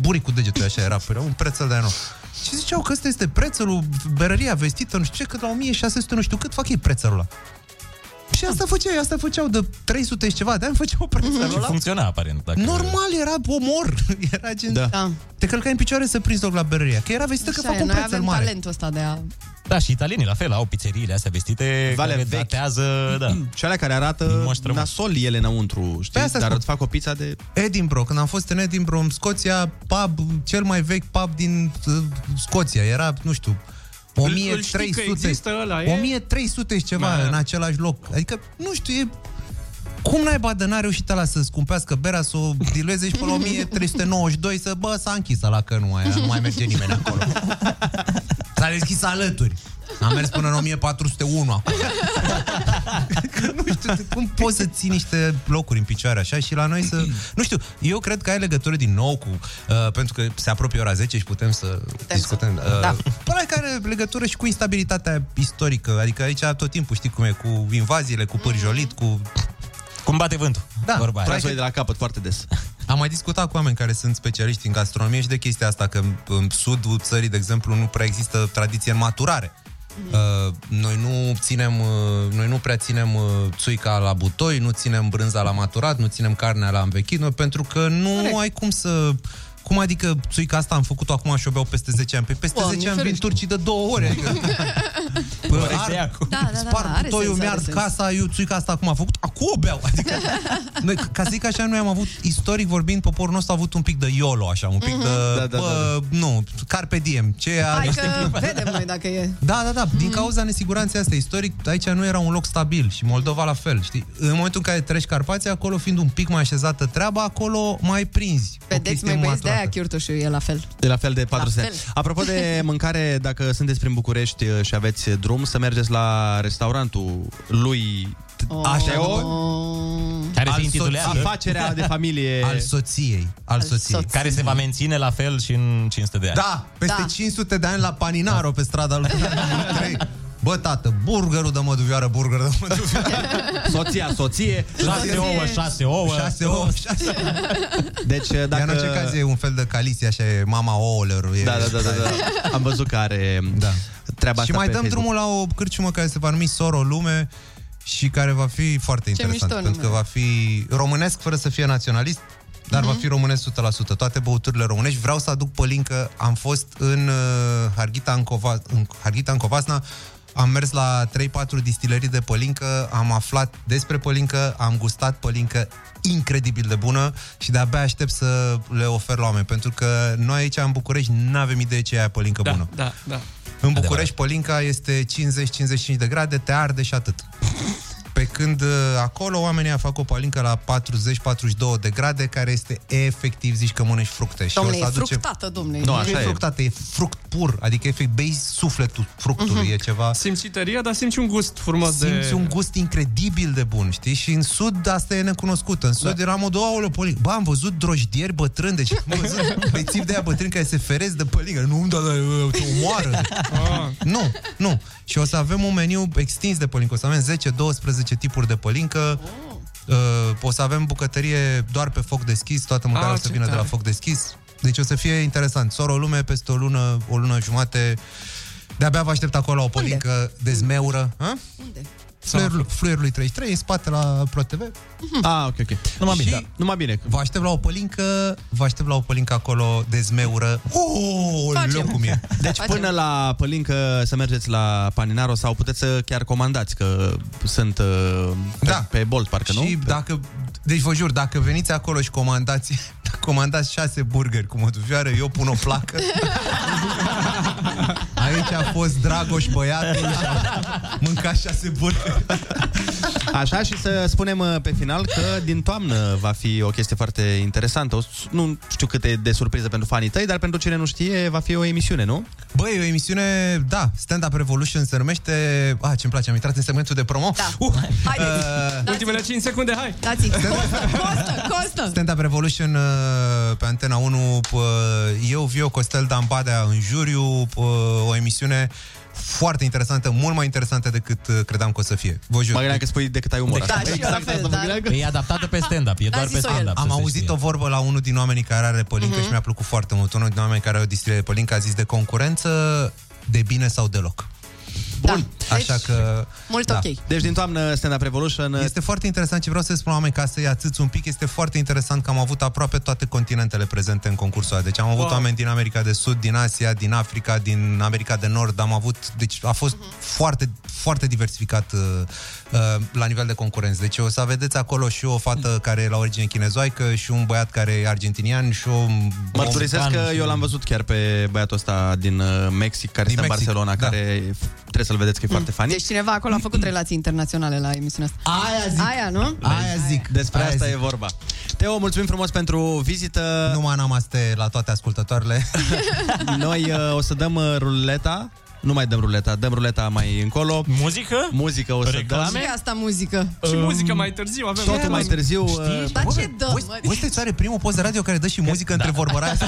buri cu degetul așa era, păi era un prețel de enorm. Și ziceau că ăsta este prețelul, berăria vestită, nu știu ce, cât la 1600, nu știu cât fac ei prețelul ăla. Și asta făceau, asta făceau de 300 și ceva de ani, făceau
Mhm. Deci
prețelul
Și
ăla.
funcționa, aparent. Dacă...
Normal, era omor. Era gen...
Da.
Da.
Te călcai în picioare să prinzi loc la berărie. Că era vestită că
Așa
fac
e,
un
noi
prețel
avem
mare.
talentul ăsta de a...
Da, și italienii la fel au pizzeriile astea vestite
Vale
care
vechi.
datează, da.
Și alea care arată nasol ele înăuntru, știi?
Păi asta
Dar
spun.
îți fac o pizza de...
Edinburgh, când am fost în Edinburgh, în Scoția, pub, cel mai vechi pub din uh, Scoția, era, nu știu,
Îl-
1300,
îl știi că există ăla, e?
1300 și ceva
Da.
în același loc. Adică, nu știu, e... Cum naiba de n-a reușit ăla să scumpească berea, să o dilueze și pe la 1392 să, bă, s-a închis ăla că nu, aia, nu mai merge nimeni acolo. S-a deschis alături. Am mers până în 1401 acum. nu știu, cum poți să ții niște locuri în picioare așa și la noi să... Nu știu, eu cred că ai legătură din nou cu... Uh, pentru că se apropie ora 10 și putem să putem discutăm. Uh,
da.
Pare că are legătură și cu instabilitatea istorică. Adică aici tot timpul știi cum e, cu invaziile, cu pârjolit, cu...
Cum bate vântul.
Da,
Vorba aia.
probabil
Să o iei de la capăt foarte des.
am mai discutat cu oameni care sunt specialiști în gastronomie și de chestia asta, că în, în sudul țării, de exemplu, nu prea există tradiție în maturare. Uh, noi nu ținem, uh, noi nu prea ținem uh, țuica la butoi, nu ținem brânza la maturat, nu ținem carnea la învechit, noi, pentru că nu ai cum să... Cum adică țuica asta am făcut-o acum și o beau peste 10 ani? Păi peste
Doamne
10 ani vin
ferește.
turcii de două ore. Adică Bă,
Corect, de
ar,
acum.
Da, da, da,
spar
da, are
putoiul,
sens, are
mi-ard
sens.
casa, eu țuica asta acum a făcut, acum o beau. Adică, noi, ca să zic așa, noi am avut, istoric vorbind, poporul nostru a avut un pic de YOLO, așa, un pic
Mhm.
de,
Da, da,
bă, nu, carpe diem, ce
Hai
are-
că vedem noi dacă e.
Da, da, da, din
Mm.
cauza nesiguranței astea, istoric, aici nu era un loc stabil și Moldova la fel, știi? În momentul în care treci Carpația, acolo fiind un pic mai așezată treaba, acolo mai prinzi. o
Vedeți,
chestie
mai
Deci
băieți,
maturată.
de-aia Chiurtoșul e la fel.
De la fel de 400.
fel.
Apropo de mâncare, dacă sunteți prin București
uh,
eh, și aveți drum, să mergeți la restaurantul lui
Așa,
Teo,
Care se
Oh. al soț-
intitulează?
Afacerea de familie.
Al soției. Al soției.
Care se va menține la fel și în 500 de ani.
Da, peste da. 500 de ani la Paninaro pe strada lui Paninaro 3. Bă, tată, burgerul de măduvioară, burger de măduvioară.
Soția, soție.
Șase ouă,
șase ouă.
Șase ouă, șase ouă.
Deci, dacă...
Iar în orice caz e un fel de calisie, așa e mama ouălor. E...
Da, da, da, da, da. Am văzut că are da. treaba
Și
asta
mai
pe
dăm
Facebook.
drumul la o cârciumă care se va numi Soro Lume și care va fi foarte interesant,
mișto
pentru că
nume.
va fi românesc fără să fie naționalist, dar
Mhm.
va fi românesc 100%. Toate băuturile românești. Vreau să aduc pe link că am fost în uh, Harghita, în, Cova- în Harghita în Covasna, am mers la 3-4 distilerii de pălincă, am aflat despre pălincă, am gustat pălincă incredibil de bună și de-abia aștept să le ofer la oameni, pentru că noi aici în București nu avem idee ce e aia pălincă bună.
Da, da.
În București, Polinca este 50-55 de grade, te arde și atât. Pe când uh, acolo oamenii fac o palincă la 40-42 de grade, care este efectiv, zici că mănânci fructe. Și
Domnule,
o
e
să aduce...
fructată, domnule.
Nu, așa e. fructată, e fruct pur, adică efect, bei sufletul fructului,
Mhm.
e ceva...
Simți și tăria, dar simți un gust frumos de...
Simți un gust incredibil de bun, știi? Și în sud asta e necunoscută. În sud da. eram o două aule polincă. Bă, am văzut drojdieri bătrâni, deci am văzut bețivi de aia bătrâni care se feresc de pălincă. Nu, da, da, te omoară.
Ah.
nu, nu. Și o să avem un meniu extins de pălincă. O să avem 10-12 tipuri de pălincă.
Ah.
Uh, o să avem bucătărie doar pe foc deschis, toată mâncarea
Ah,
o să
ce
vină de la
tare.
foc deschis. Deci o să fie interesant. Soro lume, peste o lună, o lună jumate, de-abia vă aștept acolo la o polincă de zmeură. Hă?
Unde?
Fluierul, fluierului 33, în spate la ProTV.
Ah, ok, ok.
Numai
bine,
da. numai bine. Vă aștept la o pălincă, vă aștept la o pălincă acolo de zmeură. Oh,
Facem.
loc cum e.
Deci până la pălincă să mergeți la Paninaro sau puteți să chiar comandați că sunt uh, pe, da. pe Bolt, parcă nu?
Și
Pe-
dacă, deci vă jur, dacă veniți acolo și comandați, dacă comandați șase burgeri cu măduvioară, eu pun o placă. Aici a fost Dragoș băiatul și a mâncat șase burgeri.
Așa și să spunem uh, pe final că din toamnă va fi o chestie foarte interesantă. O s- Nu știu cât e de surpriză pentru fanii tăi, dar pentru cine nu știe, va fi o emisiune, nu?
Băi, o emisiune, da, Stand Up Revolution se numește... Ah, ce-mi place, am intrat în segmentul de promo. Da. Uh,
Haideți,
uh,
Da. Ultimele 5 secunde, hai!
Dați-i, costă, costă, costă!
Stand Up Revolution uh, pe Antena 1, p- uh, eu, Vio Costel, Dan Badea în juriu, p- uh, o emisiune foarte interesantă, mult mai interesantă decât uh, credeam că o să fie. Vă jur.
Mă gândeam că spui decât ai umor.
Decât
Așa.
Păi,
ai
Exact
umor.
asta mă gândeam că-
E adaptată pe stand-up, e doar pe stand-up.
Am
să se
auzit
știe.
o vorbă la unul din oamenii care are pălincă
Mhm.
și mi-a plăcut foarte mult. Unul din oamenii care are o distilerie de pălincă a zis de concurență, de bine sau deloc. Bun. Da. Așa că...
Deci, mult ok.
Deci din toamnă Stand Up Revolution... uh,
Este foarte interesant ce vreau să spun la oameni ca să-i atâți un pic. Este foarte interesant că am avut aproape toate continentele prezente în concursul ăla. Deci am avut
Wow.
oameni din America de Sud, din Asia, din Africa, din America de Nord. Am avut... Deci a fost
Mhm.
foarte, foarte diversificat uh, uh, la nivel de concurență. Deci o să avedeți acolo și o fată
Mhm.
care e la origine chinezoică și un băiat care e argentinian și o...
Mărturisesc că eu l-am văzut chiar pe băiatul ăsta din uh, Mexic, care stă în
Mexic, da. Mm.
Barcelona, care trebuie să-l vedeți că e foarte funny.
Deci cineva acolo a făcut relații internaționale la emisiunea asta.
Aia zic.
Aia, nu?
Aia zic.
Despre
Aia
asta
zic.
e vorba. Teo, mulțumim frumos pentru vizită.
Numai namaste la toate ascultătoarele.
Noi uh, o să dăm uh, ruleta. Nu mai dăm ruleta, dăm ruleta mai încolo.
Muzică?
Muzică o să
Și
dăm.
asta muzică.
Și
Ehm,
muzică mai târziu avem.
Totul mai târziu. uh,
Dar ce dăm,
Uite, uite, are primul post de radio care dă și muzică
da.
între vorbăraia asta.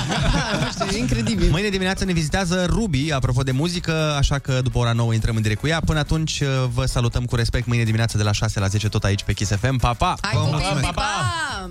știu, incredibil.
Mâine dimineață ne vizitează Ruby, apropo de muzică, așa că după ora 9 intrăm în direct cu ea. Până atunci uh, vă salutăm cu respect mâine dimineață de la 6 la 10 tot aici pe Kiss FM. Pa, pa!
da.
Hai, copii, pa!